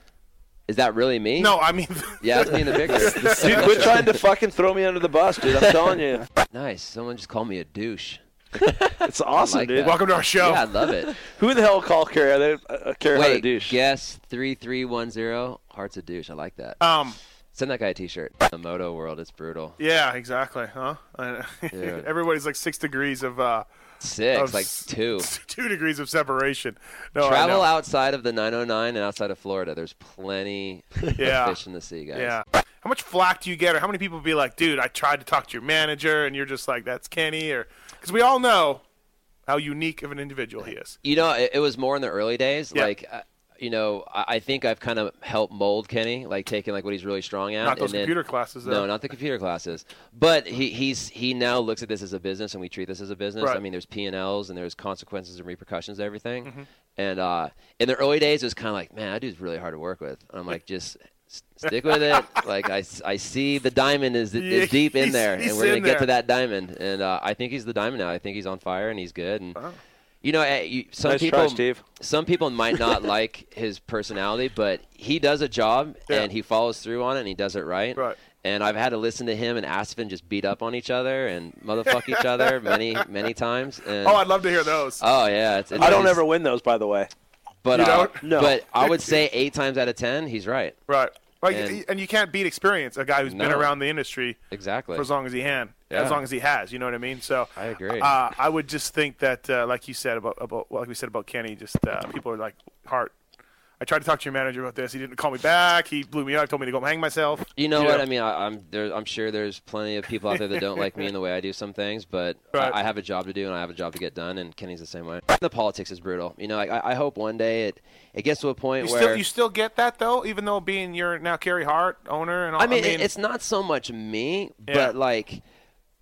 S11: Is that really me?
S4: No, I mean.
S11: Yeah, that's me in the picture.
S10: dude, quit trying to fucking throw me under the bus, dude. I'm telling you.
S11: Nice. Someone just called me a douche.
S10: It's awesome,
S11: like
S10: dude.
S11: that. Welcome to our show. Yeah, I love it.
S10: Who the hell called Carrie? They uh, Carrie had a
S11: Wait,
S10: douche.
S11: guess three three one zero. Heart's a douche. I like that.
S4: Um,
S11: send that guy a T-shirt. The moto world, it's brutal.
S4: Yeah, exactly. Huh? I-
S11: Dude.
S4: Everybody's like six degrees of. Uh,
S11: Six,
S4: of
S11: like
S4: s-
S11: two.
S4: Two degrees of separation. No, Oh, I
S11: Travel
S4: know.
S11: outside of the 909 and outside of Florida. There's plenty
S4: Yeah.
S11: of fish in the sea, guys.
S4: Yeah. How much flack do you get, or how many people be like, "Dude, I tried to talk to your manager," and you're just like, "That's Kenny," or because we all know how unique of an individual he is.
S11: You know, it, it was more in the early days.
S4: Yeah.
S11: Like, uh, you know, I, I think I've kind of helped mold Kenny, like taking like what he's really strong at.
S4: Not those
S11: and then-
S4: computer classes, though.
S11: No, not the computer classes. But he, he's he now looks at this as a business, and we treat this as a business.
S4: Right.
S11: I mean, there's P and Ls, and there's consequences and repercussions to everything.
S4: Mhm.
S11: And uh, in the early days, it was kind of like, man, that dude's really hard to work with. And I'm like, just. s- Stick with it. Like I, s- I see the diamond is,
S7: Yeah,
S11: is deep in
S7: he's-
S11: there,
S7: he's
S11: and we're gonna
S7: in
S11: get to
S7: there.
S11: that diamond. And uh, I think he's the diamond now. I think he's on fire and he's good. And you know, eh, you, some
S10: Nice try,
S11: people,
S10: Steve.
S11: some people might not like his personality, but he does a job and he follows through on it and he does it right. Right. And I've had to listen to him and Aspen just beat up on each other and motherfuck each other many, many times. And,
S4: Oh, I'd love to hear those.
S11: Oh, yeah, it's, it's,
S10: I don't
S11: it's-
S10: ever win those, by the way.
S11: But
S10: You
S11: uh,
S10: don't? No.
S11: But I would say eight times out of ten, he's right.
S4: Right. Like,
S11: And-
S4: and, you can't beat experience. A guy who's been
S11: No.
S4: around the industry
S11: Exactly.
S4: for as long as he can,
S11: Yeah.
S4: as long as he has. You know what I mean? So I
S11: agree.
S4: Uh, I would just think that, uh, like you said about, about like we said about Kenny, just uh, people are like, "Heart, I tried to talk to your manager about this. He didn't call me back. He blew me up. Told me to go hang myself."
S11: You know what I mean? I, I'm there. I'm sure there's plenty of people out there that don't like me in the way I do some things, but
S4: Right.
S11: I, I have a job to do and I have a job to get done. And Kenny's the same way. The politics is brutal. You know, like, I, I hope one day it it gets to a point
S4: You
S11: where
S4: still, you still get that though, even though being your now Kerry Hart owner and all.
S11: I mean, it- it's not so much me,
S4: Yeah.
S11: but like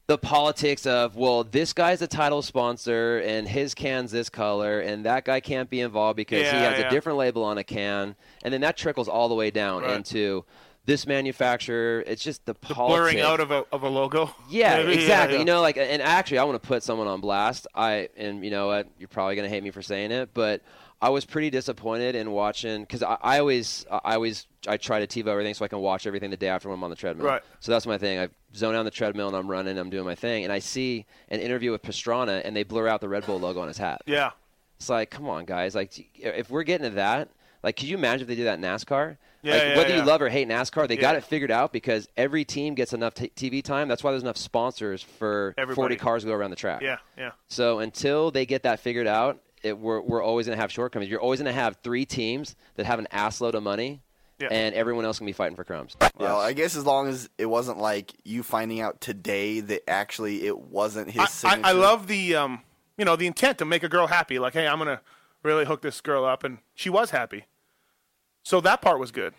S11: the politics of well, this guy's a title sponsor and his can's this color, and that guy can't be involved because he
S7: Yeah,
S11: has
S7: yeah.
S11: a different label on a can, and then that trickles all the way down
S7: Right.
S11: into. this manufacturer. It's just the, politics.
S4: blurring out of a of a logo.
S11: Yeah,
S4: Maybe,
S11: exactly.
S4: yeah.
S11: You know, like, and actually, I want to put someone on blast. I and you know what? You're probably gonna hate me for saying it, but I was pretty disappointed in watching because I, I always, I always, I try to TiVo everything so I can watch everything the day after when I'm on the treadmill.
S4: Right.
S11: So that's my thing. I zone out on the treadmill and I'm running, I'm doing my thing, and I see an interview with Pastrana, and they blur out the Red Bull logo on his hat.
S4: Yeah.
S11: It's like, come on, guys. Like, if we're getting to that, like, could you imagine if they did that in NASCAR?
S4: Yeah,
S11: like,
S4: yeah,
S11: whether
S4: yeah.
S11: you love or hate NASCAR, they got
S4: Yeah.
S11: it figured out because every team gets enough t- TV time. That's why there's enough sponsors for
S4: Everybody.
S11: 40 cars to go around the track.
S4: Yeah, yeah.
S11: So until they get that figured out, it, we're, we're always going to have shortcomings. You're always going to have three teams that have an assload of money,
S4: Yeah.
S11: and everyone else can be fighting for crumbs.
S6: Well, I guess as long as it wasn't like you finding out today that actually it wasn't his
S4: I,
S6: signature.
S4: I love the um, you know, the intent to make a girl happy. Like, hey, I'm gonna really hook this girl up, and she was happy. So that part was good.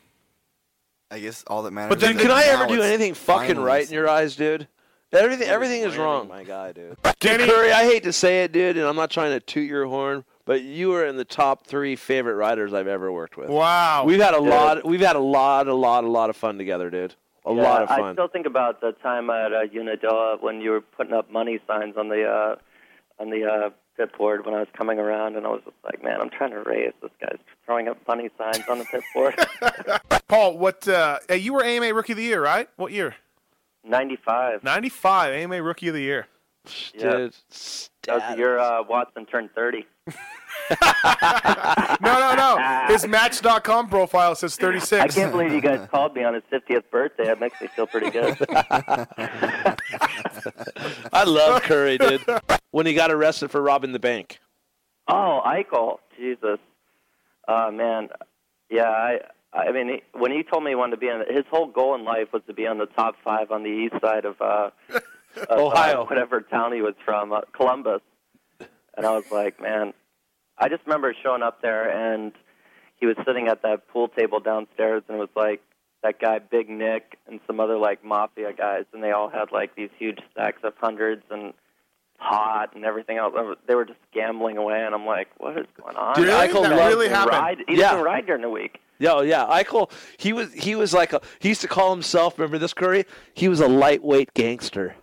S6: I guess all that matters.
S7: But then,
S6: is that
S7: can I
S6: now
S7: ever do
S6: it's
S7: anything fucking
S6: finally
S7: right in your eyes, dude? Everything, everything is wrong.
S33: My guy, dude.
S7: Dude, Curry, I hate to say it, dude, and I'm not trying to toot your horn, but you are in the top three favorite riders I've ever worked with.
S4: Wow,
S7: we've had a
S31: Dude.
S7: lot. We've had a lot, a lot, a lot of fun together, dude. A
S31: Yeah,
S7: lot of
S31: I
S7: fun.
S31: still think about the time at uh, Unadilla when you were putting up money signs on the uh, on the uh, pit board when I was coming around, and I was just like, man, I'm trying to race. This guy's throwing up money signs on the pit board.
S4: Paul, what? Uh, hey, you were AMA Rookie of the Year, right? What year?
S31: Ninety-five.
S4: Ninety-five AMA Rookie of the Year.
S31: Dude, that was the year uh, Watson turned 30.
S4: No, no, no. His Match.com profile says
S31: I
S4: 36.
S31: can't believe you guys called me on his 50th birthday. That makes me feel pretty good.
S7: I love Curry, dude. When he got arrested for robbing the bank.
S31: Oh, Eichel, Jesus, uh, man, yeah. I, I mean, he, when he told me he wanted to be on, his whole goal in life was to be on the top five on the east side of, uh, of uh,
S7: Ohio.
S31: whatever town he was from, uh, Columbus. And I was like, man, I just remember showing up there, and he was sitting at that pool table downstairs, and it was like that guy Big Nick and some other like mafia guys, and they all had like these huge stacks of hundreds and pot and everything else. I was- They were just gambling away, and I'm like, what is going on?
S7: Dude, Really? Eichel That loved- really happened?
S31: Ride, he
S7: Yeah.
S31: doesn't ride during the week.
S7: Yeah, oh, yeah. Eichel, he was he was like a he used to call himself. Remember this, Curry? He was a lightweight gangster.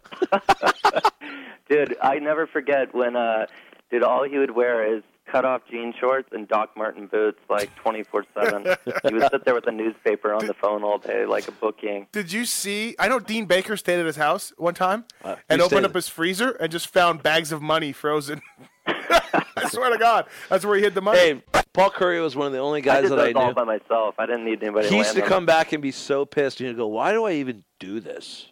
S31: Dude, I never forget when uh dude all he would wear is cut off jean shorts and Doc Martin boots like twenty four seven. He would sit there with a newspaper on the phone all day like a booking.
S4: Did you see? I know Dean Baker stayed at his house one time
S31: Uh,
S4: and
S31: he
S4: opened
S31: stayed-
S4: up his freezer and just found bags of money frozen. I swear to God, that's where he hid the money.
S7: Hey, Paul Curry was one of the only
S31: I
S7: guys
S31: did
S7: that
S31: those
S7: I
S31: all
S7: knew.
S31: by myself. I didn't need anybody
S7: he
S31: to
S7: used
S31: land
S7: to
S31: them.
S7: come back and be so pissed, and he'd go, "Why do I even do this?"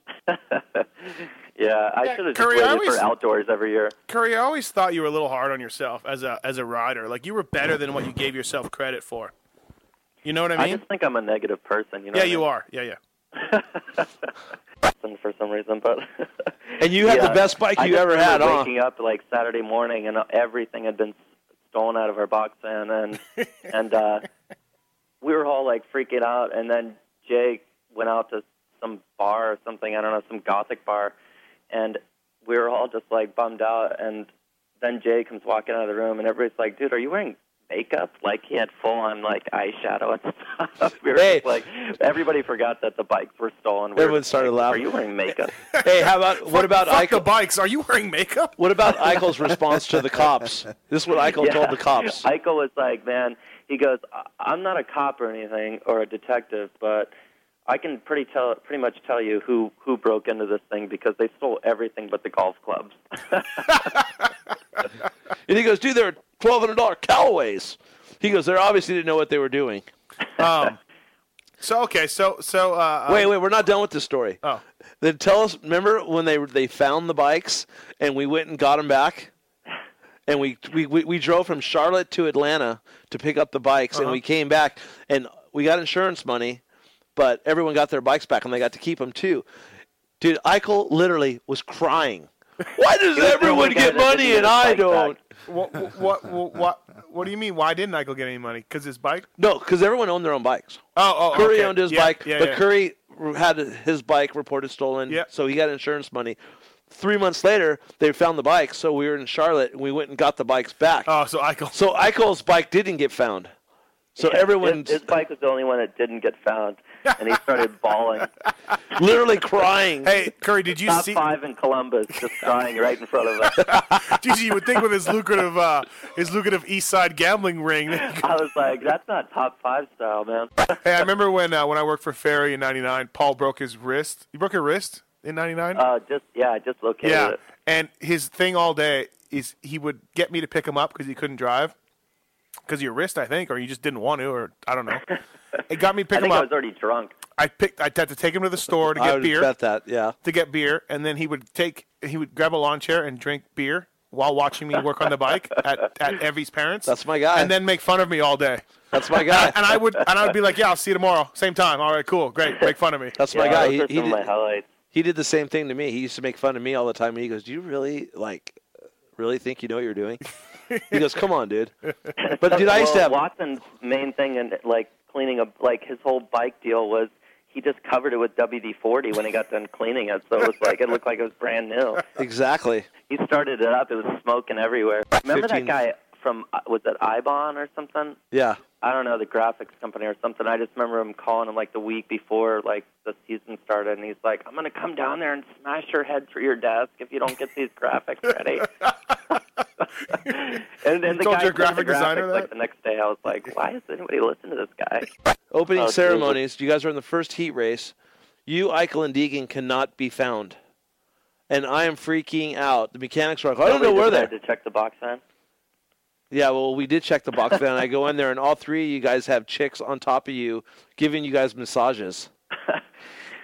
S31: Yeah, I
S4: Yeah,
S31: should have just
S4: Curry,
S31: waited
S4: I always-
S31: for outdoors every year.
S4: Curry, I always thought you were a little hard on yourself as a as a rider. Like you were better than what you gave yourself credit for. You know what I mean?
S31: just think I'm a negative person, you know. what
S4: yeah,
S31: I
S4: you
S31: mean?
S4: are. Yeah, yeah.
S31: for some reason, but
S7: And you had the best bike
S31: I
S7: you
S31: just
S7: ever
S31: remember
S7: had, huh?
S31: Waking up like Saturday morning, and everything had been stolen out of our box, and and and uh, we were all like freaking out. And then Jake went out to some bar or something. I don't know, some gothic bar, and we were all just like bummed out. And then Jay comes walking out of the room, and everybody's like, "Dude, are you wearing?" Makeup, like he had full on like eyeshadow and stuff. We were just like everybody forgot that the bikes were stolen. We were
S7: Everyone started
S31: are you
S7: laughing.
S31: wearing makeup?
S7: Hey, how about what about
S4: Fuck the
S7: Eichel?
S4: bikes. Are you wearing makeup?
S7: What about Eichel's response to the cops? This is what Eichel
S31: Yeah.
S7: told the cops.
S31: Eichel was like, man, he goes, "I- I'm not a cop or anything or a detective, but I can pretty tell, pretty much tell you who who broke into this thing because they stole everything but the golf clubs.
S7: And he goes, "Dude, they're twelve hundred dollar Callaways." He goes, "They obviously didn't know what they were doing."
S4: Um, so okay, so so uh,
S7: wait, wait, we're not done with this story.
S4: Oh,
S7: Then tell us. Remember when they they found the bikes and we went and got them back, and we we we, we drove from Charlotte to Atlanta to pick up the bikes, and
S4: Uh-huh.
S7: we came back and we got insurance money, but everyone got their bikes back and they got to keep them too. Dude, Eichel literally was crying. Why does everyone get money and I don't?
S4: What, what what what what do you mean? Why didn't Eichel get any money? Because his bike.
S7: No, because everyone owned their own bikes.
S4: Oh, oh,
S7: Curry
S4: okay.
S7: owned his
S4: Yeah,
S7: bike,
S4: yeah,
S7: but
S4: yeah.
S7: Curry had his bike reported stolen, so he got insurance money. Three months later, they found the bike, so we were in Charlotte and we went and got the bikes back.
S4: Oh, so Eichel.
S7: So Eichel's bike didn't get found. So
S31: Yeah,
S7: everyone,
S31: his, his bike was the only one that didn't get found. and he started bawling.
S7: Literally crying.
S4: Hey, Curry, did you
S31: Top
S4: see-
S31: five in Columbus, just crying right in front of us.
S4: Jeez, you would think with his lucrative, uh, his lucrative East Side gambling ring. I
S31: was like, that's not top five style, man.
S4: hey, I remember when uh, when I worked for Ferry in '99, Paul broke his wrist. You broke your wrist in '99?
S31: Uh, just yeah, I just located
S4: yeah,
S31: it.
S4: and his thing all day is he would get me to pick him up because he couldn't drive because of your wrist, I think, or you just didn't want to, or I don't know. It got me to pick
S31: I
S4: him
S31: think I
S4: up.
S31: was already drunk.
S4: I picked. I had to take him to the store to
S7: I
S4: get
S7: would
S4: beer.
S7: bet that, yeah.
S4: To get beer, and then he would take. He would grab a lawn chair and drink beer while watching me work on the bike at at Evie's parents. That's
S7: my guy.
S4: And then make fun of me all day.
S7: That's my guy.
S4: and I would and I would be like, yeah, I'll see you tomorrow, same time. All right, cool, great. Make fun of me.
S7: That's my guy. He, he did, he did the same thing to me. He used to make fun of me all the time. And he goes, "Do you really like, really think you know what you're doing?" he goes, "Come on, dude." But dude, I used to
S31: Well,
S7: have.
S31: Watson's main thing and like cleaning up like his whole bike deal was he just covered it with WD forty when he got done cleaning it, so it was like it looked like it was brand new.
S7: Exactly.
S31: He started it up; it was smoking everywhere. Remember
S7: 15.
S31: that guy from was it Ibon or something?
S7: Yeah.
S31: I don't know the graphics company or something. I just remember him calling him like the week before like the season started, and he's like, "I'm gonna come down there and smash your head through your desk if you don't get these graphics ready." and then
S7: You
S31: the
S7: told
S31: guy
S7: your
S31: sent the
S7: graphic
S31: graphics,
S7: designer that?
S31: like the next day. I was like, "Why is anybody listening to this guy?"
S7: Opening
S31: Oh,
S7: ceremonies. You guys are in the first heat race. You, Eichel, and Deegan cannot be found, and I am freaking out. The mechanics were like, "I don't know
S31: Nobody
S7: where
S31: decided
S7: they're."
S31: To check the box on.
S7: Yeah, well, we did check the box then. I go in there, and all three of you guys have chicks on top of you giving you guys massages.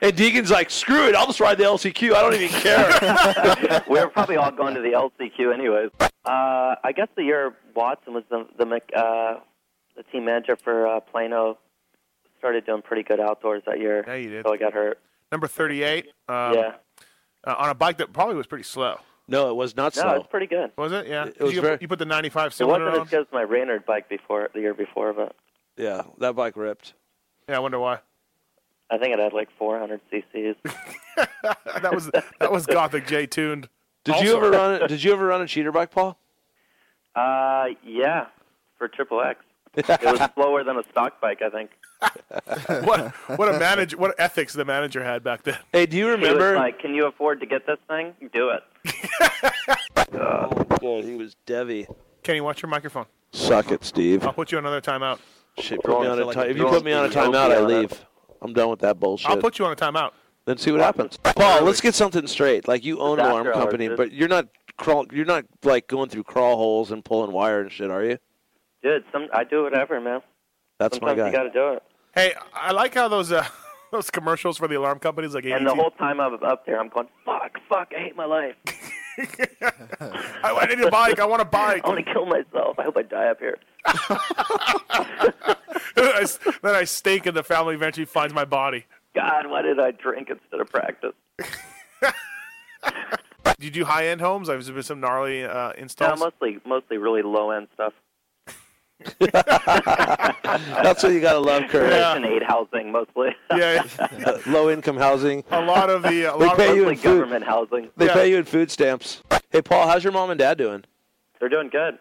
S7: and Deegan's like, "Screw it, I'll just ride the LCQ. I don't even care."
S31: we were probably all going to the LCQ anyways. Uh, I guess the year Watson was the the, mech- uh, the team manager for uh, Plano started doing pretty good outdoors that year.
S4: Yeah, you did.
S31: So I got hurt.
S4: Number thirty-eight. Um,
S31: Yeah.
S4: Uh, on a bike that probably was pretty slow.
S7: no, it was not
S31: no,
S7: slow.
S31: it's pretty good.
S4: Was it? Yeah. It,
S7: was
S4: you,
S7: very-
S4: you put the ninety-five
S31: It
S4: cylinder
S31: wasn't
S4: on.
S31: as good as my Raynard bike before the year before, but
S7: Yeah, that bike ripped.
S4: Yeah, I wonder why.
S31: I think it had like 400 cc's.
S4: that was that was Gothic J tuned.
S7: Did you ever run? Did you ever run a cheater bike, Paul?
S31: Uh, yeah, for Triple X. It was slower than a stock bike, I think.
S4: what what a manager what ethics the manager had back then.
S7: Hey, do you
S31: He was like, can you afford to get this thing? Do it.
S7: God, he was Devi.
S4: Kenny, watch your microphone.
S7: Suck it, Steve.
S4: I'll put you on another timeout.
S7: Shit, put me on a ti- if you put me on a timeout, I leave. I'm done with that bullshit.
S4: I'll put you on a timeout.
S7: Then see what happens. Paul, let's get something straight. Like you own an
S4: After
S7: alarm
S4: hours,
S7: company,
S4: dude.
S7: but you're not crawl. You're not like going through crawl holes and pulling wire and shit, are you?
S31: Dude, some I do whatever, man.
S7: That's
S31: Sometimes
S7: my
S31: you
S7: guy.
S31: got to do it.
S4: Hey, I like how those uh, those commercials for the alarm companies like
S31: And the
S4: AT&T.
S31: whole time I'm up there, I'm going, fuck, fuck, I hate my life.
S4: I, I need a bike. I want a bike.
S31: I want to kill myself. I hope I die up here.
S4: I s- then I stink, and the family eventually finds my body.
S31: God, why did I drink instead of practice?
S4: Did you do high end homes? I've been some gnarly uh,
S31: No,
S4: installs.
S31: mostly, mostly really low end stuff.
S7: That's what you gotta love, Kurt.
S31: Section eight housing mostly.
S4: Yeah,
S7: Low income housing.
S4: a lot of the a
S7: they
S4: lot
S7: pay
S4: of
S7: you in food.
S31: government housing.
S7: They pay you in food stamps. Hey, Paul, how's your mom and dad doing?
S31: They're doing good.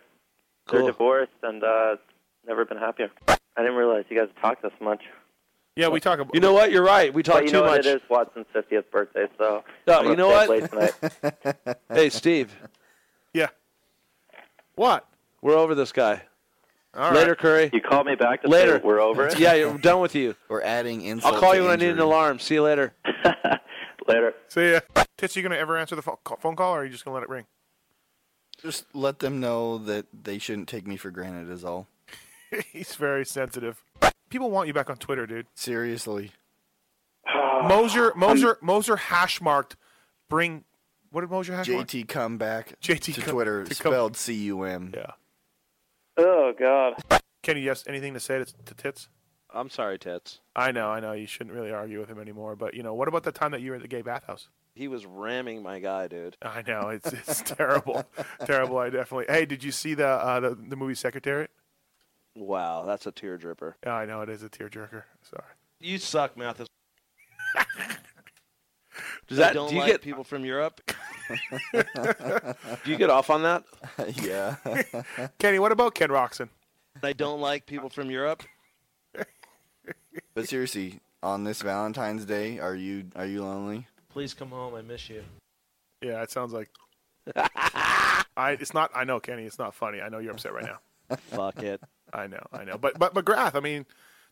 S7: Cool.
S31: They're divorced and uh, never been happier. I didn't realize you guys talk this much.
S4: Yeah, we talk about.
S7: You know what? You're right. We talk
S31: but you
S7: too
S31: know What?
S7: much.
S31: It is Watson's 50th birthday, so
S7: No,
S31: I'm
S7: Uh, you
S31: up
S7: know
S31: dead
S7: what?
S31: late tonight.
S7: hey, Steve.
S4: Yeah. What?
S7: We're over this guy.
S4: All
S7: Later, Curry.
S31: You called me back.
S6: to say
S7: later.
S6: we're over it?
S7: Yeah, I'm done with you.
S6: We're adding insult.
S7: I'll call
S6: to
S7: you when I need an
S6: injury.
S7: alarm. See you later.
S31: later.
S4: See ya. Tits, you gonna ever answer the phone call, phone call, or are you just gonna let it ring?
S6: Just let them know that they shouldn't take me for granted. Is all.
S4: He's very sensitive. People want you back on Twitter, dude.
S6: Seriously.
S27: Ah.
S4: Moser, Moser, Moser hash marked. Bring what did Moser hash mark?
S6: JT come back.
S4: JT
S6: to
S4: come-
S6: Twitter
S4: to come-
S6: spelled C U M.
S4: Yeah.
S31: Oh God.
S4: Kenny, you have anything to say to, to Tits?
S7: I'm sorry, Tits.
S4: I know, I know. You shouldn't really argue with him anymore. But you know, what about the time that you were at the gay bathhouse?
S7: He was ramming my guy, dude.
S4: I know it's it's terrible, terrible. I definitely. Hey, did you see the uh, the, the movie Secretariat?
S7: Wow, that's a teardripper.
S4: Yeah, I know it is a tearjerker. Sorry.
S7: You suck, Mathis. Does
S34: I
S7: that
S34: don't
S7: do you
S34: like
S7: get
S34: people from Europe?
S7: do you get off on that?
S6: yeah.
S4: Kenny, what about Ken Roxon?
S34: I don't like people from Europe.
S6: But seriously, on this Valentine's Day? Are you are you lonely?
S7: Please come home. I miss you.
S4: Yeah, it sounds like. I it's not. I know, Kenny. It's not funny. I know you're upset right now.
S7: Fuck it.
S4: I know. I know. But but McGrath. I mean,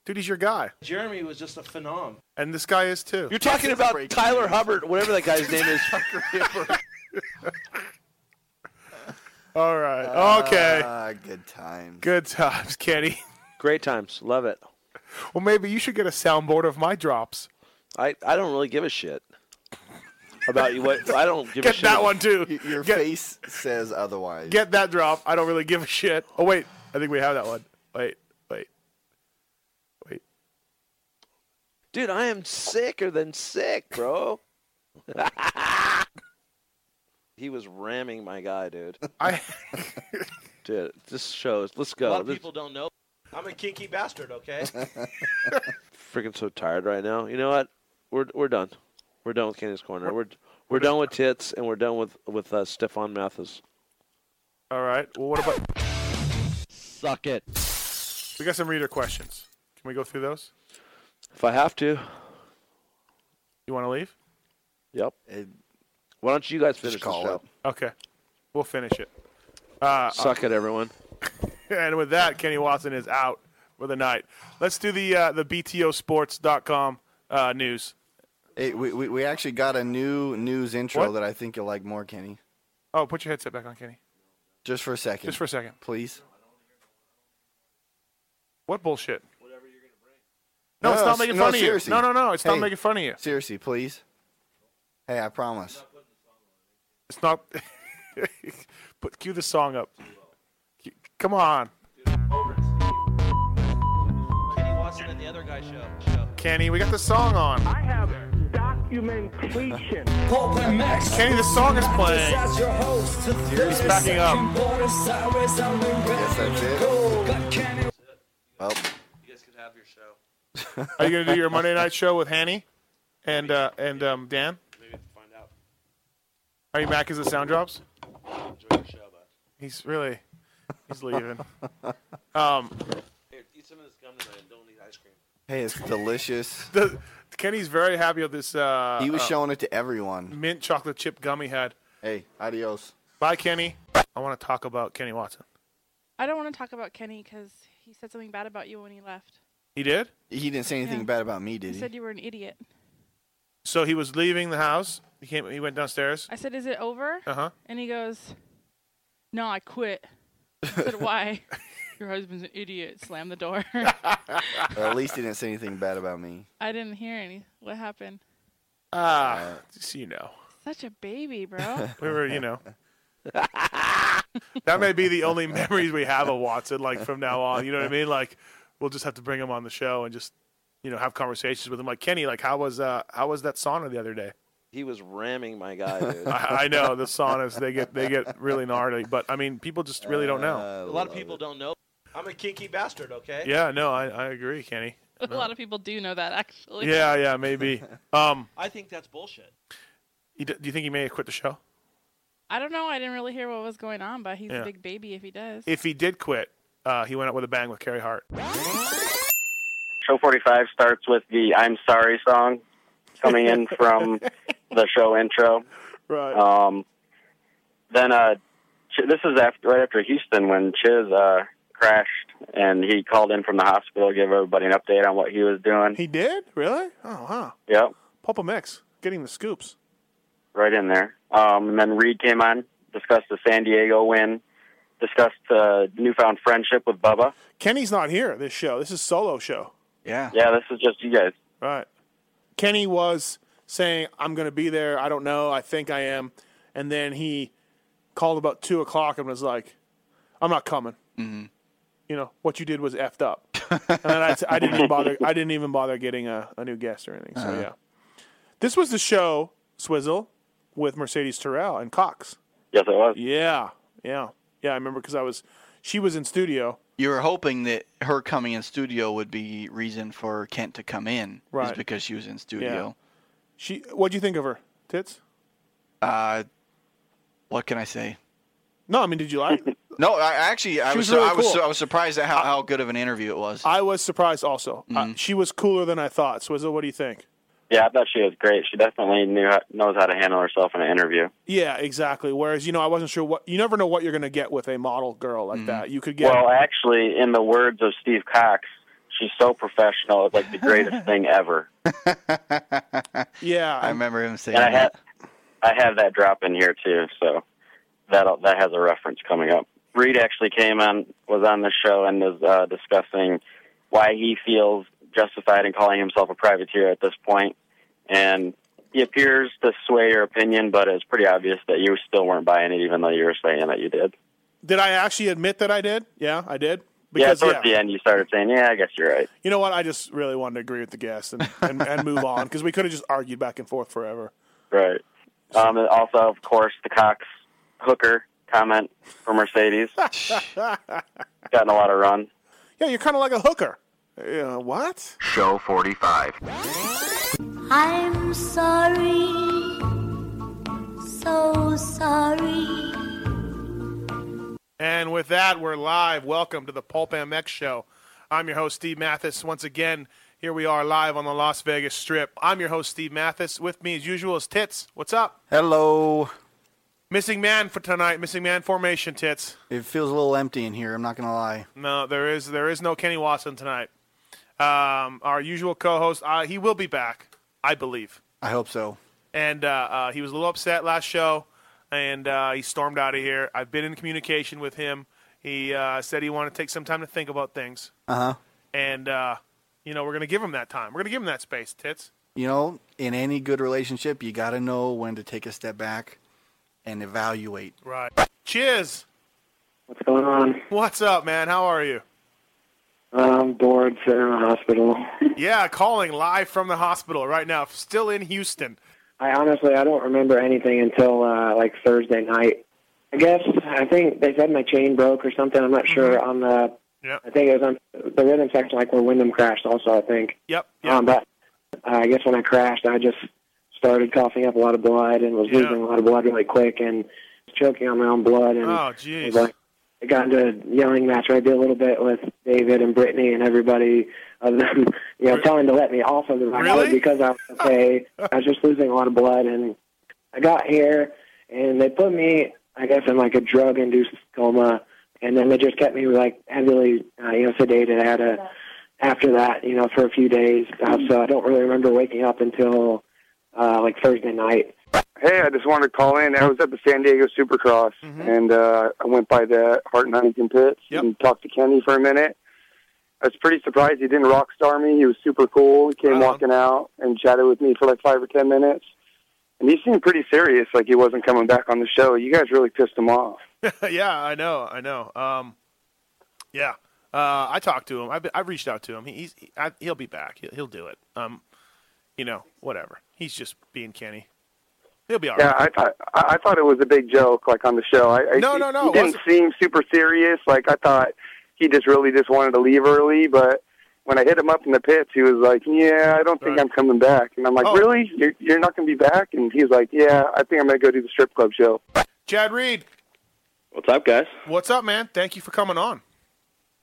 S4: dude, he's your guy,
S7: Jeremy was just a phenom.
S4: and this guy is too.
S7: You're talking about Tyler Hubbard, whatever that guy's name is.
S4: All
S3: Uh,
S4: right. Okay.
S6: Ah, good times.
S4: Good times, Kenny.
S7: Great times. Love it.
S4: Well, maybe you should get a soundboard of my drops.
S7: I, I don't really give a shit about you. What I don't give a
S4: Get
S7: shit.
S4: that one too.
S6: Y- Your face says otherwise.
S4: Get that drop. I don't really give a shit. Oh wait, I think we have that one. Wait, wait.
S7: Dude, I am sicker than sick, bro. he was ramming my guy, dude.
S4: I
S7: Dude, this shows. Let's
S16: a
S7: go.
S16: lot of
S7: This-
S16: people don't know.
S7: I'm a kinky bastard. Okay. freaking so tired right now. You know what? We're we're done. We're done with Kenny's corner. We're we're done with tits and we're done with with uh, Stefan Mathis.
S4: All right. Well, what about?
S7: Suck it.
S4: We got some reader questions. Can we go through those?
S7: If I have to,
S4: You want to leave?
S7: yep. Why don't you guys finish the
S4: call
S7: show?
S4: Okay. We'll finish it. Uh,
S7: Suck it, everyone.
S4: and with that, Kenny Watson is out for the night. Let's do the uh, the btosports.com uh, news.
S6: Hey, we, we we actually got a new news intro
S4: What?
S6: that I think you'll like more, Kenny.
S4: Oh, put your headset back on, Kenny.
S6: Just for a second.
S4: Just for a second.
S6: please.
S4: What bullshit? No, it's
S6: No,
S4: not
S6: s-
S4: making
S6: no,
S4: fun of you.
S6: seriously.
S4: No, no, no. It's not
S6: Hey.
S4: making fun of you.
S6: Seriously, please. Hey, I promise.
S4: It's not. Put cue the song up. Cue- Come on,
S16: Kenny Watson and the other guy show.
S4: Kenny. We got the song on. I have documentation. Kenny, the song is playing. He's backing up.
S6: Well,
S16: You guys could have your show.
S4: Are you going to do your Monday night show with Hanny and uh, and um, Dan? Are you back as the sound drops? He's really, he's leaving. Um,
S16: Here, eat some of this gum tonight and don't eat ice cream.
S6: Hey, it's delicious.
S4: the, Kenny's very happy with this. Uh,
S6: he was
S4: uh,
S6: showing it to everyone.
S4: mint chocolate chip gum he had.
S6: Hey, adios.
S4: Bye, Kenny. I want to talk about Kenny Watson.
S21: I don't want to talk about Kenny because he said something bad about you when he left.
S4: He did.
S6: He didn't say anything
S21: Yeah.
S6: bad about me,
S21: He
S6: did he?
S21: said you were an idiot.
S4: So he was leaving the house. He came. He went downstairs.
S21: I said, "Is it over?"
S4: Uh huh.
S21: And he goes, "No, I quit." I said, "Why?" Your husband's an idiot. Slam the door.
S6: Or at least he didn't say anything bad about me.
S21: I didn't hear any. What happened?
S4: Ah,
S6: Uh,
S4: just so you know.
S21: Such a baby, bro.
S4: We were, you know. that may be the only memories we have of Watson, like from now on. You know what I mean? Like, we'll just have to bring him on the show and just, you know, have conversations with him. Like Kenny, like how was uh how was that sauna the other day?
S7: He was ramming my guy, dude.
S4: I, I know the saunas they get they get really gnarly, but I mean, people just really don't
S16: A
S4: know.
S16: lot of people don't know. I'm a kinky bastard.
S7: eh?
S16: Okay.
S4: Yeah, no, I I agree, Kenny.
S21: a lot of people do know that actually.
S4: Yeah, yeah, maybe. Um,
S16: I think that's bullshit.
S4: you d- do you think he may have quit the show?
S21: I don't know. I didn't really hear what was going on, but he's
S4: Yeah.
S21: a big baby if he does.
S4: If he did quit, uh, he went out with a bang with Carrie Hart.
S5: Show 45 starts with the I'm Sorry song coming in from the show intro.
S4: Right.
S5: Um, then uh, Ch- this is after right after Houston when Chiz uh, crashed and he called in from the hospital, gave everybody an update on what he was doing.
S4: He did really? Oh wow,
S5: Yep,
S4: Pulp Mix getting the scoops.
S5: right in there. Um, and then Reed came on, discussed the San Diego win, discussed the newfound friendship with Bubba.
S4: Kenny's not here this show. This is solo show.
S6: Yeah.
S5: Yeah, this is just you guys.
S4: Right. Kenny was saying, I'm going to be there. I don't know. I think I am. And then he called about 2 o'clock and was like, I'm not coming.
S9: Mm-hmm.
S8: Mhm.
S4: You know, what you did was effed up. and then I, I, didn't even bother, I didn't even bother getting a, a new guest or anything. So,
S8: Uh-huh.
S4: yeah. This was the show, Swizzle, with Mercedes Terrell and Cox.
S5: Yes, it was.
S4: Yeah. Yeah. Yeah, I remember because I was, she was in studio.
S8: You were hoping that her coming in studio would be reason for Kent to come in,
S4: Right.
S8: Is because she was in studio.
S4: She, what'd you think of her? Tits?
S8: Uh, what can I say?
S4: No, I mean, did you like? it?
S35: No, I actually, I
S4: She
S35: was,
S4: was really
S35: I was,
S4: cool.
S35: I was surprised at how, how good of an interview it was. Mm-hmm.
S4: I was surprised also. Uh, she was cooler than I thought. Swizzle, what do you think?
S5: Yeah, I thought she was great. She definitely knew how, knows how to handle herself in an interview.
S4: Yeah, exactly. Whereas you know, I wasn't sure what. You never know what you're going to get with a model girl
S35: Mm-hmm.
S4: like that. You could get.
S5: Well, actually, in the words of Steve Cox, she's so professional. It's like the greatest thing ever.
S4: yeah,
S35: I remember him saying
S5: And I
S35: that.
S5: have, I have that drop in here too, so that will that has a reference coming up. Reed actually came on, was on the show, and was uh, discussing why he feels justified in calling himself a privateer at this point. And he appears to sway your opinion, but it's pretty obvious that you still weren't buying it, even though you were saying that you did.
S4: did I actually admit that I did? Yeah, I did.
S5: yeah,
S4: Because
S5: towards the end, you started saying, "Yeah, I guess you're right."
S4: You know what? I just really wanted to agree with the guest and, and, and move on because we could have just argued back and forth forever.
S5: Right. Um, and also, of course, the Cox hooker comment for Mercedes
S4: yeah,
S5: gotten a lot of run.
S4: you're kind of like a hooker. Yeah, what?
S36: Show 45.
S37: I'm sorry, so sorry.
S4: And with that, we're live. Welcome to the Pulp MX show. I'm your host, Steve Mathis. Once again, here we are live on the Las Vegas Strip. I'm your host, Steve Mathis. With me, as usual, is Tits. What's up?
S6: Hello.
S4: Missing man for tonight. Missing man formation, Tits.
S6: It feels a little empty in here. I'm not gonna lie.
S4: No, there is there is no Kenny Watson tonight. Um, our usual co-host, uh, he will be back, I believe.
S6: I hope so.
S4: and uh, uh, he was a little upset last show, and uh, he stormed out of here. I've been in communication with him. He uh, said he wanted to take some time to think about things,
S6: Uh huh.
S4: and uh, you know we're going to give him that time. We're going to give him that space, tits.
S6: You know, in any good relationship, you gotta know when to take a step back and evaluate.
S4: Right. Cheers.
S6: What's going on?
S4: What's up, man? How are you?
S19: I'm bored sitting in the hospital.
S4: yeah, calling live from the hospital right now. Still in Houston.
S19: I honestly I don't remember anything until uh, like Thursday night. I guess I think they said my chain broke or something. I'm not sure
S4: Mm-hmm.
S19: on the.
S4: Yep.
S19: I think it was on the rhythm section, like where Wyndham crashed. Also, I think.
S4: Yep.
S19: Um, but uh, I guess when I crashed, I just started coughing up a lot of blood and was losing a lot of blood really quick and choking on my own blood. And
S4: Oh,
S19: it was
S4: jeez.
S19: like, I got into a yelling match where I did a little bit with David and Brittany and everybody of them, you know, telling to let me off of the ride
S38: Really?
S19: because I was okay. I was just losing a lot of blood and I got here and they put me, I guess, in like a drug induced coma and then they just kept me like heavily, uh, you know, sedated. I had a after that, you know, for a few days. Uh, so I don't really remember waking up until uh, like Thursday night.
S38: Hey, I just wanted to call in. I was at the San Diego Supercross, and uh, I went by the Hart and Huntington pits and talked to Kenny for a minute. I was pretty surprised he didn't rock star me. He was super cool. He came walking out and chatted with me for like five or ten minutes, and he seemed pretty serious, like he wasn't coming back on the show. You guys really pissed him off.
S4: yeah, I know, I know. Um, yeah, uh, I talked to him. I've, been, I've reached out to him. He, he's he, I, he'll be back. He'll, he'll do it. Um, you know, whatever. He's just being canny. He'll be all right.
S38: Yeah, I thought I I thought it was a big joke, like on the show. I, I,
S4: No, no, no,
S38: He
S4: it
S38: didn't seem super serious. Like I thought he just really just wanted to leave early. But when I hit him up in the pits, he was like, "Yeah, I don't think I'm coming back." And I'm
S4: Oh.
S38: like, "Really? You're, you're not going to be back?" And he's like, "Yeah, I think I'm going to go do the strip club show."
S4: Chad Reed,
S25: What's up, guys?
S4: what's up, man? Thank you for coming on.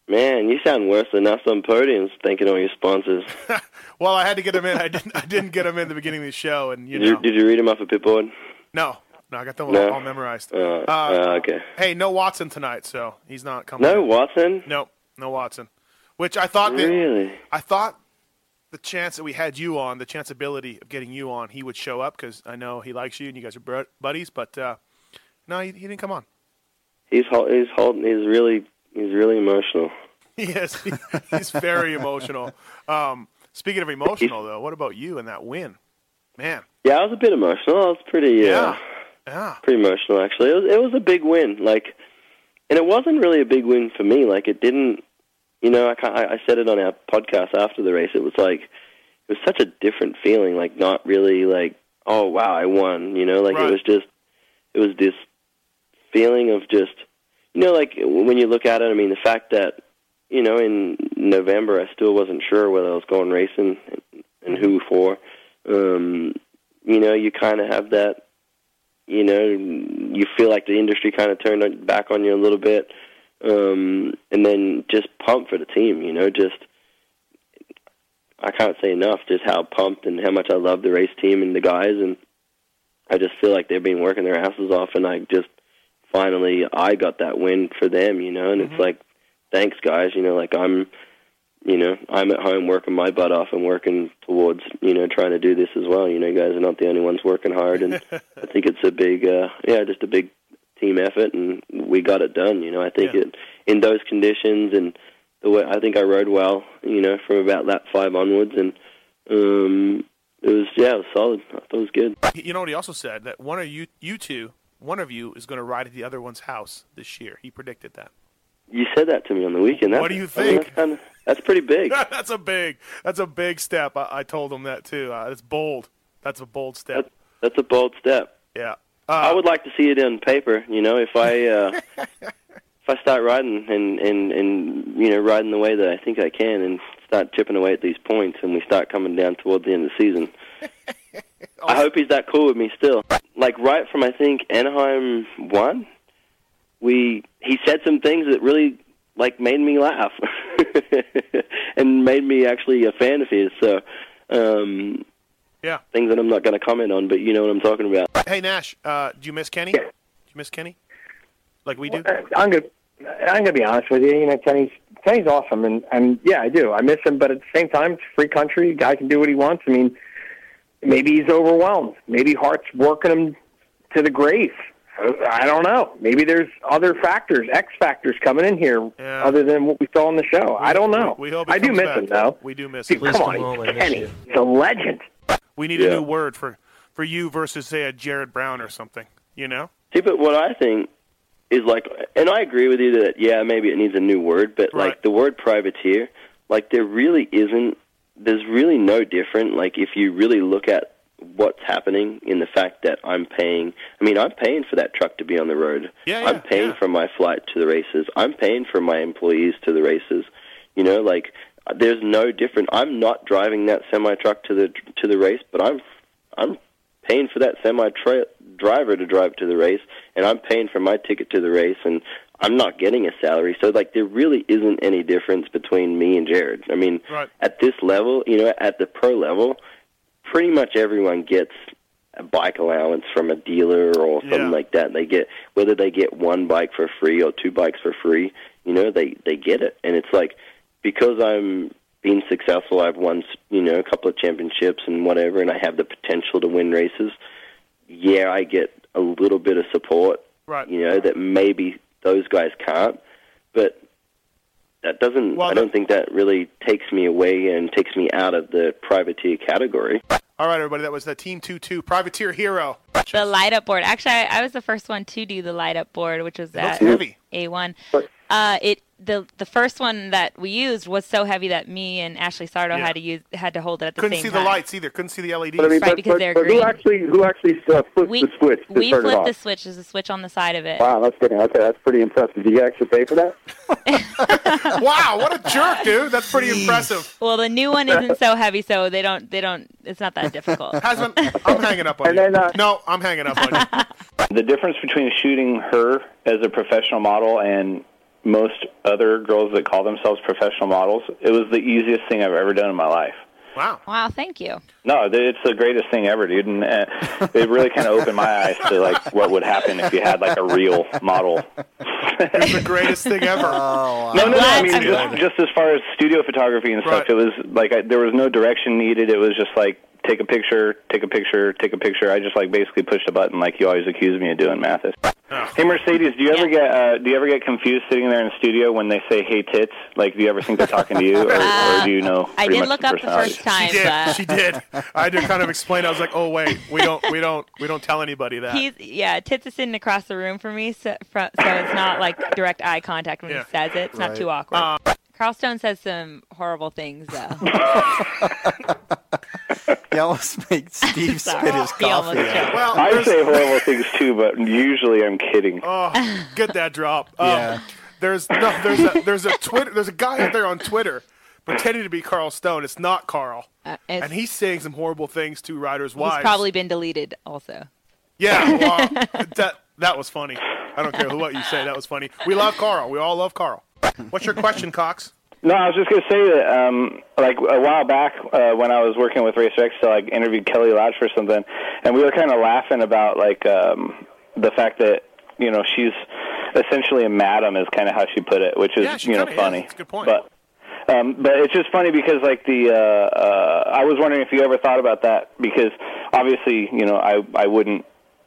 S25: Man, you sound worse than us on podiums thanking all your sponsors.
S4: Well, I had to get him in. I didn't. I didn't get him in the beginning of the show, and you
S25: did, you,
S4: know,
S25: did you read them off a pit board?
S4: no, no, I got them all,
S25: No.
S4: all memorized.
S25: Uh, uh, okay.
S4: Hey, no Watson tonight, so he's not coming.
S25: No
S4: in.
S25: Watson.
S4: No, no Watson. Which I thought that
S25: Really?
S4: I thought the chance that we had you on, the chance ability of getting you on, he would show up because I know he likes you and you guys are bro- buddies. But uh, no, he, he didn't come on.
S25: He's hol- he's holding. He's really he's really emotional.
S4: yes, he, he's very emotional. Um, speaking of emotional, though, what about you and that win, man? ah.
S25: Yeah, I was a bit emotional. I was pretty uh,
S4: Yeah. Yeah.
S25: pretty emotional actually. It was it was a big win. Like, and it wasn't really a big win for me. Like, it didn't. You know, I can't, I, I said it on our podcast after the race. It was like it was such a different feeling. Like, not really like oh wow I won. You know, like
S4: Right.
S25: it was just it was this feeling of just you know like when you look at it. I mean, the fact that you know in November I still wasn't sure whether I was going racing and, and who for. Um, you know, you kind of have that you know, you feel like the industry kind of turned on- back on you a little bit, um, and then just pumped for the team. You know, just I can't say enough just how pumped and how much I love the race team and the guys, and I just feel like they've been working their asses off, and I just finally I got that win for them. You know, and it's like thanks guys. You know, like I'm. You know, I'm at home working my butt off and working towards, you know, trying to do this as well. You know, you guys are not the only ones working hard and I think it's a big, uh, yeah, just a big team effort, and we got it done. You know, I think it in those conditions and the way I think I rode well. You know, from about lap five onwards, and um, it was yeah, it was solid. I thought it was good.
S4: You know what he also said that one of you, you two, one of you is going to ride at the other one's house this year. He predicted that.
S25: You said that to me on the weekend. That's,
S4: What do you
S25: I mean,
S4: think?
S25: that's, kind of, that's pretty big.
S4: that's a big. That's a big step. I, I told him that too. Uh, it's bold. That's a bold step.
S25: That's a bold step.
S4: Yeah. Uh,
S25: I would like to see it on paper. You know, if I uh, if I start riding and and and you know riding the way that I think I can, and start chipping away at these points, and we start coming down towards the end of the season. I hope he's that cool with me still. Like right from I think Anaheim one, we he said some things that really like made me laugh and made me actually a fan of his. So. Um,
S4: Yeah.
S25: Things that I'm not going to comment on, but you know what I'm talking about.
S4: Hey Nash, uh, do you miss Kenny? Do you miss Kenny? Like we do.
S3: I'm gonna I'm gonna be honest with you. You know, Kenny's Kenny's awesome, and and yeah, I do. I miss him, but at the same time, it's a free country. Guy can do what he wants. I mean, maybe he's overwhelmed. Maybe Hart's working him to the grave. I don't know. Maybe there's other factors, X factors coming in here, other than what we saw on the show. I don't know.
S4: We hope he
S3: I do
S4: comes
S3: miss
S4: back.
S3: him though.
S4: We do miss
S3: Dude,
S4: him.
S3: come on, he's Kenny. He's a legend.
S4: We need
S25: Yeah.
S4: a new word for for you versus say a Jared Brown or something. You know.
S25: See, but what I think is like, and I agree with you that yeah, maybe it needs a new word, but like the word privateer, like there really isn't. There's really no different. Like if you really look at what's happening in the fact that I'm paying. I mean, I'm paying for that truck to be on the road.
S39: Yeah,
S25: I'm paying for my flight to the races. I'm paying for my employees to the races. You know, like there's no different. I'm not driving that semi truck to the to the race, but I'm I'm paying for that semi tra- driver to drive to the race, and I'm paying for my ticket to the race, and I'm not getting a salary. So like, there really isn't any difference between me and Jared. I mean, at this level, you know, at the pro level, pretty much everyone gets a bike allowance from a dealer or something
S39: Yeah.
S25: like that. They get whether they get one bike for free or two bikes for free, you know, they they get it. And it's like because I'm been successful, I've won, you know, a couple of championships and whatever and I have the potential to win races. Yeah, I get a little bit of support,
S4: Right.
S25: you know, that maybe those guys can't, but that doesn't I don't think that really takes me away and takes me out of the privateer category.
S4: All right, everybody. That was the Team Two Two Privateer Hero.
S40: The light up board. Actually, I, I was the first one to do the light up board, which was
S4: looks
S40: at
S4: heavy.
S40: A1. Uh, it the the first one that we used was so heavy that me and Ashley Sardo
S4: Yeah.
S40: had to use had to hold it at the
S4: Couldn't
S40: same
S4: see
S40: time.
S4: the lights either. Couldn't see the E LEDs.
S40: But I mean, Right, but- because but- they're but who green.
S4: actually
S3: who actually uh,
S40: flipped We-
S3: the switch to
S40: We
S3: turn it
S40: flipped
S3: off?
S40: the switch. There's a switch on the side of it.
S3: Wow, that's good. Okay, that's pretty impressive. Did you actually pay for that?
S4: wow, what a jerk, dude. That's pretty impressive.
S40: Well, the new one isn't so heavy, so they don't they don't. It's not that difficult.
S4: Hasn't I'm hanging up on you.
S3: uh,
S4: no, I'm hanging up on you.
S41: The difference between shooting her as a professional model and most other girls that call themselves professional models, it was the easiest thing I've ever done in my life.
S4: Wow.
S40: Wow. Thank you.
S41: No, th- it's the greatest thing ever, dude, and uh, it really kind of opened my eyes to like what would happen if you had like a real model.
S4: It's the greatest thing ever.
S3: Oh,
S41: No, no, no. I mean, just, just as far as studio photography and stuff, it was like I, there was no direction needed. It was just like take a picture, take a picture, take a picture. I just like basically pushed a button, like you always accuse me of doing, Mathis. Hey Mercedes, do you ever get uh, do you ever get confused sitting there in the studio when they say "Hey tits"? Like, do you ever think they're talking to you, or, or do you know?
S40: Uh, I
S41: pretty much
S40: did look up the
S41: personalities?
S40: first time.
S4: She did.
S40: but
S4: She did. I had to kind of explain. I was like, "Oh wait, we don't, we don't, we don't tell anybody that."
S40: He's yeah, tits is sitting across the room from me, so, fro- so it's not like direct eye contact when
S4: Yeah.
S40: he says it. It's not
S4: Right.
S40: too awkward. Carl Stone says some horrible things though.
S6: You almost made Steve
S40: Sorry.
S6: spit his
S40: He
S6: coffee.
S40: almost
S6: out.
S41: I say horrible things too, but usually I'm kidding.
S4: Oh, get that drop. Um,
S41: Yeah.
S4: There's no, there's a there's a Twitter there's a guy out there on Twitter pretending to be Carl Stone. It's not Carl,
S40: Uh, it's-
S4: and he's saying some horrible things to riders'
S40: He's
S4: wives.
S40: probably been deleted also.
S4: Yeah, well, that that was funny. I don't care what you say, that was funny. We love Carl. We all love Carl. What's your question, Cox?
S41: No, I was just gonna say that, um, like a while back uh, when I was working with Racer X, I like interviewed Kelly Lodge for something, and we were kind of laughing about like um, the fact that you know she's essentially a madam is kind of how she put it, which is
S4: Yeah, she
S41: you know
S4: kinda is.
S41: funny.
S4: It's a good point.
S41: But um, but it's just funny because like the uh, uh, I was wondering if you ever thought about that because obviously you know I I wouldn't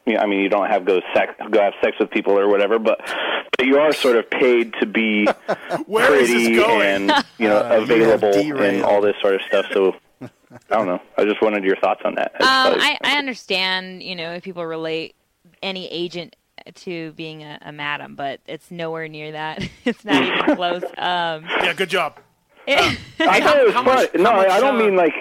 S41: you know, I mean you don't have go sex go have sex with people or whatever but but you are sort of paid to be
S4: Where is this
S41: pretty
S4: going?
S41: and you know
S4: Uh, you have
S41: available and
S4: derailed.
S41: all this sort of stuff so I don't know I just wanted your thoughts on that.
S40: Um, I, I understand, you know, if people relate any agent to being a, a madam, but it's nowhere near that. it's not even close. Um,
S4: yeah, good job.
S41: I thought it was fun. no,
S40: how
S41: I- I
S40: much,
S41: don't
S40: uh,
S41: mean like.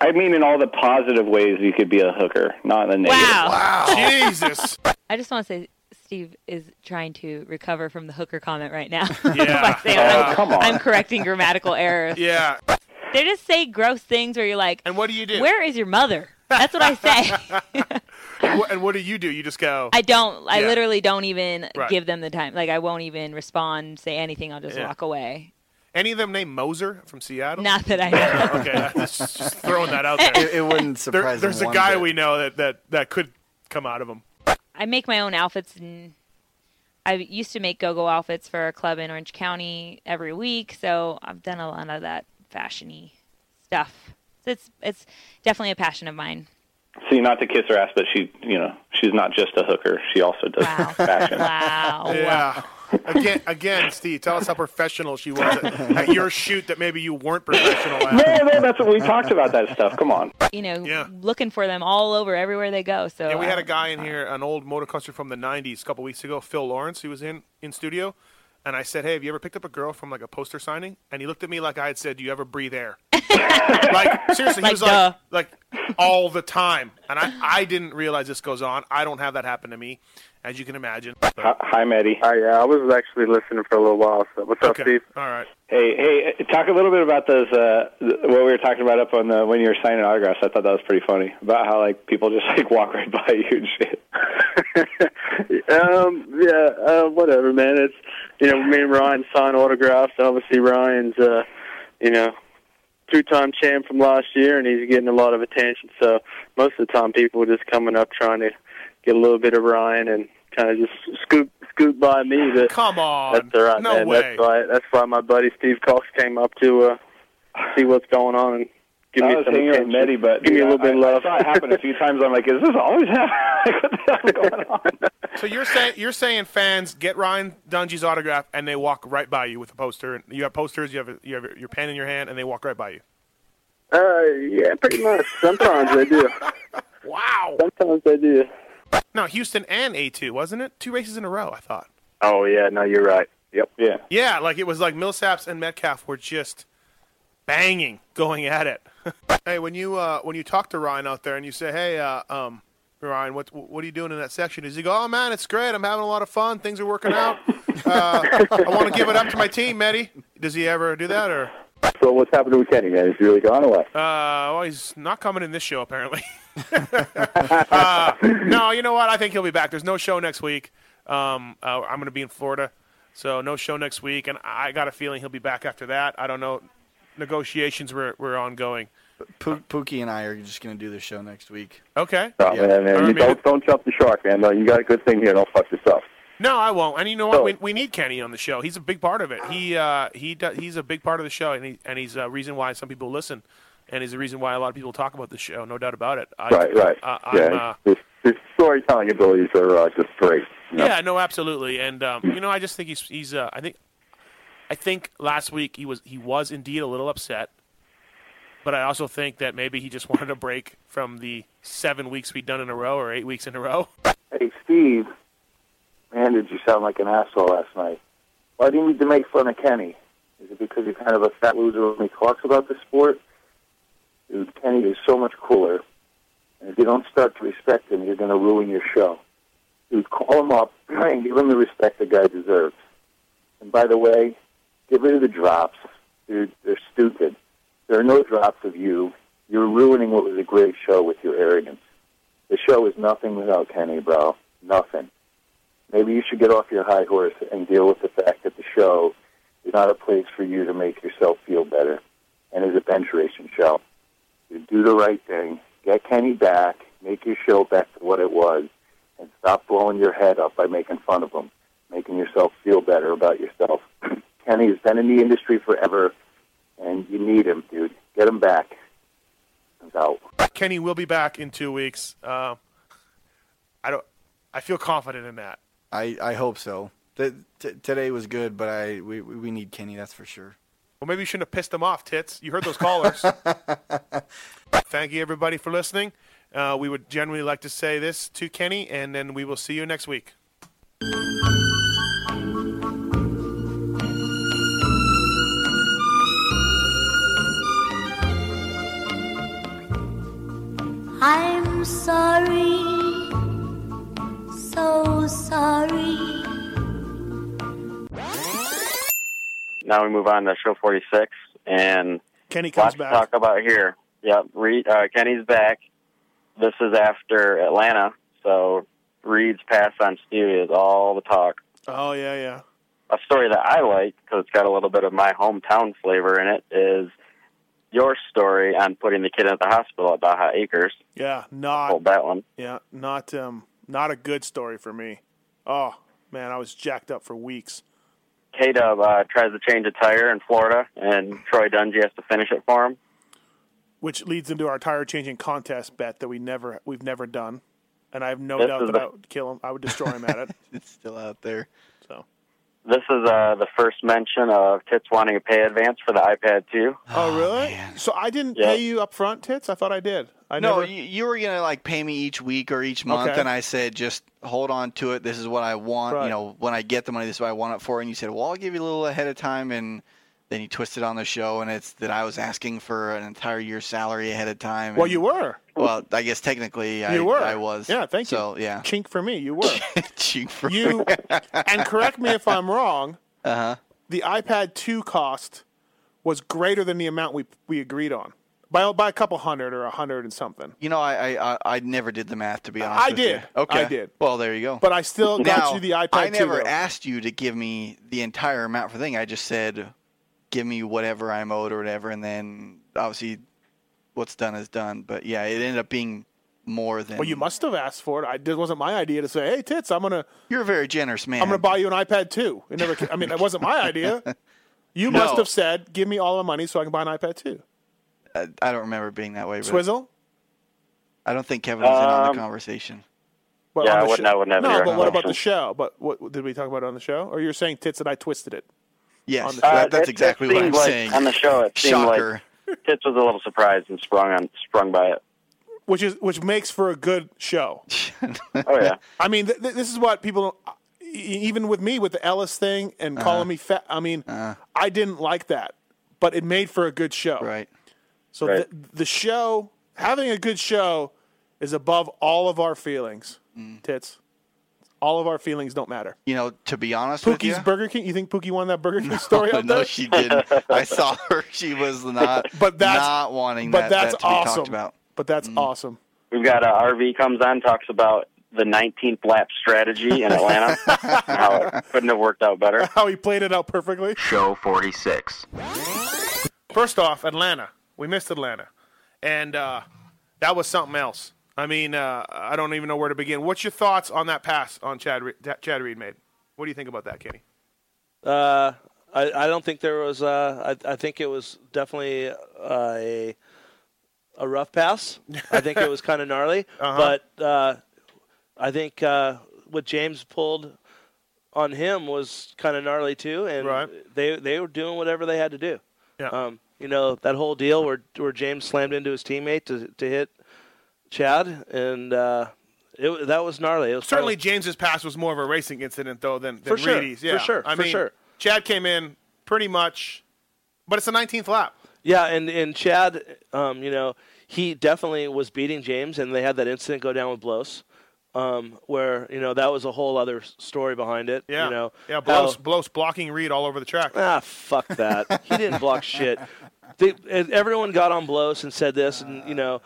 S41: I mean in all the positive ways you could be a hooker, not the negative.
S40: Wow.
S4: Jesus.
S40: I just want to say Steve is trying to recover from the hooker comment right now.
S41: Yeah.
S40: By saying
S41: Oh,
S40: I'm,
S41: come on.
S40: I'm correcting grammatical errors.
S4: Yeah.
S40: They just say gross things where you're like,
S4: And what do you do?
S40: Where is your mother? That's what I say.
S4: And what, and what do you do? You just go.
S40: I don't. I
S4: Yeah.
S40: literally don't even
S4: Right.
S40: give them the time. Like I won't even respond, say anything. I'll just
S4: Yeah.
S40: walk away.
S4: Any of them named Moser from Seattle?
S40: Not that I know.
S4: okay, I was just throwing that out there.
S40: It- it
S6: wouldn't
S4: There-
S6: surprise
S4: There's
S6: them
S4: a
S6: one
S4: guy
S6: bit.
S4: we know that, that that could come out of him.
S40: I make my own outfits, and I used to make go-go outfits for a club in Orange County every week. So I've done a lot of that fashiony stuff. So it's it's definitely a passion of mine.
S41: See, not to kiss her ass, but she, you know, she's not just a hooker. She also does fashion.
S40: Wow.
S4: Yeah. Again, again, Steve, tell us how professional she was at, at your shoot that maybe you weren't professional at.
S41: No, no, that's what we talked about that stuff. Come on.
S40: You know, looking for them all over everywhere they go. So
S4: Yeah, we
S40: I-
S4: had a guy in here, an old motocrosser from the '90s, a couple weeks ago, Phil Lawrence. He was in in studio, and I said, "Hey, have you ever picked up a girl from like a poster signing?" And he looked at me like I had said, "Do you ever breathe air?" like seriously, he
S40: Like,
S4: was
S40: duh.
S4: like, like all the time, and I I didn't realize this goes on. I don't have that happen to me, as you can imagine.
S41: Hi, Maddie.
S3: Hi, yeah, I was actually listening for a little while. So, what's up, Steve?
S4: All right.
S41: Hey, hey, uh, talk a little bit about those uh, th- what we were talking about up on the when you were signing autographs. I thought that was pretty funty about how like people just like walk right by you and shit.
S3: Um, yeah, uh, whatever, man. It's you know, me and Ryan sign autographs. Obviously, Ryan's uh, you know, two-time champ from last year, and he's getting a lot of attention. So most of the time, people are just coming up trying to get a little bit of Ryan and kind of just scoop scoop by me. But
S4: come on,
S3: that's all right,
S4: No
S3: man.
S4: way.
S3: That's why that's why my buddy Steve Cox came up to uh, see what's going on and give
S41: I
S3: me
S41: was
S3: some
S41: hanging out
S3: attention.
S41: with Medi, but
S3: give me a
S41: dude,
S3: little bit
S41: I,
S3: of love.
S41: I saw it happen a few times. I'm like, is this always happening?
S4: So you're saying you're saying fans get Ryan Dungey's autograph and they walk right by you with a poster. And you have posters, you have a, you have your pen in your hand, and they walk right by you.
S3: Uh, yeah, pretty much. Sometimes they do.
S4: Wow.
S3: Sometimes they do.
S4: No, Houston and A2, wasn't it? Two races in a row, I thought.
S3: Oh yeah, no, you're right. Yep.
S41: Yeah.
S4: Yeah, like it was like Millsaps and Metcalf were just banging, going at it. hey, when you uh, when you talk to Ryan out there and you say, "Hey, uh, um, Ryan, what what are you doing in that section?" Does he go, "Oh man, it's great. I'm having a lot of fun. Things are working out. Uh, I want to give it up to my team, Meddy." Does he ever do that or?
S27: So what's happening with Kenny? Has he really gone away?
S4: Uh, well, he's not coming in this show apparently. uh, no, you know what? I think he'll be back. There's no show next week. Um, uh, I'm going to be in Florida, so no show next week, and I got a feeling he'll be back after that. I don't know. Negotiations were were ongoing.
S6: Poo- Pookie and I are just going to do the show next week.
S4: Okay.
S27: Oh, man, man. You don't, don't jump the shark, man. No, you got a good thing here. Don't fuck this up.
S4: No, I won't. And you know what? We, we need Kenny on the show. He's a big part of it. He uh, he do, he's a big part of the show, and he, and he's a reason why some people listen, and he's a reason why a lot of people talk about the show. No doubt about it. I,
S27: right, right.
S4: I, I'm,
S27: yeah,
S4: uh,
S27: his, his storytelling abilities are uh, just great. you know?
S4: Yeah, no, absolutely, and um, you know, I just think he's he's. Uh, I think, I think last week he was he was indeed a little upset, but I also think that maybe he just wanted a break from the seven weeks we'd done in a row or eight weeks in a row.
S27: Hey, Steve, man, did you sound like an asshole last night? Why do you need to make fun of Kenny? Is it because you're kind of a fat loser when he talks about the sport? Dude, Kenny is so much cooler. And if you don't start to respect him, you're going to ruin your show. Dude, call him up and give him the respect the guy deserves. And by the way, get rid of the drops. Dude, they're stupid. There are no drops of you. You're ruining what was a great show with your arrogance. The show is nothing without Kenny, bro. Nothing. Maybe you should get off your high horse and deal with the fact that the show is not a place for you to make yourself feel better and is a bench racing show. You do the right thing. Get Kenny back. Make your show back to what it was. And stop blowing your head up by making fun of him, making yourself feel better about yourself. Kenny has been in the industry forever, and you need him, dude. Get him back. He's out.
S4: Kenny will be back in two weeks. Um, I don't. I feel confident in that.
S42: I, I hope so. Th- t- today was good, but I we, we we need Kenny, that's for sure.
S4: Well, maybe you shouldn't have pissed them off, tits. You heard those callers. Thank you, everybody, for listening. Uh, we would generally like to say this to Kenny, and then we will see you next week.
S37: I'm sorry, so sorry.
S5: Now we move on to show 46, and
S4: Kenny
S5: comes back. talk about here. Yep, Reed, uh, Kenny's back. This is after Atlanta, so Reed's pass on Stevie is all the talk.
S4: Oh yeah, yeah.
S5: A story that I like because it's got a little bit of my hometown flavor in it is your story on putting the kid at the hospital at Baja Acres.
S4: Yeah, not
S5: Hold that one.
S4: Yeah, not um, not a good story for me. Oh man, I was jacked up for weeks.
S5: K Dub uh, tries to change a tire in Florida, and Troy Dungy has to finish it for him.
S4: which leads into our tire changing contest bet that we never we've never done, and I have no
S5: This
S4: doubt
S5: is
S4: that
S5: the-
S4: I would kill him. I would destroy him at it.
S6: it's still out there.
S4: So
S5: This is uh, the first mention of Tits wanting a pay advance for the iPad 2.
S4: Oh, really? So I didn't
S5: Yeah.
S4: pay you up front, tits. I thought I did. I
S6: no,
S4: never-
S6: you, you were gonna like pay me each week or each month,
S4: Okay.
S6: and I said just hold on to it. This is what I want.
S4: Right.
S6: You know, when I get the money, this is what I want it for. And you said, well, I'll give you a little ahead of time, and then you twisted on the show, and it's that I was asking for an entire year's salary ahead of time.
S4: Well,
S6: and-
S4: you were.
S6: Well, I guess technically, I,
S4: You were.
S6: I was.
S4: Yeah, thank
S6: so, you. So yeah,
S4: Chink for me. You were.
S6: Chink for
S4: you. And correct me if I'm wrong.
S6: Uh huh.
S4: The iPad 2 cost was greater than the amount we we agreed on by by a couple hundred or a hundred and something.
S6: You know, I, I I- I never did the math to be honest.
S4: I
S6: with
S4: did.
S6: You. Okay.
S4: I did.
S6: Well, there you go.
S4: But I still got
S6: Now,
S4: you the iPad
S6: I
S4: 2,
S6: never
S4: though.
S6: asked you to give me the entire amount for the thing. I just said, give me whatever I'm owed or whatever, and then obviously, what's done is done. But yeah, it ended up being more than.
S4: Well, you must have asked for it. I, it wasn't my idea to say, "Hey, tits, I'm gonna."
S6: You're a very generous man.
S4: I'm gonna buy you an iPad 2. It never. ca- I mean, that wasn't my idea. You
S6: No.
S4: must have said, "Give me all the money so I can buy an iPad 2."
S6: I, I don't remember it being that way. But
S4: Swizzle.
S6: I don't think Kevin was in on
S4: Um,
S6: the conversation.
S4: But
S6: Yeah,
S4: on
S6: I
S4: the
S6: wouldn't-
S4: show-
S6: I wouldn't have
S4: No,
S6: any
S4: but what about
S6: recollection.
S4: the show? But what did we talk about it on the show? Or you're saying tits that I twisted it?
S6: Yes,
S4: on the
S5: Uh,
S4: show.
S5: it- it seemed like On the show, it seemed like Tits was a little surprised and sprung on sprung by it.
S4: which is which makes for a good show.
S5: Oh yeah.
S4: I mean, th- th- this is what people, e- even with me with the Ellis thing and
S6: Uh-huh.
S4: calling me fat. I mean, I didn't like that, but it made for a good show.
S6: Right.
S4: So
S6: Right.
S4: The, the show, having a good show, is above all of our feelings.
S6: Mm.
S4: Tits, all of our feelings don't matter.
S6: You know, to be honest with you,
S4: Pookie's Burger King. You think Pookie won that Burger King story?
S6: No,
S4: out
S6: no,
S4: there?
S6: she didn't. I saw her. She was not.
S4: But that's-
S6: not wanting
S4: but
S6: that, that
S4: that's
S6: to be talked
S4: awesome.
S6: about. Mm.
S4: But that's awesome.
S5: We've got uh, RV comes on, talks about the 19th lap strategy in Atlanta, and how it couldn't have worked out better.
S4: How he played it out perfectly.
S43: Show 46.
S4: First off, Atlanta. We missed Atlanta, and uh, that was something else. I mean, uh, I don't even know where to begin. What's your thoughts on that pass on Chad Re- that Chad Reed made? What do you think about that, Kenny?
S7: Uh, I, I don't think there was. Uh, I, I think it was definitely uh, a a rough pass. I think it was kind of gnarly,
S4: Uh-huh.
S7: but uh, I think uh, what James pulled on him was kind of gnarly too, and they they were doing whatever they had to do.
S4: Yeah.
S7: Um, you know that whole deal where where James slammed into his teammate to to hit Chad, and uh, it that was gnarly. It was
S4: Certainly,
S7: probably-
S4: James's pass was more of a racing incident though than, than
S7: Uh, For sure,
S4: Reedy's. Yeah,
S7: for sure,
S4: I
S7: for
S4: mean,
S7: sure.
S4: Chad came in pretty much, but it's the 19th lap.
S7: Yeah, and and Chad, um, you know, he definitely was beating James, and they had that incident go down with Blos, um, where you know that was a whole other s- story behind it.
S4: Yeah,
S7: you know,
S4: yeah.
S7: how-
S4: Blows, blows blocking Reed all over the track.
S7: ah, fuck that. he didn't block shit. They, and everyone got on Blos and said this, and you know,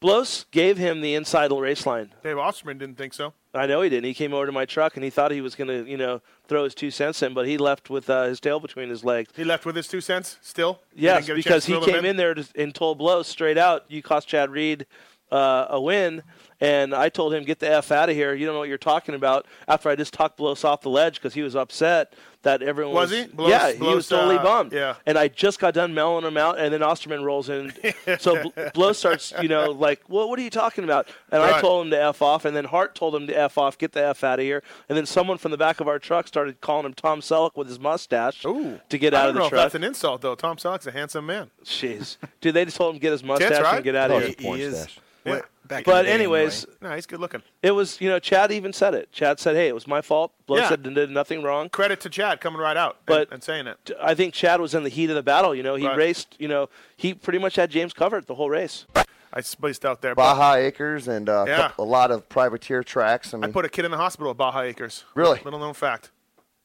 S7: Blos gave him the inside race line.
S4: Dave Osterman didn't think so.
S7: I know he didn't. He came over to my truck and he thought he was going to, you know, throw his two cents in, but he left with uh, his tail between his legs.
S4: He left with his two cents still. He
S7: Yes,
S4: didn't get a
S7: because
S4: chance to
S7: he
S4: fill them
S7: came in. there to, and told Blow straight out, "You cost Chad Reed uh, a win." And I told him, "Get the f out of here. You don't know what you're talking about." After I just talked Blows off the ledge because he was upset that everyone
S4: Was
S7: was,
S4: he? Blows-
S7: yeah, he
S4: Blows,
S7: was totally
S4: uh,
S7: bummed.
S4: yeah.
S7: And I just got done mailing him out, and then Osterman rolls in. so Bl- Blow starts, you know, like, well, what are you talking about? And I
S4: Right.
S7: told him to F off, and then Hart told him to F off, get the F out of here. And then someone from the back of our truck started calling him Tom Selleck with his mustache to get out
S4: I don't
S7: of the
S4: know
S7: truck.
S4: if that's an insult though. Tom Selleck's a handsome man.
S7: Jeez, dude, they just told him to get his mustache
S4: right?
S7: and get out
S4: Oh,
S7: of here.
S4: he- he is. Yeah. Back in
S7: but
S4: the day,
S7: anyways,
S4: anyway. No, he's good looking.
S7: It was you know Chad even said it. Chad said, "Hey, it was my fault. Blood
S4: Yeah.
S7: said did nothing wrong."
S4: Credit to Chad coming right out and-
S7: But-
S4: and saying it.
S7: I think Chad was in the heat of the battle. You know, he
S4: Right.
S7: raced. You know, he pretty much had James covered the whole race.
S4: I spaced out there. but-
S22: Baja Acres and uh, a
S4: Yeah.
S22: couple- a lot of privateer tracks. I
S4: I
S22: mean,
S4: put a kid in the hospital at Baja Acres.
S22: Really?
S4: Little known fact.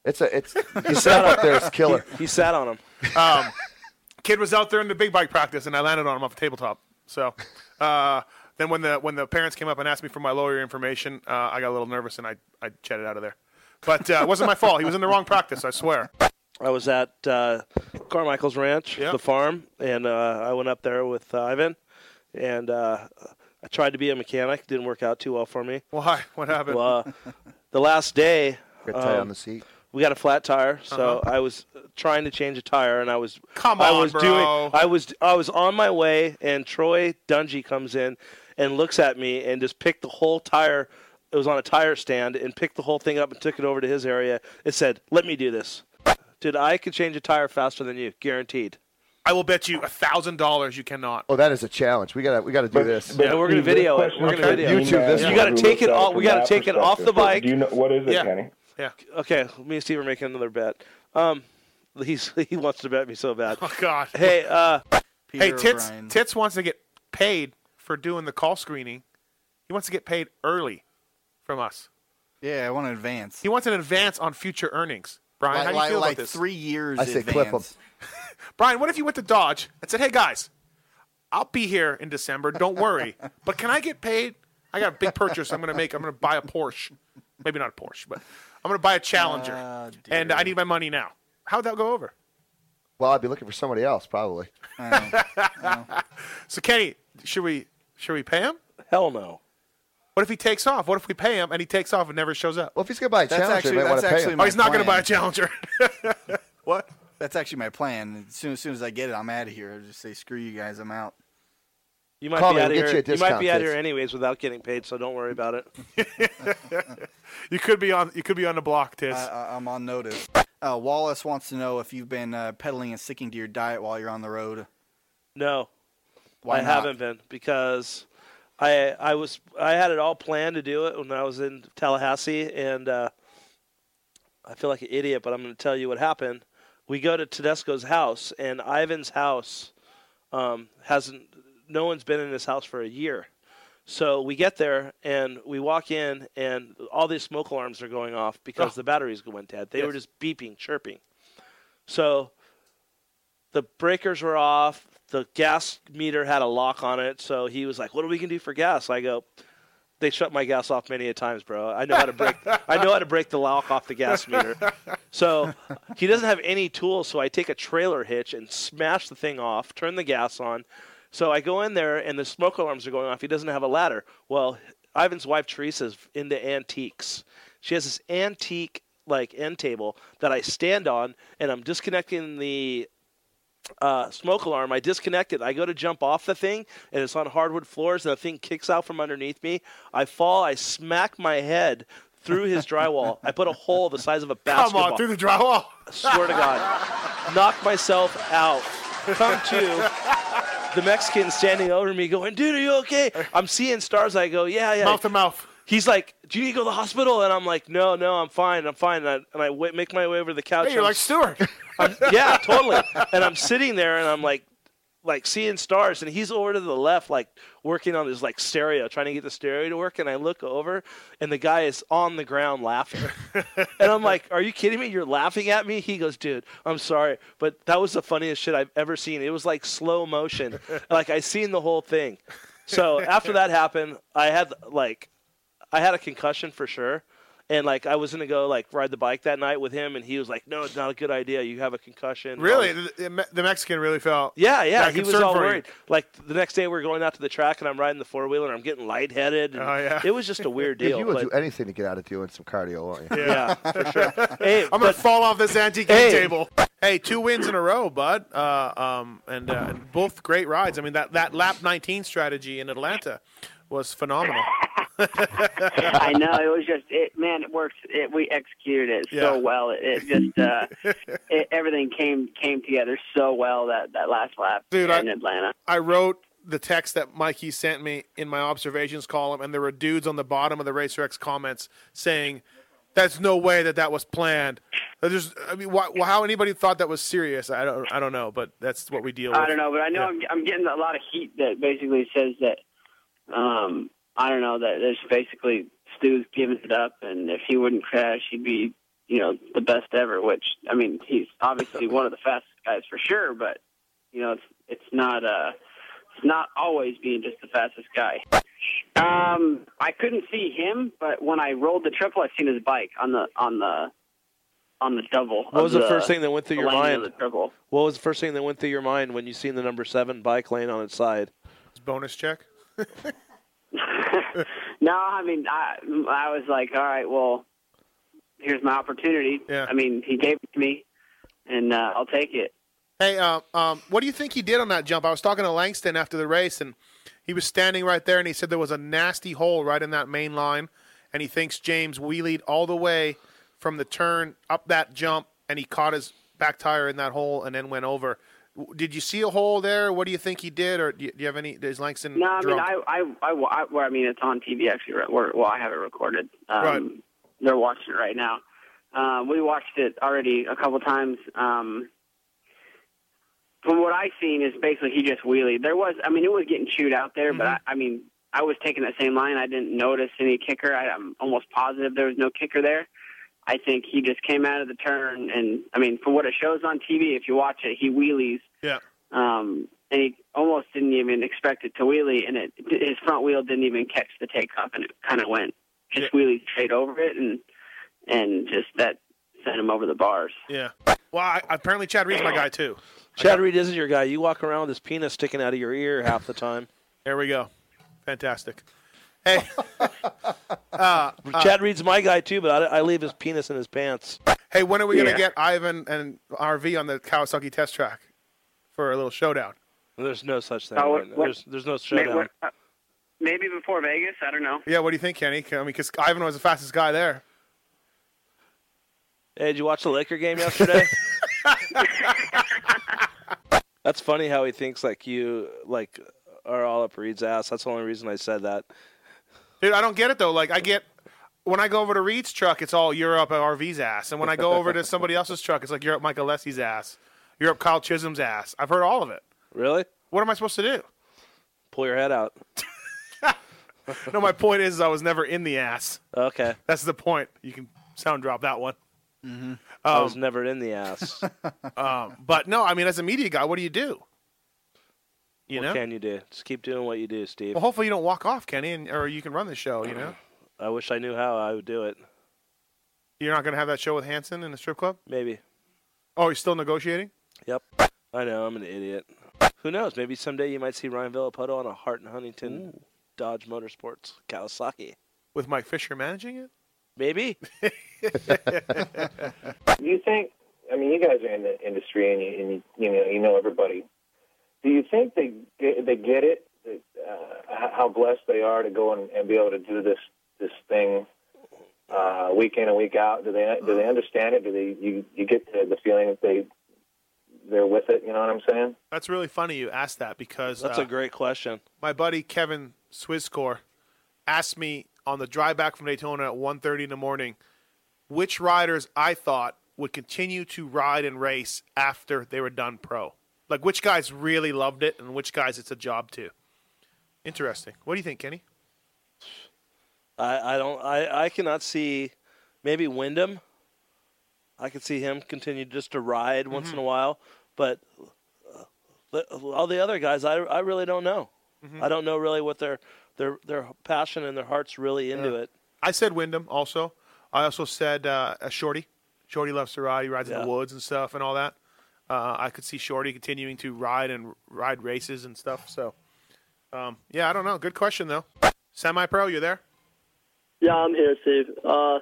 S22: it's a it's you sat up there, it's killer.
S7: He sat on him.
S4: Um, kid was out there in the big bike practice, and I landed on him off a tabletop. So uh, then when the when the parents came up and asked me for my lawyer information, uh, I got a little nervous and I I chatted out of there. But uh, it wasn't my fault. He was in the wrong practice. I swear.
S7: I was at uh, Carmichael's Ranch, the farm, and uh, I went up there with uh, Ivan, and uh, I tried to be a mechanic. Didn't work out too well for me.
S4: Why? What happened?
S7: Well, uh, the last day,
S22: Got a tire
S7: um,
S22: on the seat.
S7: we got a flat tire, so
S22: Uh-huh.
S7: I was trying to change a tire, and I was
S4: Come
S7: I
S4: on,
S7: was
S4: bro.
S7: doing I was I was on my way, and Troy Dungy comes in and looks at me and just picked the whole tire. It was on a tire stand and picked the whole thing up and took it over to his area. It said, "Let me do this, dude. I could change a tire faster than you, guaranteed."
S4: I will bet you a thousand dollars you cannot.
S22: Oh, that is a challenge. We gotta we gotta do this.
S7: Yeah, we're gonna video it. We're gonna video it.
S22: YouTube this.
S7: You
S22: one.
S7: gotta take it off. We gotta take it off the bike.
S44: what is
S7: it, Yeah. Kenny?
S4: Yeah.
S7: Okay, me and Steve are making another bet. Um, he's he wants to bet me so bad.
S4: Oh God.
S7: Hey, uh,
S4: hey, tits. Tits wants to get paid for doing the call screening. He wants to get paid early from us.
S6: Yeah, I want an advance.
S4: He wants an advance on future earnings. Brian,
S6: like,
S4: how do you
S6: like,
S4: feel
S6: like
S4: about this?
S6: Three years.
S22: I say clip 'em.
S6: advance.
S4: Brian, what if you went to Dodge and said, "Hey guys, I'll be here in December. Don't worry, but can I get paid? I got a big purchase. I'm going to make. I'm going to buy a Porsche. Maybe not a Porsche, but I'm going to buy a Challenger, and I need my money now. How'd that go over?
S22: Well, I'd be looking for somebody else probably.
S4: So Kenny, should we should we pay him?
S7: Hell no.
S4: What if he takes off? What if we pay him and he takes off and never shows up?
S22: Well, if he's going to buy
S6: a That's Challenger, actually- you might wanna that's pay actually him. my
S4: Oh, he's not going to
S6: plan.
S4: buy a Challenger. what?
S6: That's actually my plan. As soon as, soon as I get it, I'm out of here. I just say, screw you guys, I'm out.
S7: You might
S6: Call
S7: be
S6: me,
S7: out of
S6: we'll get
S7: here.
S6: you a
S7: might
S6: discount,
S7: be out of
S6: kids.
S7: here anyways without getting paid, so don't worry about it.
S4: You could be on. You could be on the block, Tiz.
S6: I, I, I'm on notice. Uh, Wallace wants to know if you've been uh, pedaling and sticking to your diet while you're on the road.
S7: No,
S6: Why
S7: I
S6: not?
S7: haven't been because I I was I had it all planned to do it when I was in Tallahassee, and uh, I feel like an idiot, but I'm going to tell you what happened. We go to Tedesco's house, and Ivan's house um, hasn't. No one's been in his house for a year, so we get there and we walk in, and all these smoke alarms are going off because
S13: Oh.
S7: the batteries went dead. They were
S13: Yes.
S7: just beeping, chirping. So the breakers were off. The gas meter had a lock on it, so he was like, "What are we gonna do for gas?" I go, "They shut my gas off many a times, bro. I know how to break. I know how to break the lock off the gas meter." So he doesn't have any tools, so I take a trailer hitch and smash the thing off, turn the gas on. So I go in there, and the smoke alarms are going off. He doesn't have a ladder. Well, Ivan's wife Teresa's into antiques. She has this antique like end table that I stand on, and I'm disconnecting the uh, smoke alarm. I disconnect it. I go to jump off the thing, and it's on hardwood floors, and the thing kicks out from underneath me. I fall. I smack my head through his drywall. I put a hole the size of a
S4: Come
S7: basketball.
S4: on, through the drywall.
S7: I swear to God. Knock myself out. Come to. The Mexican standing over me going, dude, are you okay? I'm seeing stars. I go, yeah, yeah. Mouth
S4: to mouth.
S7: He's like, do you need to go to the hospital? And I'm like, no, no, I'm fine. I'm fine. And I, and I w- make my way over to the couch.
S4: Hey, you're
S7: I'm
S4: like Stewart.
S7: I'm- yeah, totally. And I'm sitting there and I'm like, like seeing stars, and he's over to the left, like working on his like stereo, trying to get the stereo to work. And I look over, and the guy is on the ground laughing. and I'm like, "Are you kidding me? You're laughing at me?" He goes, "Dude, I'm sorry, but that was the funniest shit I've ever seen. It was like slow motion. like I seen the whole thing." So after that happened, I had like, I had a concussion for sure, and like I was gonna go like ride the bike that night with him, and he was like, "No, it's not a good idea. You have a concussion."
S4: Really, the, the Me- the Mexican really felt.
S7: Yeah, yeah.
S4: that
S7: he was
S4: concern
S7: all
S4: for you.
S7: worried. Like the next day, we are going out to the track, and I'm riding the four wheeler, and I'm getting lightheaded. And
S4: Oh, yeah.
S7: It was just a weird deal.
S22: you would
S7: but-
S22: do anything to get out of doing some cardio, won't you?
S7: yeah, for sure. Hey,
S4: I'm gonna fall off this antique
S7: Hey.
S4: table. Hey, two wins in a row, bud. Uh, um, and uh, and both great rides. I mean, that, that lap 19 strategy in Atlanta was phenomenal.
S10: I know it was just it, man. It worked. It, we executed it
S4: Yeah.
S10: so well. It, it just uh, it, everything came came together so well that that last lap
S4: Dude, I-
S10: in Atlanta.
S4: I wrote the text that Mikey sent me in my observations column, and there were dudes on the bottom of the Racer X comments saying, "That's no way that that was planned." There's, I mean, why, well, how anybody thought that was serious? I don't, I don't know, but that's what we deal with.
S10: I don't know, but I know
S4: Yeah.
S10: I'm, I'm getting a lot of heat that basically says that um, I don't know that there's basically Stu's giving it up, and if he wouldn't crash, he'd be you know the best ever. Which I mean, he's obviously one of the fastest guys for sure, but you know it's it's not uh it's not always being just the fastest guy. Um, I couldn't see him, but when I rolled the triple, I seen his bike on the on the on the double.
S7: What was
S10: of
S7: the first thing that went through
S10: the
S7: your
S10: landing of
S7: mind?
S10: the triple.
S7: What was the first thing that went through your mind when you seen the number seven bike lane on its side?
S4: Bonus check.
S10: No, I mean, I, I was like, all right, well, here's my opportunity. I mean, he gave it to me, and uh, I'll take it.
S4: Hey, uh, um, what do you think he did on that jump? I was talking to Langston after the race, and he was standing right there, and he said there was a nasty hole right in that main line, and he thinks James wheelied all the way from the turn up that jump, and he caught his back tire in that hole and then went over. W- Did you see a hole there? What do you think he did, or do you, do you have any? Is Langston?
S10: No, I mean,
S4: drunk?
S10: I, I, I, I, well, I mean, it's on TV actually. right? We're, well, I have it recorded. Um,
S4: Right.
S10: They're watching it right now. Uh, we watched it already a couple times. Um, from what I seen is basically he just wheelied. There was, I mean, it was getting chewed out there, but I,
S4: Mm-hmm.
S10: I mean, I was taking that same line. I didn't notice any kicker. I, I'm almost positive there was no kicker there. I think he just came out of the turn, and I mean, for what it shows on TV, if you watch it, he wheelies
S4: yeah.
S10: um, and he almost didn't even expect it to wheelie, and it his front wheel didn't even catch the takeoff, and it kind of went just wheelie straight over it, and and just that sent him over the bars.
S4: Yeah. Well, I, apparently Chad Reed's my guy too.
S7: Chad Reed isn't your guy. You walk around with his penis sticking out of your ear half the time.
S4: There we go. Fantastic. Hey, uh, uh,
S7: Chad Reed's my guy too, but I, I leave his penis in his pants.
S4: Hey, when are we gonna
S7: Yeah.
S4: get Ivan and RV on the Kawasaki test track for a little showdown?
S7: There's no such thing.
S4: Oh, what-
S7: right now.
S4: what-
S7: there's, there's no
S4: Maybe
S7: showdown.
S4: what-
S10: uh, Maybe before Vegas, I don't know.
S4: Yeah, what do you think, Kenny? I mean, because Ivan was the fastest guy there.
S7: Hey, did you watch the Laker game yesterday? That's funny how he thinks like you like are all up Reed's ass. That's the only reason I said that.
S4: Dude, I don't get it though. Like, I get when I go over to Reed's truck, it's all you're up RV's ass, and when I go over to somebody else's truck, it's like you're up Michael Lessie's ass, you're up Kyle Chisholm's ass. I've heard all of it.
S7: Really?
S4: What am I supposed to do?
S7: Pull your head out.
S4: No, my point is, I was never in the ass.
S7: Okay.
S4: That's the point. You can sound drop that one.
S7: Mm-hmm. I was
S4: Um,
S7: never in the ass.
S4: Um, but no, I mean, as a media guy, what do you do?
S7: what
S4: know?
S7: can you do? Just keep doing what you do, Steve.
S4: Well, hopefully you don't walk off, Kenny, and, or you can run the show. You know,
S7: I wish I knew how I would do it.
S4: you're not going to have that show with Hanson in the strip club.
S7: Maybe.
S4: Oh, you're still negotiating.
S7: Yep. I know. I'm an idiot. Who knows? Maybe someday you might see Ryan Villapoto on a Hart and Huntington Dodge Motorsports Kawasaki.
S4: With Mike Fisher managing it?
S7: Maybe.
S45: Do you think? I mean, you guys are in the industry, and you, and you, you know you know everybody. Do you think they get, they get it? That, uh, h- how blessed they are to go and, and be able to do this this thing uh, week in and week out. Do they do they understand it? Do they you, you get the, the feeling that they they're with it? You know what I'm saying?
S4: That's really funny you asked that because
S7: That's
S4: uh,
S7: a great question.
S4: my buddy Kevin Swisscore asked me on the drive back from Daytona at 1.30 in the morning which riders I thought would continue to ride and race after they were done pro. Like which guys really loved it and which guys it's a job to. Interesting. What do you think, Kenny?
S7: I, I don't. I, I cannot see. Maybe Wyndham. I could see him continue just to ride
S4: Mm-hmm.
S7: once in a while, but uh, all the other guys, I I really don't know.
S4: Mm-hmm.
S7: I don't know really what their their their passion and their heart's really into it.
S4: I said Wyndham also. I also said uh, a Shorty. Shorty loves to ride. He rides in
S7: Yeah.
S4: the woods and stuff and all that. Uh, I could see Shorty continuing to ride and r- ride races and stuff. So, um, yeah, I don't know. Good question though. Semi Pro, you there?
S3: Yeah, I'm here, Steve. Uh,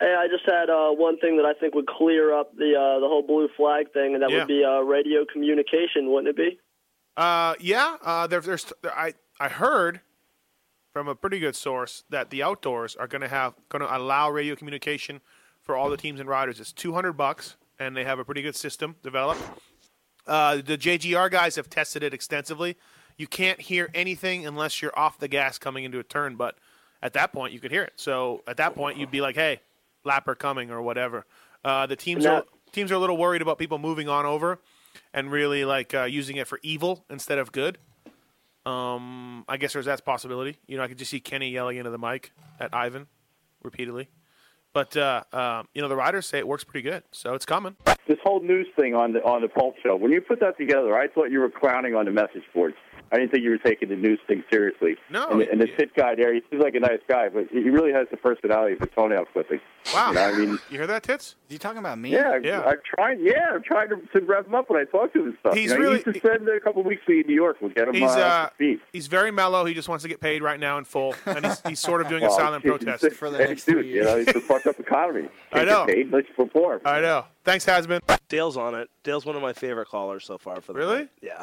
S3: hey, I just had uh, one thing that I think would clear up the uh, the whole blue flag thing, and that
S4: Yeah.
S3: would be uh, radio communication, wouldn't it be?
S4: Uh, yeah. Uh, there, there's. There, I I heard from a pretty good source that the outdoors are going to have going to allow radio communication for all the teams and riders. It's 200 bucks, and they have a pretty good system developed. Uh, the JGR guys have tested it extensively. You can't hear anything unless you're off the gas coming into a turn, but at that point you could hear it. So at that point you'd be like, "Hey, lapper coming" or whatever. Uh, the teams
S3: Now-
S4: are teams are a little worried about people moving on over and really like uh, using it for evil instead of good. Um, I guess there's that possibility. You know, I could just see Kenny yelling into the mic at Ivan repeatedly. But uh, um, you know, the riders say it works pretty good, so it's coming.
S8: This whole news thing on the on the pulp show. When you put that together, I thought you were clowning on the message boards. I didn't think you were taking the news thing seriously.
S4: No.
S8: And, the- and the pit guy there, he seems like a nice guy, but he really has the personality of a toenail clipping.
S4: Wow.
S8: You know, I mean,
S4: You hear that, tits?
S46: You talking about me?
S8: yeah, I'm trying. Yeah, I'm trying to, to wrap him up when I talk to him and stuff.
S4: He's
S8: you know,
S4: really-
S8: he needs to spend a couple weeks in New York. We'll get him.
S4: He's
S8: uh,
S4: uh, he's very mellow. He just wants to get paid right now in full, and he's, he's sort of doing a
S9: Oh,
S8: well,
S4: silent
S8: Oh, he's-
S4: protest.
S8: he's- hey, dude, you know, it's a fucked up economy.
S4: I
S8: Can't
S4: know.
S8: Get paid, let's perform.
S4: I know. Thanks, Hasbin.
S7: Dale's on it. Dale's one of my favorite callers so far. For the
S8: Really?
S7: night. Yeah.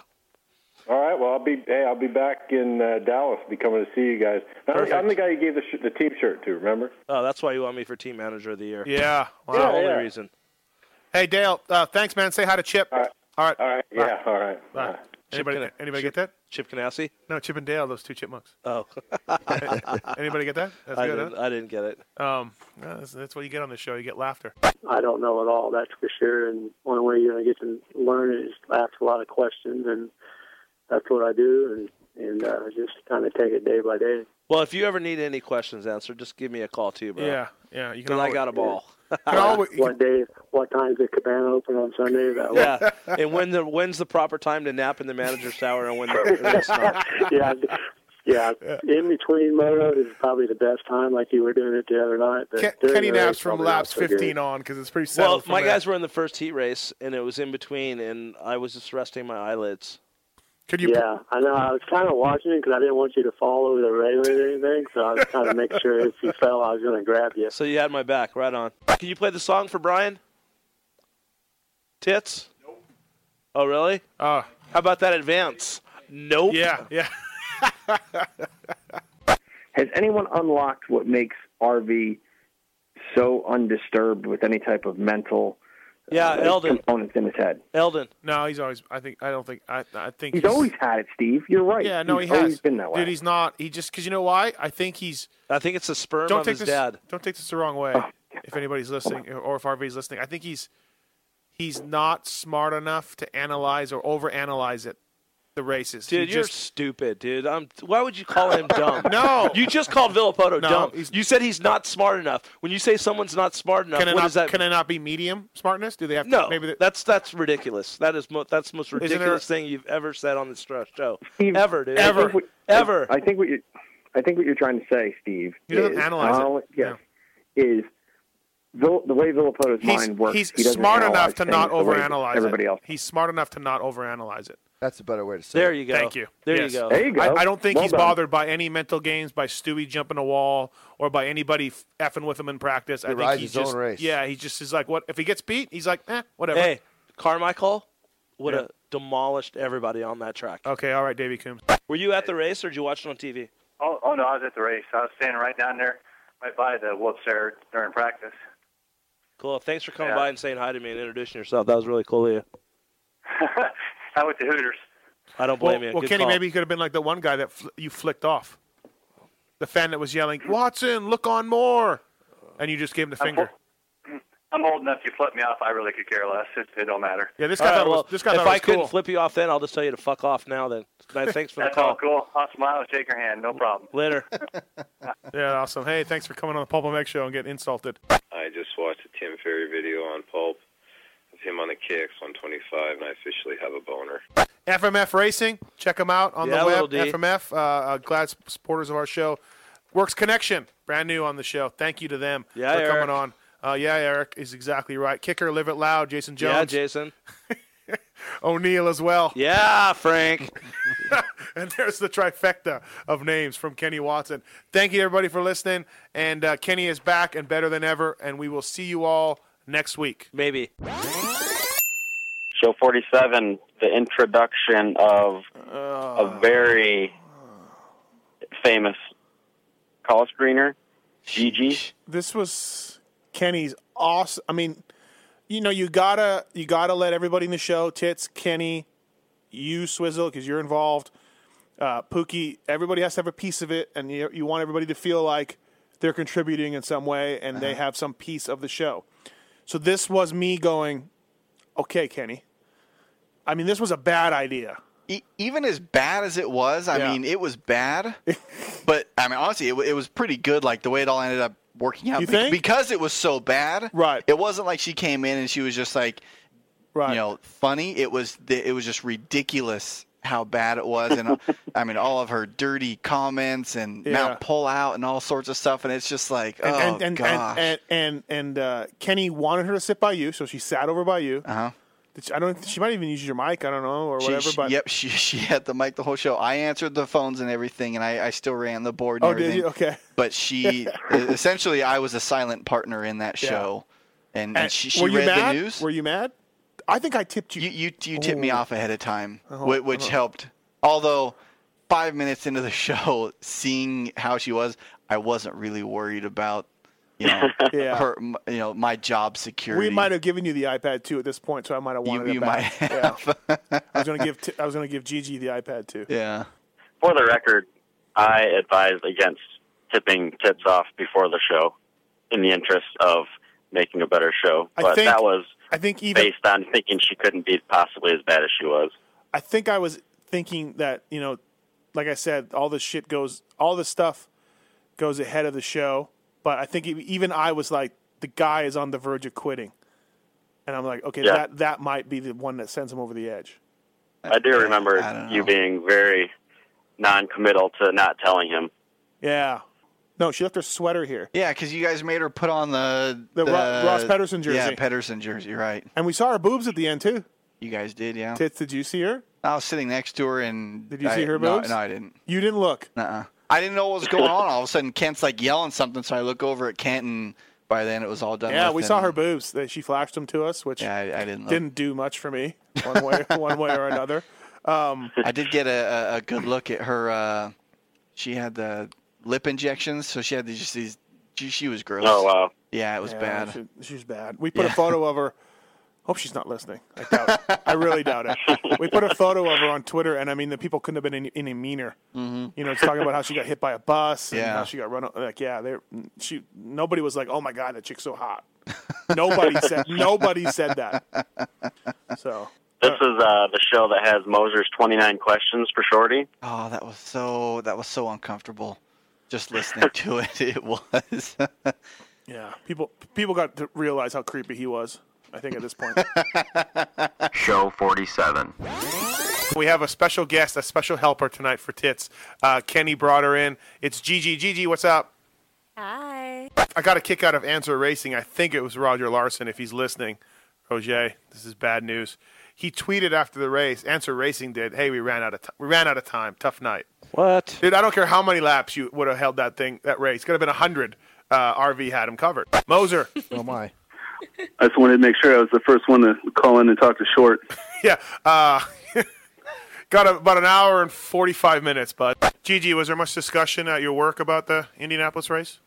S9: All right. Well, I'll be hey, I'll be back in uh, Dallas. Be coming to see you guys. I'm, I'm the guy you gave the, sh- the team shirt to. Remember?
S7: Oh, that's why you want me for team manager of the year.
S4: Yeah. Wow.
S7: That's the
S4: Yeah,
S7: only
S4: yeah.
S7: reason.
S4: Hey, Dale. Uh, thanks, man. Say hi to Chip. All right. All right.
S7: yeah,
S4: All
S9: all right.
S4: Bye. Anybody,
S7: Chip
S4: anybody get that?
S7: Chip Ganassi?
S4: No, Chip and Dale, those two chipmunks.
S7: Oh.
S4: anybody get that? That's
S7: I,
S4: good,
S7: didn't,
S4: huh?
S7: I didn't get it.
S4: Um, no, that's, that's what you get on this show. You get laughter.
S3: I don't know at all, that's for sure. And only way you're going to get to learn it is to ask a lot of questions, and that's what I do. And and uh, just kind of take it day by day.
S7: Well, if you ever need any questions answered, just give me a call too, bro.
S4: Yeah, yeah, you can
S7: 'Cause I
S4: always-
S7: got a ball.
S3: what day? What time is the cabana open on Sunday? That
S7: yeah, and when the when's the proper time to nap in the manager's hour and when the, when it's not?
S3: yeah, yeah. In between motos is probably the best time, like you were doing it the other night. But during
S4: Kenny
S3: the race,
S4: naps from
S3: probably not
S4: laps
S3: so good.
S4: 15 on because it's pretty
S7: Well,
S4: settled. from
S7: my
S4: there.
S7: guys were in the first heat race, and it was in between, and I was just resting my eyelids.
S4: Could
S7: you-
S3: Yeah, I know. I was kind of watching it because I didn't want you to fall over the rail or anything, so I was trying to make sure if you fell, I was going to grab you.
S7: So you had my back, right on. Can you play the song for Brian? Tits. Nope. Oh really?
S4: Uh,
S7: How about that advance? Nope.
S4: Yeah, yeah.
S16: Has anyone unlocked what makes RV so undisturbed with any type of mental
S7: Yeah,
S16: uh,
S7: Eldon.
S16: components in his head?
S7: Eldon.
S4: No, he's always. I think. I don't think. I. I think
S16: He's always had it, Steve. You're right.
S4: Yeah, no,
S16: he's
S4: he has
S16: always been that way.
S4: Dude, he's not. He just because you know why? I think he's.
S7: I think it's a sperm
S4: Don't
S7: of
S4: take
S7: his
S4: this.
S7: dad.
S4: Don't take this the wrong
S16: Oh,
S4: way. if anybody's listening, or if RV's listening, I think he's he's not smart enough to analyze or overanalyze it. The races, He
S7: Dude, you're
S4: just-
S7: stupid, dude. I'm, why would you call him dumb?
S4: No.
S7: you just called Villapoto dumb.
S4: No,
S7: You said he's not smart enough. When you say someone's not smart enough,
S4: Can it
S7: what
S4: not-
S7: does that?
S4: can it not be medium smartness? Do they have to,
S7: no?
S4: Maybe
S7: that's that's ridiculous. That is mo- that's the most
S4: Isn't
S7: ridiculous thing you've ever said on this stro- show ever, dude.
S16: I think what-
S7: ever.
S16: I think what you, I think what you're trying to say, Steve.
S4: He doesn't
S16: is,
S4: analyze it.
S16: all- Yes, is Vil- the way Villapoto's
S4: He's,
S16: mind works.
S4: he's
S16: he doesn't
S4: smart
S16: analyze
S4: enough to
S16: things
S4: not
S16: the way
S4: overanalyze
S16: everybody
S4: it.
S16: else.
S4: He's smart enough to not overanalyze it.
S16: That's a better way to
S4: So,
S16: it.
S4: Thank you. Yes.
S16: There you go.
S4: I, I don't think
S16: Well
S4: he's
S16: done.
S4: bothered by any mental games, by Stewie jumping a wall, or by anybody f- effing with him in practice. I
S16: He
S4: think
S16: rides
S4: he's
S16: his own
S4: just,
S16: race.
S4: Yeah, he just is like, what if he gets beat? He's like, eh, whatever.
S7: Hey, Carmichael would
S4: Yeah.
S7: have demolished everybody on that track.
S4: Okay, all right, Davy Coombs.
S7: Were you at the race or did you watch it on TV?
S13: Oh, oh no, I was at the race. I was standing right down there, right by the whoops there during practice.
S7: Cool. Thanks for coming
S13: Yeah.
S7: by and saying hi to me and introducing yourself. That was really cool of you.
S13: I went to Hooters.
S7: I don't
S4: Well,
S7: blame you.
S4: well
S7: Good
S4: Kenny,
S7: call.
S4: maybe you could have been like the one guy that fl- you flicked off, the fan that was yelling, "Watson, look on more," and you just gave him the finger.
S13: I'm old enough. You flip me off, I really could care less. It, it don't matter.
S4: Yeah, this
S7: All
S4: guy
S7: right,
S4: thought it was-
S7: well,
S4: this guy
S7: if
S4: thought it
S7: I
S4: was
S7: couldn't
S4: cool.
S7: flip you off then, I'll just tell you to fuck off now then. Nice, Thanks for the
S13: That's
S7: call.
S13: all cool. I'll smile, and shake your hand, no problem.
S7: Later.
S4: yeah, awesome. Hey, thanks for coming on the Pulp MX show and getting insulted.
S45: I just watched a Tim Ferry video on Pulp of him on the KX 125, and I officially have a boner.
S4: FMF Racing. Check them out on
S10: Yeah,
S4: the
S10: little
S4: web.
S10: D.
S4: FMF, uh, uh, glad sp- supporters of our show. Works Connection, brand new on the show. Thank you to them
S10: Yeah,
S4: for
S10: Eric.
S4: coming on. Uh, yeah, Eric is exactly right. Kicker, Live It Loud, Jason Jones.
S10: Yeah, Jason.
S4: O'Neill as well.
S10: Yeah, Frank.
S4: and there's the trifecta of names from Kenny Watson. Thank you, everybody, for listening. And uh, Kenny is back and better than ever. And we will see you all next week.
S10: Maybe.
S5: Show 47, the introduction of
S4: Uh.
S5: a very famous call screener, Gigi.
S4: This was Kenny's awesome. I mean, you know, you gotta you gotta let everybody in the show, Tits, Kenny, you, Swizzle, because you're involved. Uh, Pookie, everybody has to have a piece of it, and you, you want everybody to feel like they're contributing in some way, and they
S22: Uh-huh.
S4: have some piece of the show. So this was me going, okay, Kenny. I mean, this was a bad idea.
S6: E- even as bad as it was, I
S4: Yeah.
S6: mean, it was bad. but I mean, honestly, it, w- it was pretty good. Like the way it all ended up working out,
S4: You
S6: Be-
S4: think?
S6: because it was so bad.
S4: Right.
S6: It wasn't like she came in and she was just like,
S4: right.
S6: you know, funny. It was th- it was just ridiculous how bad it was, and uh, I mean, all of her dirty comments and
S4: Yeah.
S6: Mount pull out and all sorts of stuff, and it's just like, oh
S4: and, and, and,
S6: gosh.
S4: and, and, and uh, Kenny wanted her to sit by you, so she sat over by you.
S6: uh-huh.
S4: Did she- I don't. She might even use your mic. I don't know or
S6: She-
S4: whatever.
S6: she-
S4: but
S6: yep, she she had the mic the whole show. I answered the phones and everything, and I, I still ran the board. And
S4: oh,
S6: everything.
S4: did you? Okay.
S6: But she e, essentially, I was a silent partner in that
S4: Yeah.
S6: show, and, and she, she
S4: were you
S6: read
S4: mad?
S6: the news.
S4: Were you mad? I think I tipped you.
S6: You you, you tipped me
S4: Oh.
S6: off ahead of time,
S4: Uh-huh,
S6: whi- which
S4: uh-huh.
S6: helped. Although five minutes into the show, seeing how she was, I wasn't really worried about you know
S4: Yeah.
S6: her m- you know my job security.
S4: We might have given you the iPad two at this point, so I might have wanted
S6: you
S4: it
S6: you might
S4: back.
S6: have.
S4: I was gonna give. T- I was gonna give Gigi the iPad two.
S6: yeah.
S5: For the record, I advise against tipping tits off before the show in the interest of making a better show.
S4: I
S5: But
S4: think-
S5: that was
S4: I think even.
S5: based on thinking she couldn't be possibly as bad as she was.
S4: I think I was thinking that you know, like I said, all this shit goes, all this stuff goes ahead of the show. But I think e- even I was like, the guy is on the verge of quitting, and I'm like, okay,
S5: Yeah.
S4: that that might be the one that sends him over the edge.
S5: I do remember you being very non-committal to not telling him.
S4: Yeah. No, she left her sweater here,
S6: Yeah, because you guys made her put on the
S4: The Ro- Ross Pederson
S6: Yeah,
S4: jersey.
S6: Pedersen jersey, right?
S4: and we saw her boobs at the end too.
S6: You guys did, yeah.
S4: Tits, did you see her?
S6: I was sitting next to her, and
S4: Did you
S6: I-
S4: see her
S6: no,
S4: boobs?
S6: No, I didn't.
S4: You didn't look.
S6: Uh-uh. I didn't know what was going on. All of a sudden, Kent's like yelling something, so I look over at Kent, and by then it was all done.
S4: yeah,
S6: with
S4: we
S6: and-
S4: saw her boobs. They- She flashed them to us, which
S6: Yeah, I, I didn't. Look.
S4: didn't do much for me one way, one way or another. Um,
S6: I did get a, a, a good look at her. Uh, she had the lip injections, so she had these. Just these she, she was gross.
S4: Oh,
S5: wow.
S6: Yeah, it was
S4: Yeah,
S6: bad.
S4: She, she's bad. We put a
S6: Yeah.
S4: photo of her. Hope she's not listening. I doubt. it. I really doubt it. We put a photo of her on Twitter, and I mean, the people couldn't have been any, any meaner.
S6: Mhm.
S4: You know, it's talking about how she got hit by a bus and
S6: Yeah.
S4: how she got run. o- Like, yeah, they she nobody was like, oh my god, that chick's so hot. Nobody said nobody said that. So
S5: This is uh, the show that has Moser's 29 questions for Shorty.
S6: Oh, that was so. That was so uncomfortable. Just listening to it, it was.
S4: yeah, people people got Uh, to realize how creepy he was. I think at this point.
S2: Show 47.
S4: We have a special guest, a special helper tonight for Tits. Uh, Kenny brought her in. It's Gigi. Gigi, what's up?
S28: Hi.
S4: I got a kick out of Answer Racing. I think it was Roger Larson, if he's listening. Roger, this is bad news. He tweeted after the race. Answer Racing did. Hey, we ran out of t- we ran out of time. Tough night.
S10: What?
S4: Dude, I don't care how many laps you would have held that thing that race. Could have been hundred. Uh, RV had him covered. Moser.
S22: Oh my.
S28: I just wanted to make sure I was the first one to call in and talk to Short.
S4: yeah. Uh, got about an hour and forty five minutes, bud. Gigi, was there much discussion at your work about the Indianapolis race?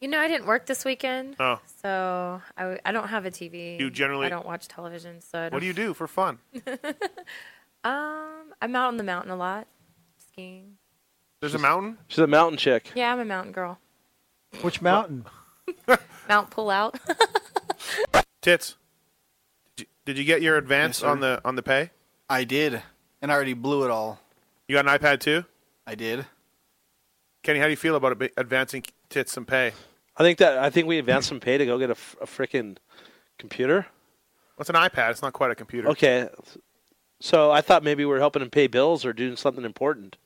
S28: You know, I didn't work this weekend,
S4: Oh.
S28: so I, w- I don't have a TV.
S4: You generally-
S28: I don't watch television, so I don't,
S4: What do you do for fun?
S28: Um, I'm out on the mountain a lot, skiing.
S4: There's a mountain.
S10: She's a mountain chick.
S28: Yeah, I'm a mountain girl.
S22: Which mountain?
S28: Mount Pullout.
S4: Tits. Did you, did you get your
S28: Yes,
S4: advance
S28: sir.
S4: on the on the pay?
S6: I did, and I already blew it all.
S4: You got an iPad too?
S6: I did.
S4: Kenny, how do you feel about ab- advancing tits some pay?
S10: I think that I think we advanced some pay to go get a, f- a frickin' computer.
S4: What's an iPad? It's not quite a computer.
S10: Okay,
S7: So I thought maybe we were helping him pay bills or doing something important.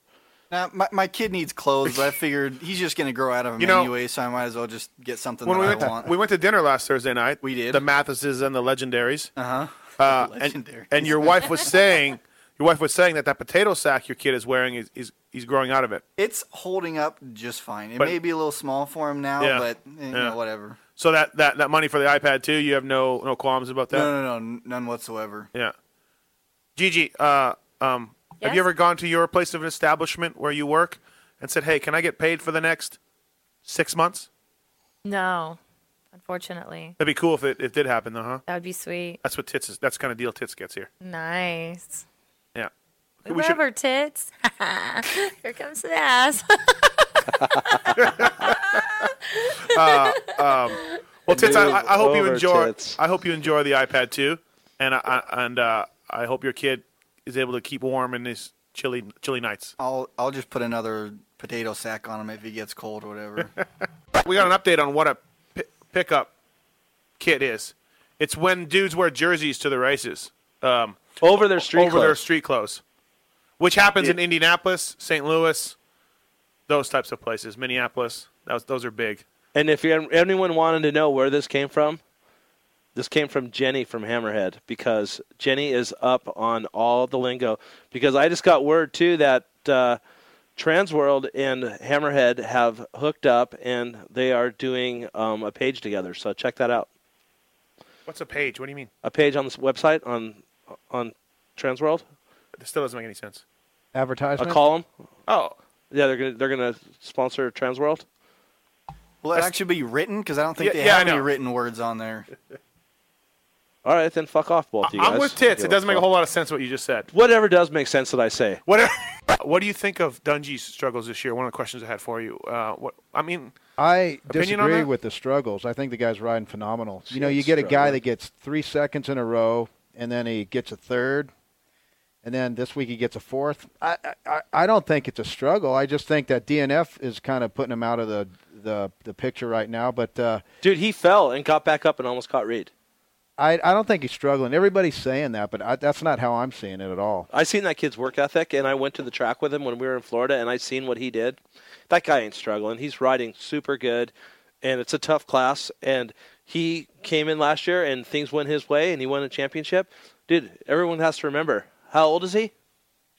S6: Now, my, my kid needs clothes, but I figured he's just going to grow out of them
S4: You know-
S6: anyway, so I might as well just get something
S4: when
S6: that
S4: we
S6: I
S4: went
S6: want.
S4: to we went to dinner last Thursday night. We did the Mathises and the Legendaries.
S6: Uh-huh.
S4: Uh And, and your wife was saying your wife was saying that that potato sack your kid is wearing is is he's growing out of it.
S6: It's holding up just fine. It
S4: But-
S6: may be a little small for him now,
S4: Yeah.
S6: but eh, you
S4: Yeah.
S6: know, whatever.
S4: So that, that, that money for the iPad too, you have no no qualms about that.
S6: No, no, no, n- none whatsoever.
S4: Yeah. Gigi, uh, um, have
S6: Yes?
S4: you ever gone to your place of establishment where you work and said, "Hey, can I get paid for the next six months?"
S47: No, unfortunately.
S4: That'd be cool if it, it did happen, though, huh?
S47: That would be sweet.
S4: That's what tits is. That's the kind of deal tits gets here.
S47: Nice.
S4: Yeah.
S47: We,
S4: We
S47: love
S4: should-
S47: her tits. Here comes the ass.
S4: Uh, um, well, tits, I, I, I hope you
S7: Over
S4: enjoy.
S7: tits.
S4: I hope you enjoy the iPad too, and I, I and uh, I hope your kid is able to keep warm in these chilly chilly nights.
S6: I'll I'll just put another potato sack on him if he gets cold or whatever.
S4: we got an update on what a pi- pickup kit is. It's when dudes wear jerseys to the races. Um,
S7: over their street
S4: over their
S7: clothes.
S4: street clothes, which happens in Indianapolis, St. Louis, those types of places. Minneapolis, that was, those are big.
S7: And if you're, anyone wanted to know where this came from, this came from Jenny from Hammerhead because Jenny is up on all the lingo. Because I just got word too that uh, Transworld and Hammerhead have hooked up and they are doing um, a page together. So check that out.
S4: What's a page? What do you mean?
S7: A page on this website on on Transworld.
S4: This still doesn't make any sense.
S7: A
S22: Advertisement.
S7: column.
S4: Oh,
S7: yeah, they're gonna they're gonna sponsor Transworld.
S6: Will it actually be written? Because I don't think
S7: Yeah,
S6: they
S7: yeah,
S6: have
S7: I
S6: any
S7: know.
S6: written words on there.
S7: All right, then fuck off, both of you guys.
S4: I'm with tits.
S7: Yeah,
S4: It doesn't make a
S7: fuck.
S4: whole lot of sense what you just said.
S7: Whatever does make sense that I say.
S4: What What do you think of Dungy's struggles this year? One of the questions I had for you. Uh, what I mean,
S22: I
S4: Opinion on
S22: disagree
S4: that?
S22: with the struggles. I think the guy's riding phenomenal. You know,
S4: Shit,
S22: you get a guy
S4: struggling.
S22: that gets three seconds in a row, and then he gets a third, and then this week he gets a fourth. I I- I, I don't think it's a struggle. I just think that DNF is kind of putting him out of the the, the picture right now. But uh,
S7: Dude, he fell and got back up and almost caught Reed.
S22: I I don't think he's struggling. Everybody's saying that, but I, that's not how I'm seeing it at all.
S7: I seen that kid's work ethic, and I went to the track with him when we were in Florida, and I seen what he did. That guy ain't struggling. He's riding super good, and it's a tough class. And he came in last year, and things went his way, and he won a championship. Dude, everyone has to remember how old is he?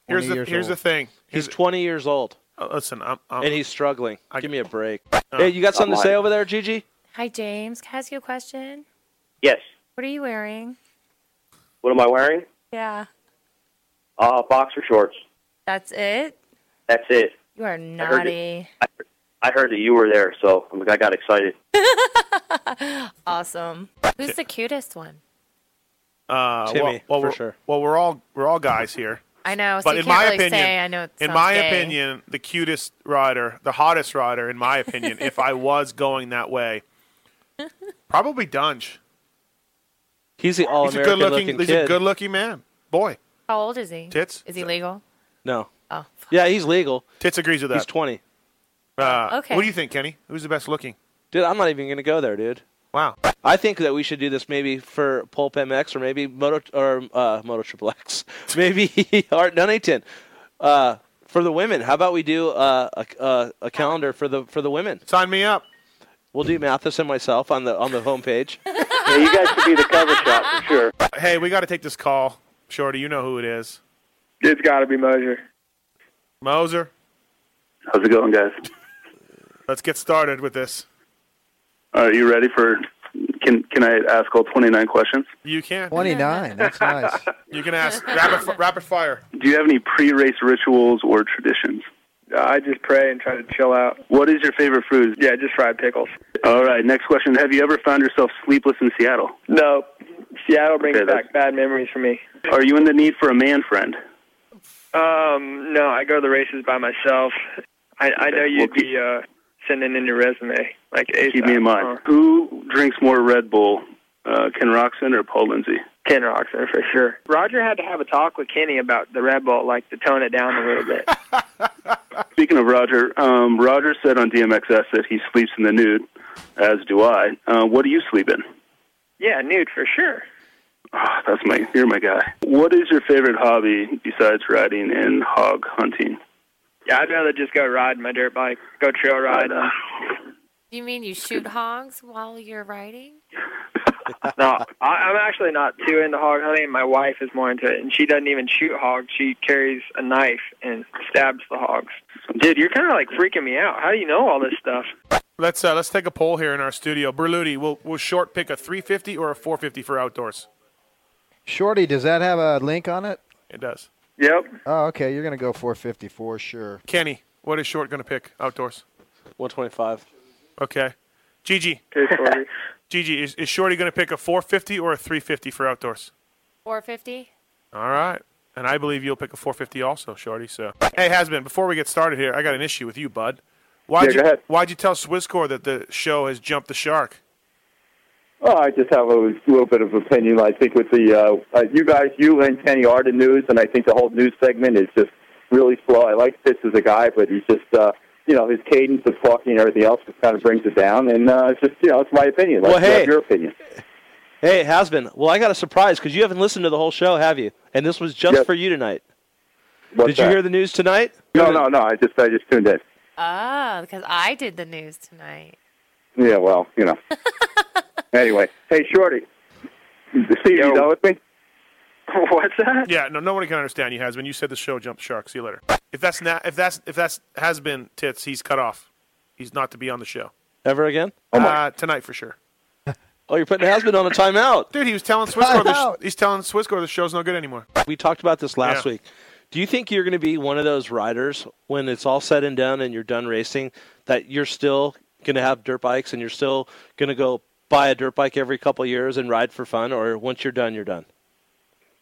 S4: Here's 20 the- years here's the old. thing.
S7: he's 20 years old.
S4: listen, I'm, Uh,
S7: and he's struggling. Give me a break. hey, you got something to
S4: I'm
S7: say
S4: lying.
S7: over there, Gigi?
S47: Hi, James. Can I ask you a question?
S5: Yes.
S47: What are you wearing?
S5: What am I wearing?
S47: Yeah.
S5: Uh, boxer shorts.
S47: That's it?
S5: That's it.
S47: You are
S5: heard
S47: naughty.
S5: I heard that you were there, so I'm like, I got excited.
S47: Awesome. Who's the cutest one?
S4: Uh,
S7: Timmy,
S4: well, well,
S7: for
S4: we're-
S7: sure.
S4: Well, we're all we're all guys here.
S47: I know, Oh, so
S4: but
S47: you
S4: in
S47: can't
S4: my
S47: really
S4: opinion,
S47: say. I know it
S4: in
S47: sounds
S4: my
S47: gay.
S4: opinion, the cutest rider, the hottest rider, in my opinion, if I was going that way, probably Dunge.
S7: He's the all
S4: He's a good
S7: American
S4: looking.
S7: looking
S4: he's
S7: kid.
S4: a good looking man. Boy,
S47: How old is he?
S4: Tits?
S47: Is he legal?
S7: No.
S47: Oh.
S7: Yeah, he's legal.
S4: Tits agrees with that.
S7: He's 20.
S4: Uh,
S47: Okay.
S4: What do you think, Kenny? Who's the best looking?
S7: Dude, I'm not even going to go there, dude.
S4: Wow.
S7: I think that we should do this maybe for Pulp MX or maybe Moto or uh, Moto Triple X, maybe Art Nunnington. Uh, for the women, how about we do uh, a, a, a calendar for the for the women?
S4: Sign me up.
S7: We'll do Mathis and myself on the on the homepage.
S5: you guys could be the cover shot for sure.
S4: Hey, we got to take this call, Shorty. You know who it is.
S5: It's got to be Moser.
S4: Moser.
S13: How's it going, guys?
S4: Let's get started with this.
S13: Are you ready for? Can Can I ask all twenty nine questions?
S4: You can.
S22: 29, that's nice.
S4: You can ask rapid, f- rapid fire.
S13: Do you have any pre race rituals or traditions?
S3: I just pray and try to chill out.
S13: What is your favorite food?
S3: Yeah, just fried pickles.
S13: All right. Next question. Have you ever found yourself sleepless in Seattle?
S3: No, Seattle brings
S13: Okay, that's-
S3: back bad memories for me.
S13: Are you in the need for a man friend?
S3: Um, no, I go to the races by myself. I, I know you'd
S13: keep-
S3: be uh, sending in your resume like ASAP.
S13: Keep me in mind.
S3: Uh,
S13: Who drinks more Red Bull, uh, Ken Roxon or Paul Lindsay?
S3: Ken Roxon for sure. Roger had to have a talk with Kenny about the Red Bull, like to tone it down a little bit.
S13: Speaking of Roger, um, Roger said on DMXS that he sleeps in the nude, as do I. Uh, what do you sleep in?
S3: yeah, nude for sure.
S13: Ah, that's my. You're my guy. What is your favorite hobby besides riding and hog hunting?
S3: Yeah, I'd rather just go ride my dirt bike, go trail ride.
S47: You mean you shoot hogs while you're riding?
S3: no, I, I'm actually not too into hog hunting. My wife is more into it, and she doesn't even shoot hogs. She carries a knife and stabs the hogs. Dude, you're kind of like freaking me out. How do you know all this stuff?
S4: Let's uh, let's take a poll here in our studio. Berluti, will will short pick a 350 or a 450 for outdoors?
S22: Shorty, does that have a link on it?
S4: It does.
S22: Yep. Oh, okay. You're gonna go 450 for sure.
S4: Kenny, what is short going to pick outdoors?
S7: 125.
S4: Okay. Gigi. Gigi, is, is Shorty going to pick a 450 or a 350 for outdoors?
S47: 450?
S4: All right. And I believe you'll pick a 450 also, Shorty. So, hey, has been. Before we get started here, I got an issue with you, bud. Why'd
S27: Yeah,
S4: you
S27: go ahead.
S4: Why'd you tell Swisscore that the show has jumped the shark?
S20: Oh, I just have a little bit of opinion. I think with the uh, uh, you guys, you and Kenny are the news, and I think the whole news segment is just really slow. I like Fitz as a guy, but he's just uh, you know his cadence of talking and everything else just kind of brings it down. And uh, it's just you know it's my opinion.
S7: Well,
S20: Let's have
S7: hey.
S20: your opinion.
S7: Hey, it has been. Well, I got a surprise because you haven't listened to the whole show, have you? And this was just
S20: Yes.
S7: for you tonight.
S20: What's
S7: Did you
S20: that?
S7: hear the news tonight?
S20: No, no, no. I just I just tuned in.
S47: Oh, because I did the news tonight.
S20: Yeah, well, you know. anyway, hey Shorty, see you done with me?
S4: What's that? Yeah, no, nobody can understand you, has been. You said the show jumped the shark. See you later. If that's not, if that's, if that's has been tits, he's cut off. He's not to be on the show
S7: Ever again?
S27: Oh
S4: uh, tonight for sure.
S7: Oh, you're putting has been on a timeout.
S4: Dude, he was telling Swisscore the
S7: Timeout.
S4: sh- he's telling Swisscore the show's no good anymore.
S7: We talked about this last
S4: Yeah.
S7: week. Do you think you're going to be one of those riders when it's all said and done and you're done racing that you're still going to have dirt bikes and you're still going to go buy a dirt bike every couple of years and ride for fun, or once you're done, you're done?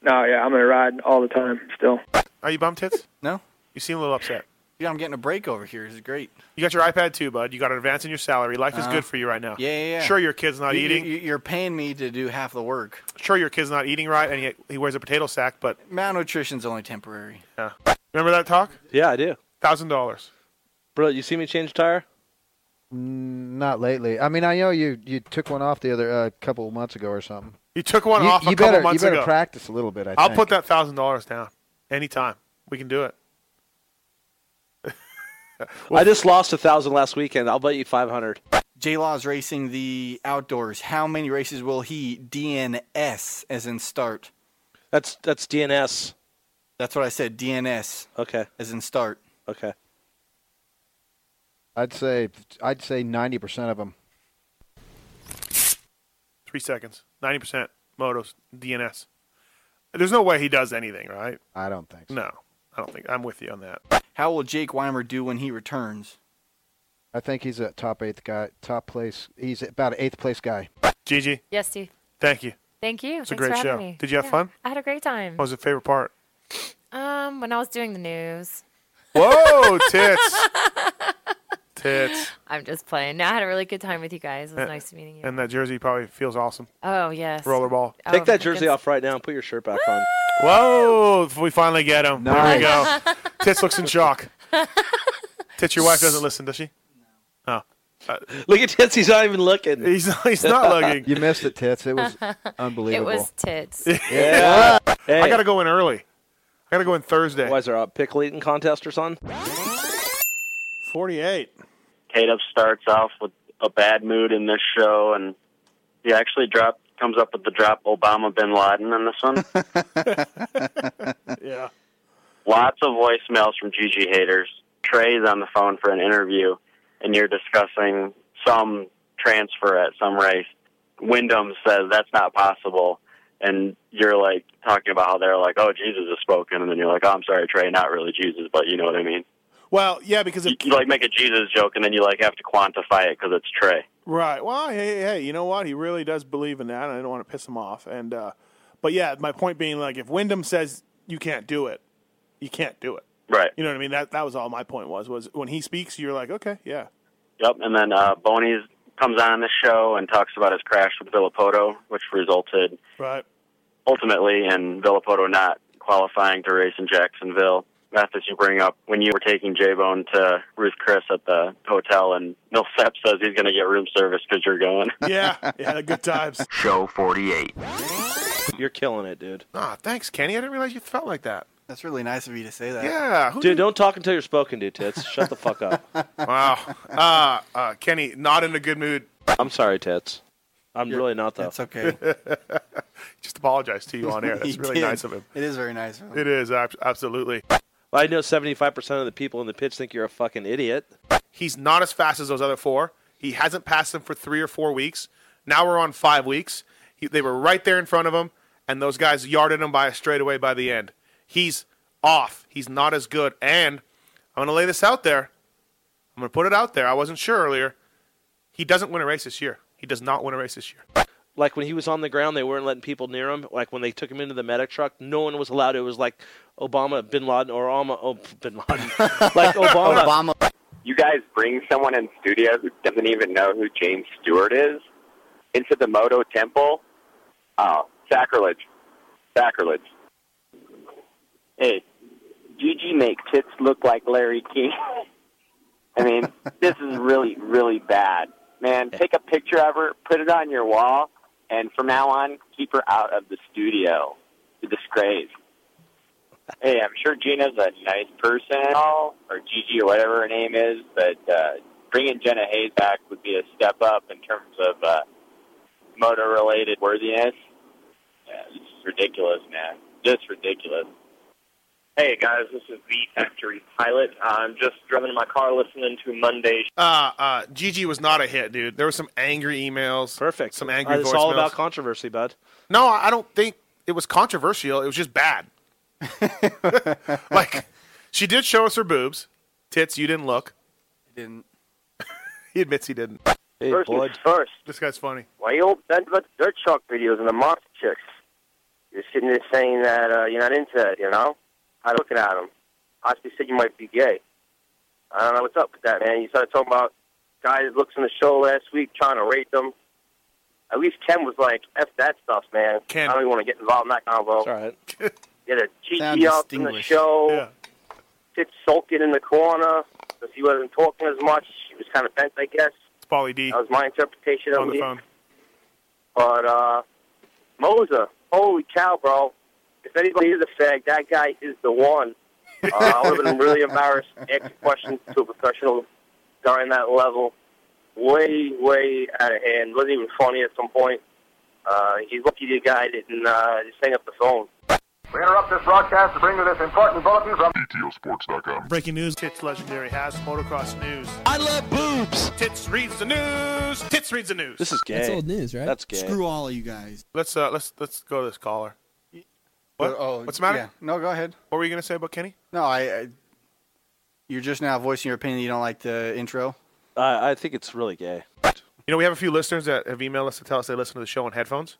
S3: No, yeah, I'm gonna ride all the time still.
S4: Are you bummed tits?
S6: No.
S4: You seem a little upset.
S6: Yeah, I'm getting a break over here. This is great.
S4: You got your iPad too, bud. You got an advance in your salary. Life is
S6: Uh,
S4: good for you right now.
S6: Yeah, yeah, yeah.
S4: Sure, your kid's not
S6: You- you-
S4: eating.
S6: you- You're paying me to do half the work.
S4: Sure, your kid's not eating right, and he, he wears a potato sack. But
S6: Malnutrition's only temporary.
S4: Yeah. Remember that talk?
S7: Yeah, I do.
S4: Thousand dollars.
S7: Bro, you see me change tire?
S22: Mm, Not lately. I mean, I know you you took one off the other a couple of months ago or something.
S4: You took one
S22: You-
S4: off a
S22: you
S4: couple
S22: better-
S4: months
S22: you better
S4: ago.
S22: practice a little bit, I
S4: will
S22: think.
S4: put that thousand dollars down anytime. We can do it.
S7: I just lost a thousand last weekend. I'll bet you five hundred.
S6: J Law's racing the outdoors. How many races will he DNS as in start?
S7: That's that's DNS.
S6: That's what I said. DNS.
S7: Okay.
S6: As in start.
S7: Okay.
S22: I'd say I'd say ninety percent of them.
S4: Three seconds. Ninety percent motos DNS. There's no way he does anything, right?
S22: I don't think.
S4: No, I don't think. I'm with you on that.
S6: How will Jake Weimer do when he returns?
S22: I think he's a top eighth guy, top place. He's about an eighth place guy.
S4: Gigi,
S47: Yes, Steve.
S4: thank you.
S47: Thank you.
S4: It's a
S47: Thanks
S4: great
S47: for having
S4: show.
S47: me.
S4: Did you have
S47: Yeah,
S4: fun?
S47: I had a great time.
S4: What was your favorite part?
S47: Um, when I was doing the news.
S4: Whoa, tits, tits,
S47: I'm just playing. No, I had a really good time with you guys. It was
S4: Yeah.
S47: nice meeting you.
S4: and that jersey probably feels awesome.
S47: Oh yes.
S4: Rollerball.
S47: Oh,
S7: Take that
S47: my
S7: jersey
S47: goodness.
S7: off right now and put your shirt back on.
S4: Whoa! We finally get him. There we go. Tits looks in shock. Tits, your wife doesn't listen, does she? No. Oh. Uh,
S7: Look at Tits. He's not even looking.
S4: He's not, he's not looking.
S22: You missed it, tits. It was unbelievable.
S47: It was tits.
S7: Yeah.
S4: I gotta go in early. I gotta go in Thursday.
S7: Why is there a pickle eating contest or something?
S4: Forty-eight.
S5: Caleb starts off with a bad mood in this show, and he actually drop comes up with the drop Obama bin Laden in this one.
S4: yeah.
S5: Lots of voicemails from Gigi haters. Trey's on the phone for an interview, and you're discussing some transfer at some race. Wyndham says that's not possible, and you're like talking about how they're like, "Oh, Jesus has spoken," and then you're like, "Oh, I'm sorry, Trey, not really Jesus, but you know what I mean."
S4: Well, yeah, because
S5: You, you like make a Jesus joke, and then you like have to quantify it because it's Trey.
S4: Right. Well, hey, hey, hey, you know what? He really does believe in that, and I don't want to piss him off. And uh, but yeah, my point being, like, if Wyndham says you can't do it, you can't do it.
S5: Right.
S4: You know what I mean? That that was all my point was. Was when he speaks, you're like, okay, yeah.
S5: Yep, and then uh, Boney's comes on the show and talks about his crash with Villapoto, which resulted
S4: Right.
S5: ultimately in Villapoto not qualifying to race in Jacksonville. Mathis, you bring up when you were taking J Bone to Ruth Chris at the hotel, and Millsap says he's going to get room service because you're going.
S4: Yeah, yeah, good times.
S48: Show 48.
S7: You're killing it, dude.
S4: Ah, thanks, Kenny. I didn't realize you felt like that.
S6: That's really nice of you to say that.
S4: Yeah. who
S7: dude, don't talk until you're spoken to, Tits. Shut the fuck up.
S4: Wow. Uh, uh, Kenny, not in a good mood.
S7: I'm sorry, Tits. I'm really not though.
S4: That's Just apologized to you on air. That's
S7: He
S4: really
S7: did.
S4: nice of him.
S6: It is very nice of him.
S4: It is ab- absolutely.
S7: Well, I know 75% of the people in the pitch think you're a fucking idiot.
S4: He's not as fast as those other four. He hasn't passed them for three or four weeks. Now we're on five weeks. He, they were right there in front of him, and those guys yarded him by a straightaway by the end. He's off. He's not as good. And I'm going to lay this out there. I'm going to put it out there. I wasn't sure earlier. He doesn't win a race this year. He does not win a race this year.
S7: Like when he was on the ground, they weren't letting people near him. Like when they took him into the medic truck, no one was allowed. It was like Obama, Bin Laden, or Obama, oh, Bin Laden, like Obama.
S6: Obama.
S5: You guys bring someone in studio who doesn't even know who James Stewart is into the Moto Temple. Oh, sacrilege. Sacrilege. Hey, Gigi make tits look like Larry King. I mean, this is really, really bad. Man, take a picture of her, put it on your wall, and from now on, keep her out of the studio. The disgrace. Hey, I'm sure Gina's a nice person and all, or Gigi or whatever her name is, but uh, bringing Jenna Hayes back would be a step up in terms of uh, motor-related worthiness. Yeah, this is ridiculous, man. Just ridiculous.
S3: Hey guys, this is the factory pilot. I'm just driving in my car listening to Monday.
S4: Uh, uh, Gigi was not a hit, dude. There were some angry emails. Perfect. Some angry
S7: Uh,
S4: voicemails.
S7: it's all about controversy, bud.
S4: No, I I don't think it was controversial. It was just bad. like, she did show us her boobs. Tits, you didn't look.
S6: He didn't.
S4: he admits he didn't.
S7: Hey,
S3: First things first,
S4: This guy's funny.
S3: why you all bent about the dirt shark videos and the monster chicks? You're sitting there saying that uh, you're not into that, you know? I'm looking at them. I actually said you might be gay. I don't know what's up with that, man. You started talking about guys looks on the show last week trying to rape them. At least Ken was like, F that stuff, man. I don't even want to get involved in that convo. That's all
S7: right.
S3: Get a
S6: Sound
S3: cheeky up in the
S6: distinguished.
S3: show. Sit sulking in the corner because he wasn't talking as much. He was kind of bent, I guess.
S4: It's Paulie D.
S3: That was my interpretation of
S4: on the
S3: it.
S4: phone.
S3: But uh Moser, holy cow, bro. If anybody is a fag, that guy is the one. Uh, I would have been really embarrassed asking questions to a professional during that level. Way, way out of hand. Wasn't even funny at some point. Uh, he's lucky the guy didn't uh, just hang up the phone.
S49: We interrupt this broadcast to bring you this important bulletin from ETOsports.com.
S4: Breaking news. Tits Legendary has motocross news. I love boobs. Tits reads the news. Tits reads the news.
S7: This is gay. That's old news, right? That's gay. Screw
S6: all of you guys.
S4: Let's uh, let's let's go to this caller. What?
S6: Oh,
S4: What's the matter?
S6: yeah. No, go ahead.
S4: What were you going to say about Kenny?
S6: No, I, I. You're just now voicing your opinion. You don't like the intro.
S7: Uh, I think it's really gay.
S4: You know, we have a few listeners that have emailed us to tell us they listen to the show on headphones,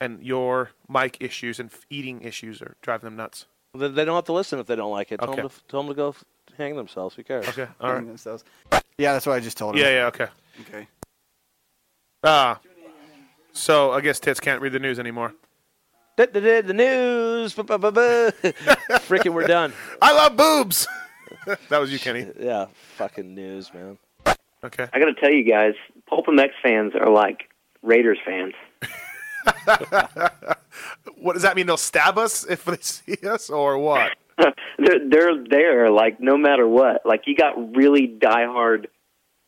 S4: and your mic issues and f- eating issues are driving them nuts.
S7: They they don't have to listen if they don't like it. Tell,
S4: Okay.
S7: them, to, tell 'em to go f- hang themselves. Who cares? Okay.
S4: all right. Hang
S6: themselves. Yeah, that's what I just told him.
S4: Yeah, yeah, okay.
S6: Okay.
S4: Ah, so I guess Tits can't read the news anymore.
S7: The news. Freaking, we're done.
S4: I love boobs. that was you, Kenny.
S7: Yeah, fucking news, man.
S4: Okay.
S3: I got to tell you guys, Pulpamex fans are like Raiders fans.
S4: What does that mean? They'll stab us if they see us, or what?
S3: they're they're there like no matter what. Like you got really diehard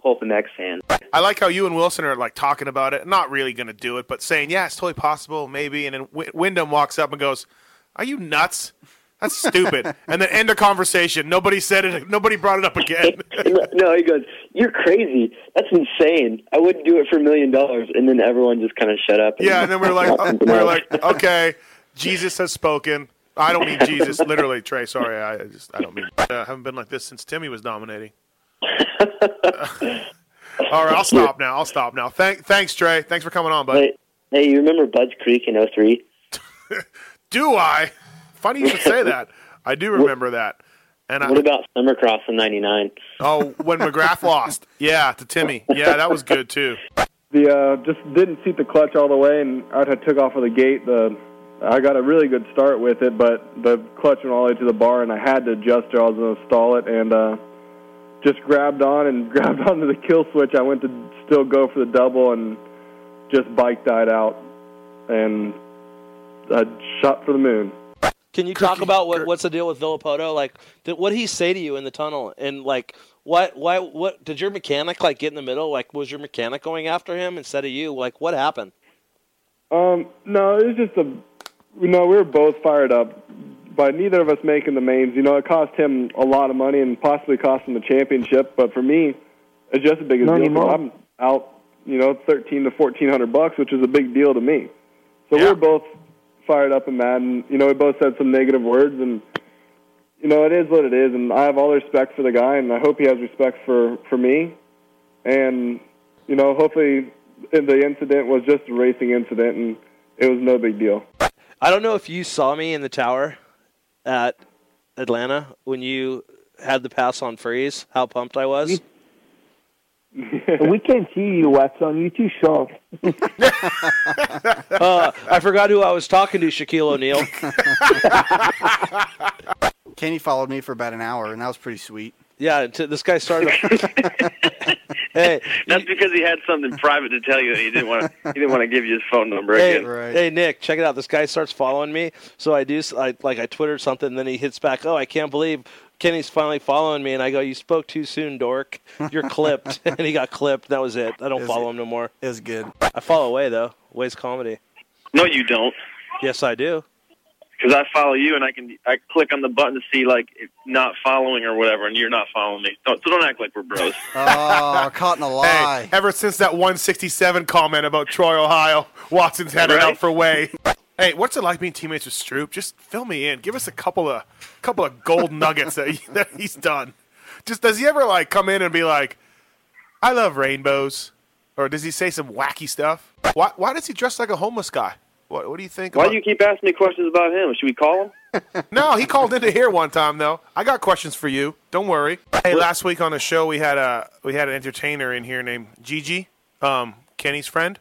S3: Pulpamex fans.
S4: I like how you and Wilson are like talking about it, not really going to do it, but saying, "Yeah, it's totally possible, maybe." And then w- Wyndham walks up and goes, "Are you nuts? That's stupid." and then end of conversation. Nobody said it. Nobody brought it up again.
S3: no, he goes, "You're crazy. That's insane. I wouldn't do it for a million dollars." And then everyone just kind of shut up.
S4: yeah, and then we're like, oh, we're like, okay, Jesus has spoken. I don't mean Jesus, literally, Trey. Sorry, I just I don't mean. I haven't been like this since Timmy was dominating. All right, I'll stop now. I'll stop now. Thank, thanks, Trey. Thanks for coming on, bud.
S3: Hey, hey, you remember Bud's Creek in '03?
S4: Do I? Funny you should say that. I do remember that. And I,
S3: What about Summercross in '99?
S4: oh, when McGrath lost, yeah, to Timmy, yeah, that was good too.
S9: The uh, just didn't seat the clutch all the way, and I had took off of the gate. The I got a really good start with it, but the clutch went all the way to the bar, and I had to adjust it. I was going to stall it, and uh, just grabbed on and grabbed onto the kill switch. I went to still go for the double, and just bike died out, and a shot for the moon.
S7: Can you talk about what, what's the deal with Villapoto? Like, did, what did he say to you in the tunnel? And like, what, why, what did your mechanic like get in the middle? Like, was your mechanic going after him instead of you? Like, what happened?
S9: Um, no, it was just a. No, we were both fired up by neither of us making the mains. You know, it cost him a lot of money and possibly cost him the championship. But for me, it's just as big a
S13: Not
S9: deal. 'cause
S13: anymore.
S9: I'm out, you know, thirteen to fourteen hundred bucks, which is a big deal to me. So we were both fired up and mad, and you know, we both said some negative words, and you know, it is what it is. And I have all the respect for the guy, and I hope he has respect for for me. And you know, hopefully, the incident was just a racing incident, and it was no big deal.
S7: I don't know if you saw me in the tower at Atlanta when you had the pass on freeze. How pumped I was.
S13: we can't see you, Watson. You're too short.
S7: uh, I forgot who I was talking to, Shaquille O'Neal.
S6: Kenny followed me for about an hour, and that was pretty sweet.
S7: Yeah, t- this guy started. hey,
S45: That's because he had something private to tell you, and he didn't want to. He didn't want to give you his phone number
S7: Hey,
S45: again.
S7: hey, Nick, check it out. This guy starts following me. So I do, s- I, like, I Twittered something, and then he hits back, oh, I can't believe Kenny's finally following me. And I go, you spoke too soon, dork. You're clipped. and he got clipped. That was it. I don't
S45: Is
S7: follow
S45: it-
S7: him no more.
S6: It was good.
S7: I follow away, though. Ways Comedy.
S45: No, you don't,
S7: Yes, I do.
S45: because I follow you, and I can I click on the button to see like if not following or whatever, and you're not following me. Don't, so don't act like we're bros.
S6: Oh, caught in a lie.
S4: Hey, ever since that 167 comment about Troy, Ohio, Watson's headed out for way. Hey, what's it like being teammates with Stroop? Just fill me in. Give us a couple of couple of gold nuggets that, he, that he's done. Just does he ever like come in and be like, "I love rainbows," or does he say some wacky stuff? Why why does he dress like a homeless guy? What what do you think?
S45: Why
S4: about-
S45: do you keep asking me questions about him? Should we call him?
S4: no, he called into here one time though. I got questions for you. Don't worry. Hey, last week on the show we had a we had an entertainer in here named Gigi, um, Kenny's friend,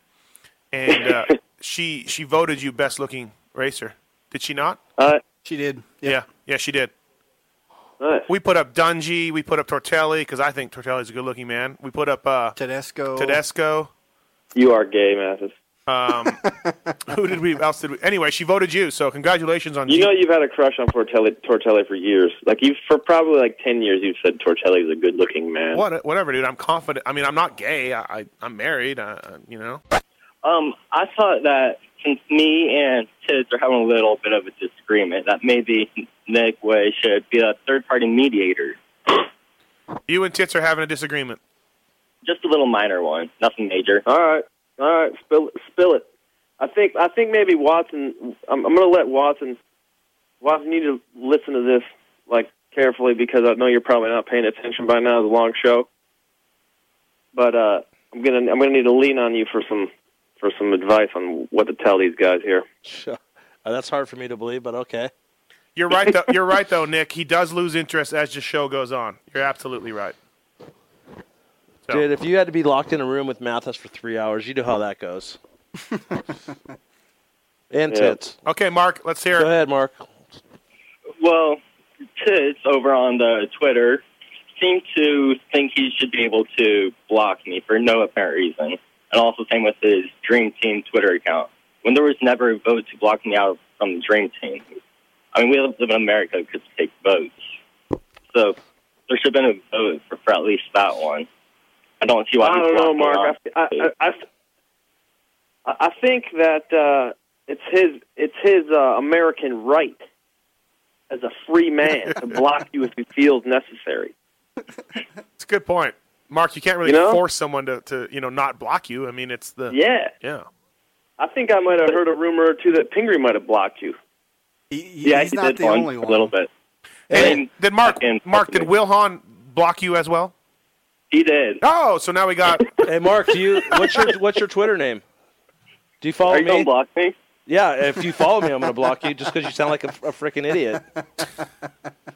S4: and uh, she she voted you best looking racer. Did she not?
S45: Uh,
S6: she did.
S4: Yeah, yeah, she did. We put up Dungy. We put up Tortelli because I think Tortelli's a good looking man. We put up uh,
S6: Tedesco.
S4: Tedesco.
S45: You are gay, Mathis.
S4: Um, who did we? Else did we? Anyway, she voted you. So congratulations on
S45: You
S4: Gigi.
S45: know you've had a crush on Tortelli, Tortelli for years. Like you for probably like ten years, you've said Tortelli's a good-looking man.
S4: What, whatever, dude. I'm confident. I mean, I'm not gay. I, I I'm married. Uh, uh, you know.
S31: Um, I thought that since me and Tiz are having a little bit of a disagreement, that maybe Nick Way should be a third-party mediator,
S4: You and Tits are having a disagreement.
S31: just a little minor one, nothing major.
S45: All right, all right, spill spill it. I think I think maybe Watson. I'm, I'm going to let Watson. Watson, you need to listen to this like carefully because I know you're probably not paying attention by now. It's a long show, but uh, I'm gonna I'm gonna need to lean on you for some for some advice on what to tell these guys here.
S7: Sure. Uh, that's hard for me to believe, but okay.
S4: You're right though. You're right though, Nick. He does lose interest as the show goes on. You're absolutely right. So-
S7: Dude, if you had to be locked in a room with Mathis for three hours, you know how that goes. and
S45: Yeah.
S7: tits.
S4: Okay, Mark, let's hear
S7: it. Go ahead, Mark.
S31: Well, Tiz over on the Twitter seemed to think he should be able to block me for no apparent reason, and also same with his Dream Team Twitter account. When there was never a vote to block me out from the Dream Team, I mean, we live in America because we take votes, so there should have been a vote for, for at least that one. I don't see why.
S45: I
S31: he's
S45: don't know,
S31: blocking
S45: Mark.
S31: me
S45: I,
S31: out.
S45: I, I, I I think that uh, it's his it's his uh, American right as a free man to block you if he feels necessary.
S4: It's a good point, Mark. You can't really
S45: You know?
S4: force someone to, to you know not block you. I mean, it's the
S45: Yeah.
S4: yeah.
S45: I think I might have heard a rumor or two that Pingree might have blocked you. yeah, he's he not did the one, only a one. little
S31: bit.
S4: Hey, did Mark Mark did Wilhon block you as well?
S31: He did.
S4: Oh, so now we got.
S7: hey, Mark, do you what's your what's your Twitter name? Do you follow
S31: Are you
S7: me?
S31: gonna block me?
S7: Yeah, if you follow me, I'm going to block you just because you sound like a, a freaking idiot.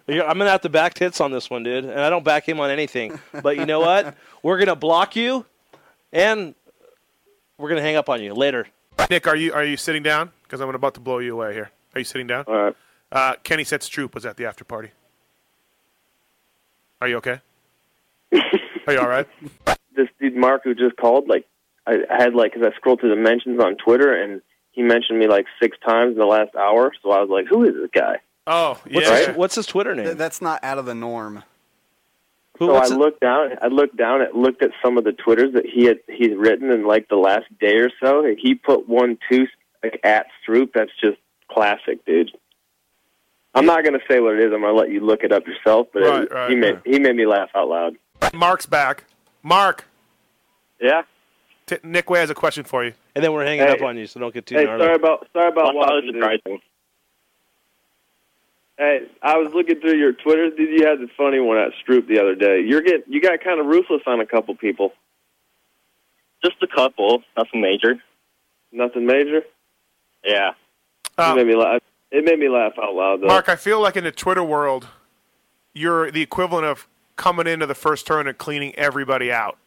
S7: You're- I'm going to have to back tits on this one, dude. And I don't back him on anything. But you know what? We're going to block you, and we're going to hang up on you later.
S4: Nick, are you are you sitting down? Because I'm about to blow you away here. Are you sitting down?
S45: All right.
S4: Uh, Kenny Sets Troop was at the after party. Are you okay? Are you all right?
S45: This dude Mark who just called, like I I had like because I scrolled through the mentions on Twitter and he
S3: he mentioned me like six times in the last hour, so I was like, "Who is this guy?"
S4: Oh,
S3: yeah.
S50: What's, his, what's his Twitter name?
S6: Th- that's not out of the norm.
S3: so I looked down. I looked down at looked at some of the twitters that he had he's written in like the last day or so. and He put one two like at Stroop. That's just classic, dude. I'm not gonna say what it is. I'm gonna let you look it up yourself. But it-
S4: Right, right,
S3: he made he made me laugh out loud.
S4: Mark's back. Mark.
S3: Yeah.
S4: T- Nick Way has a question for you.
S7: And then we're hanging
S4: Hey.
S7: up on you, so don't get too
S4: Hey,
S7: gnarly.
S4: sorry
S45: about sorry about
S4: Watson,
S45: dude. Hey, I was looking through your Twitter. Dude, you had the funny one at Stroop the other day. You're get you got kind of ruthless on a couple people.
S3: Just a couple, nothing major.
S45: Nothing major.
S3: Yeah.
S45: it made me laugh. It made me laugh out loud though.
S4: Uh, Mark, I feel like in the Twitter world, you're the equivalent of coming into the first turn and cleaning everybody out.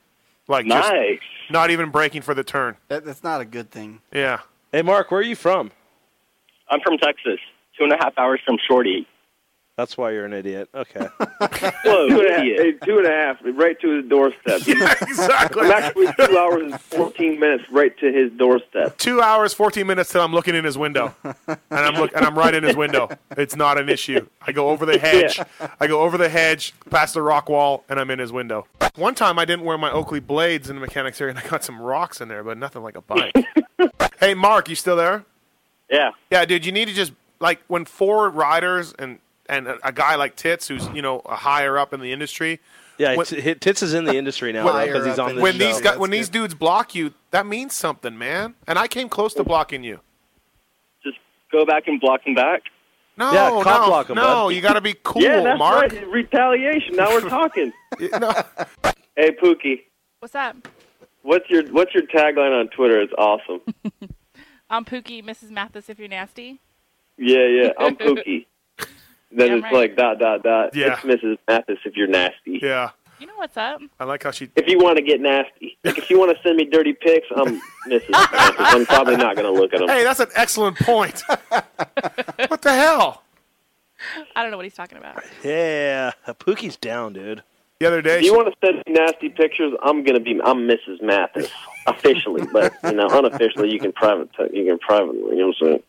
S4: Like
S6: Nice.
S4: just not even breaking for the turn.
S6: That, that's not a good thing.
S4: Yeah.
S7: Hey, Mark, where are you from?
S3: I'm from Texas, two and a half hours from Shorty.
S7: That's why you're an idiot. Okay.
S45: Whoa, two, and a half, hey, two and a half, right to his doorstep.
S4: exactly.
S45: I'm actually two hours and fourteen minutes right to his doorstep.
S4: Two hours, fourteen minutes till I'm looking in his window, and I'm look, and I'm right in his window. It's not an issue. I go over the hedge, I go over the hedge, past the rock wall, and I'm in his window. One time, I didn't wear my Oakley blades in the mechanics area, and I got some rocks in there, but nothing like a bike. hey, Mark, you still there?
S3: Yeah.
S4: Yeah, dude, you need to just like when four riders and and a, a guy like Tits, who's you know a higher up in the industry.
S7: Yeah,
S4: when-
S7: T- Hit- Tits is in the industry now though, because he's on this
S4: when
S7: show.
S4: these guys, when these dudes block you, that means something, man. And I came close to blocking you.
S3: Go back and block him back.
S4: No,
S3: Yeah,
S4: no,
S3: cop block 'em,
S4: no,
S3: bud.
S4: you got to be cool,
S45: yeah, that's
S4: Mark.
S45: right. Retaliation. Now we're talking. Hey Pookie,
S21: What's up?
S45: what's your what's your tagline on Twitter? It's awesome.
S21: I'm Pookie, Mrs. Mathis. If you're nasty,
S45: Yeah, yeah. I'm Pookie. Then
S21: Damn
S45: it's
S21: right.
S45: like dot dot dot.
S4: Yeah.
S45: It's Mrs. Mathis if you're nasty.
S4: Yeah.
S21: you know what's up.
S4: I like how she.
S45: If you want to get nasty, like if you want to send me dirty pics, I'm Mrs. Mathis. I'm probably not gonna look at them.
S4: Hey, that's an excellent point. what the hell?
S21: I don't know what he's talking about.
S7: Yeah, Pookie's down, dude.
S4: The other day,
S45: if you want to send me nasty pictures, I'm gonna be I'm Mrs. Mathis officially, but you know unofficially you can private you can privately. You know what I'm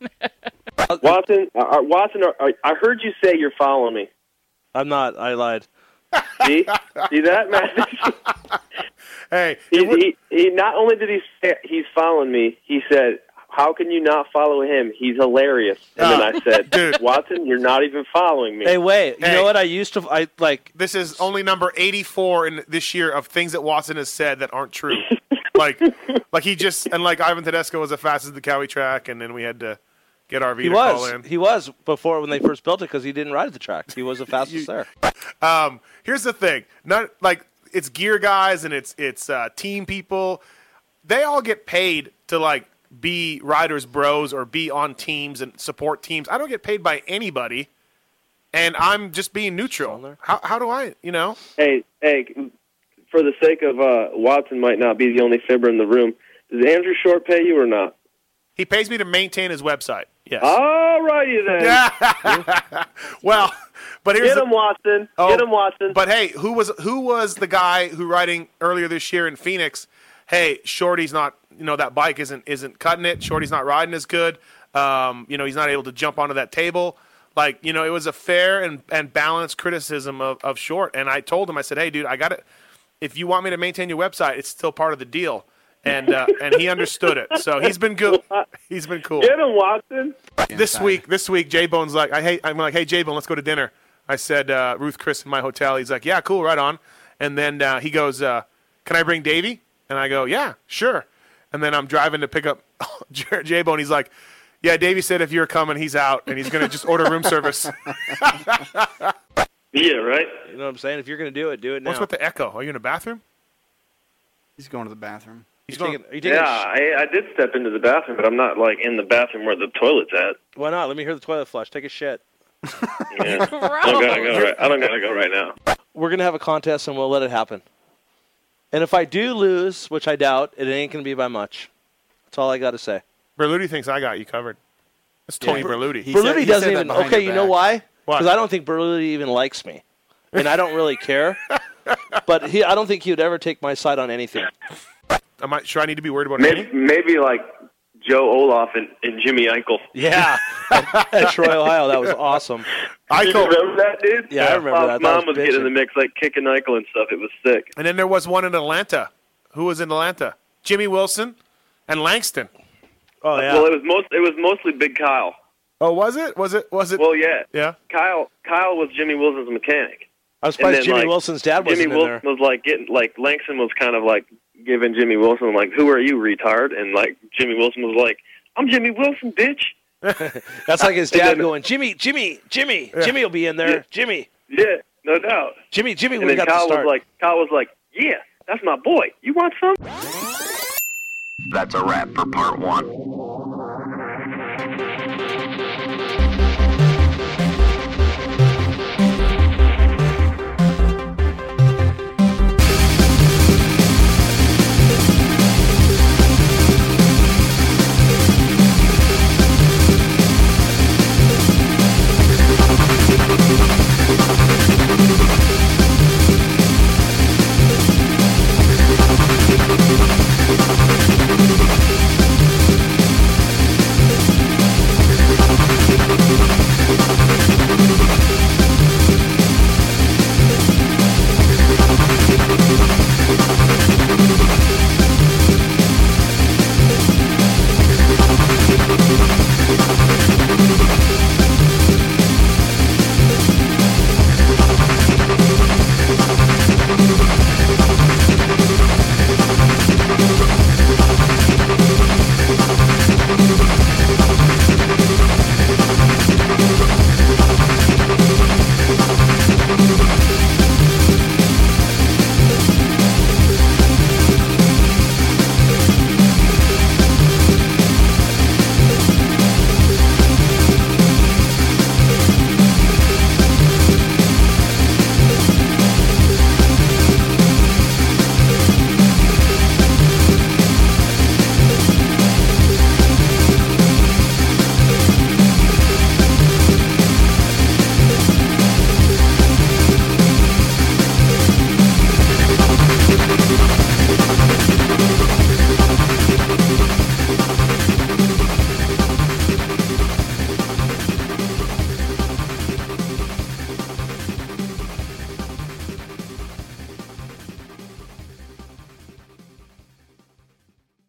S45: saying? Watson, uh, uh, Watson, uh, uh, I heard you say you're following me.
S7: I'm not. I lied.
S45: See, see that, Mathis?
S4: hey,
S45: he, he, he not only did he say he's following me, he said. How can you not follow him? He's hilarious. And
S4: Ah.
S45: then I said, Watson, you're not even following me.
S7: Hey, wait. You
S4: Hey.
S7: know what? I used to. I like.
S4: This is only number eighty-four in this year of things that Watson has said that aren't true. like, like he just and like Ivan Tedesco was the fastest at the Cowie track, and then we had to get RV
S7: He
S4: to call
S7: was.
S4: in.
S7: He was before when they first built it because he didn't ride at the track. He was the fastest there.
S4: Um, here's the thing: not like it's gear guys and it's it's uh, team people. They all get paid to like be riders bros or be on teams and support teams. I don't get paid by anybody, and I'm just being neutral. How how do I you know?
S45: Hey, hey, for the sake of uh, Watson might not be the only fibber in the room. Does Andrew Short pay you or not?
S4: He pays me to maintain his website. Yes.
S45: All righty then.
S4: well, but here's
S45: Get
S4: the-
S45: him, Watson.
S4: Oh,
S45: Get him, Watson.
S4: But hey, who was who was the guy who riding earlier this year in Phoenix? Hey, Shorty's not you know that bike isn't isn't cutting it. Shorty's not riding as good. Um, you know he's not able to jump onto that table. Like you know it was a fair and and balanced criticism of of Short. And I told him I said, hey dude, I got it. If you want me to maintain your website, it's still part of the deal. And uh, and he understood it. So he's been good. He's been cool.
S45: Get him, Watson.
S4: This week, this week, J Bone's like, I hate. I'm like, hey, J Bone, let's go to dinner. I said, uh, Ruth, Chris, in my hotel. He's like, yeah, cool, right on. And then uh, he goes, uh, can I bring Davey? And I go, yeah, sure. And then I'm driving to pick up J Bone. He's like, yeah, Davey said if you're coming, he's out, and he's gonna just order room service.
S45: yeah, right.
S7: You know what I'm saying? If you're gonna do it, do it now.
S4: What's with the echo? Are you in a bathroom?
S6: He's going to the bathroom.
S7: He's taking, are you taking
S45: Yeah,
S7: a sh-
S45: I, I did step into the bathroom, but I'm not like in the bathroom where the toilet's at.
S7: Why not? Let me hear the toilet flush. Take a shit.
S45: Yeah. I don't gotta go right. I don't gotta go right now.
S7: We're gonna have a contest and we'll let it happen. And if I do lose, which I doubt, it ain't gonna be by much. That's all I gotta say.
S4: Berluti thinks I got you covered. That's Tony Berluti.
S7: Berluti doesn't even. Okay, you know why? Because I don't think Berluti even likes me, and I don't really care. but he, I don't think he would ever take my side on anything.
S4: Am I, sure I need to be worried about
S45: Maybe, maybe like Joe Olaf and, and Jimmy Eichel.
S7: Yeah, at Troy, Ohio. That was awesome.
S45: I remember that, dude.
S7: Yeah, I remember
S45: His
S7: that. That
S45: Mom
S7: was
S45: was, getting
S7: bitchin'.
S45: in the mix, like kicking Eichel and stuff. It was sick.
S4: And then there was one in Atlanta. Who was in Atlanta? Jimmy Wilson and Langston.
S7: Oh
S45: Well, it was most. It was mostly Big Kyle.
S4: Oh, was it? Was it? Was it?
S45: Well, yeah.
S4: Yeah.
S45: Kyle. Kyle was Jimmy Wilson's mechanic.
S7: I was
S45: And
S7: surprised
S45: then,
S7: Jimmy
S45: like,
S7: Wilson's dad wasn't
S45: Jimmy
S7: in
S45: Wilson
S7: there.
S45: was like getting like Langston was kind of like giving Jimmy Wilson like, "Who are you, retard?" And like Jimmy Wilson was like, "I'm Jimmy Wilson, bitch."
S7: That's like his
S45: And
S7: dad
S45: then-
S7: going, Jimmy, Jimmy, Jimmy, Jimmy will be in there.
S45: Yeah.
S7: Jimmy,
S45: Yeah, no doubt.
S7: Jimmy, Jimmy,
S45: and
S7: we
S45: then
S7: got the
S45: Kyle
S7: start.
S45: was like, Kyle was like, "Yeah, that's my boy. You want some?"
S3: That's a wrap for part one.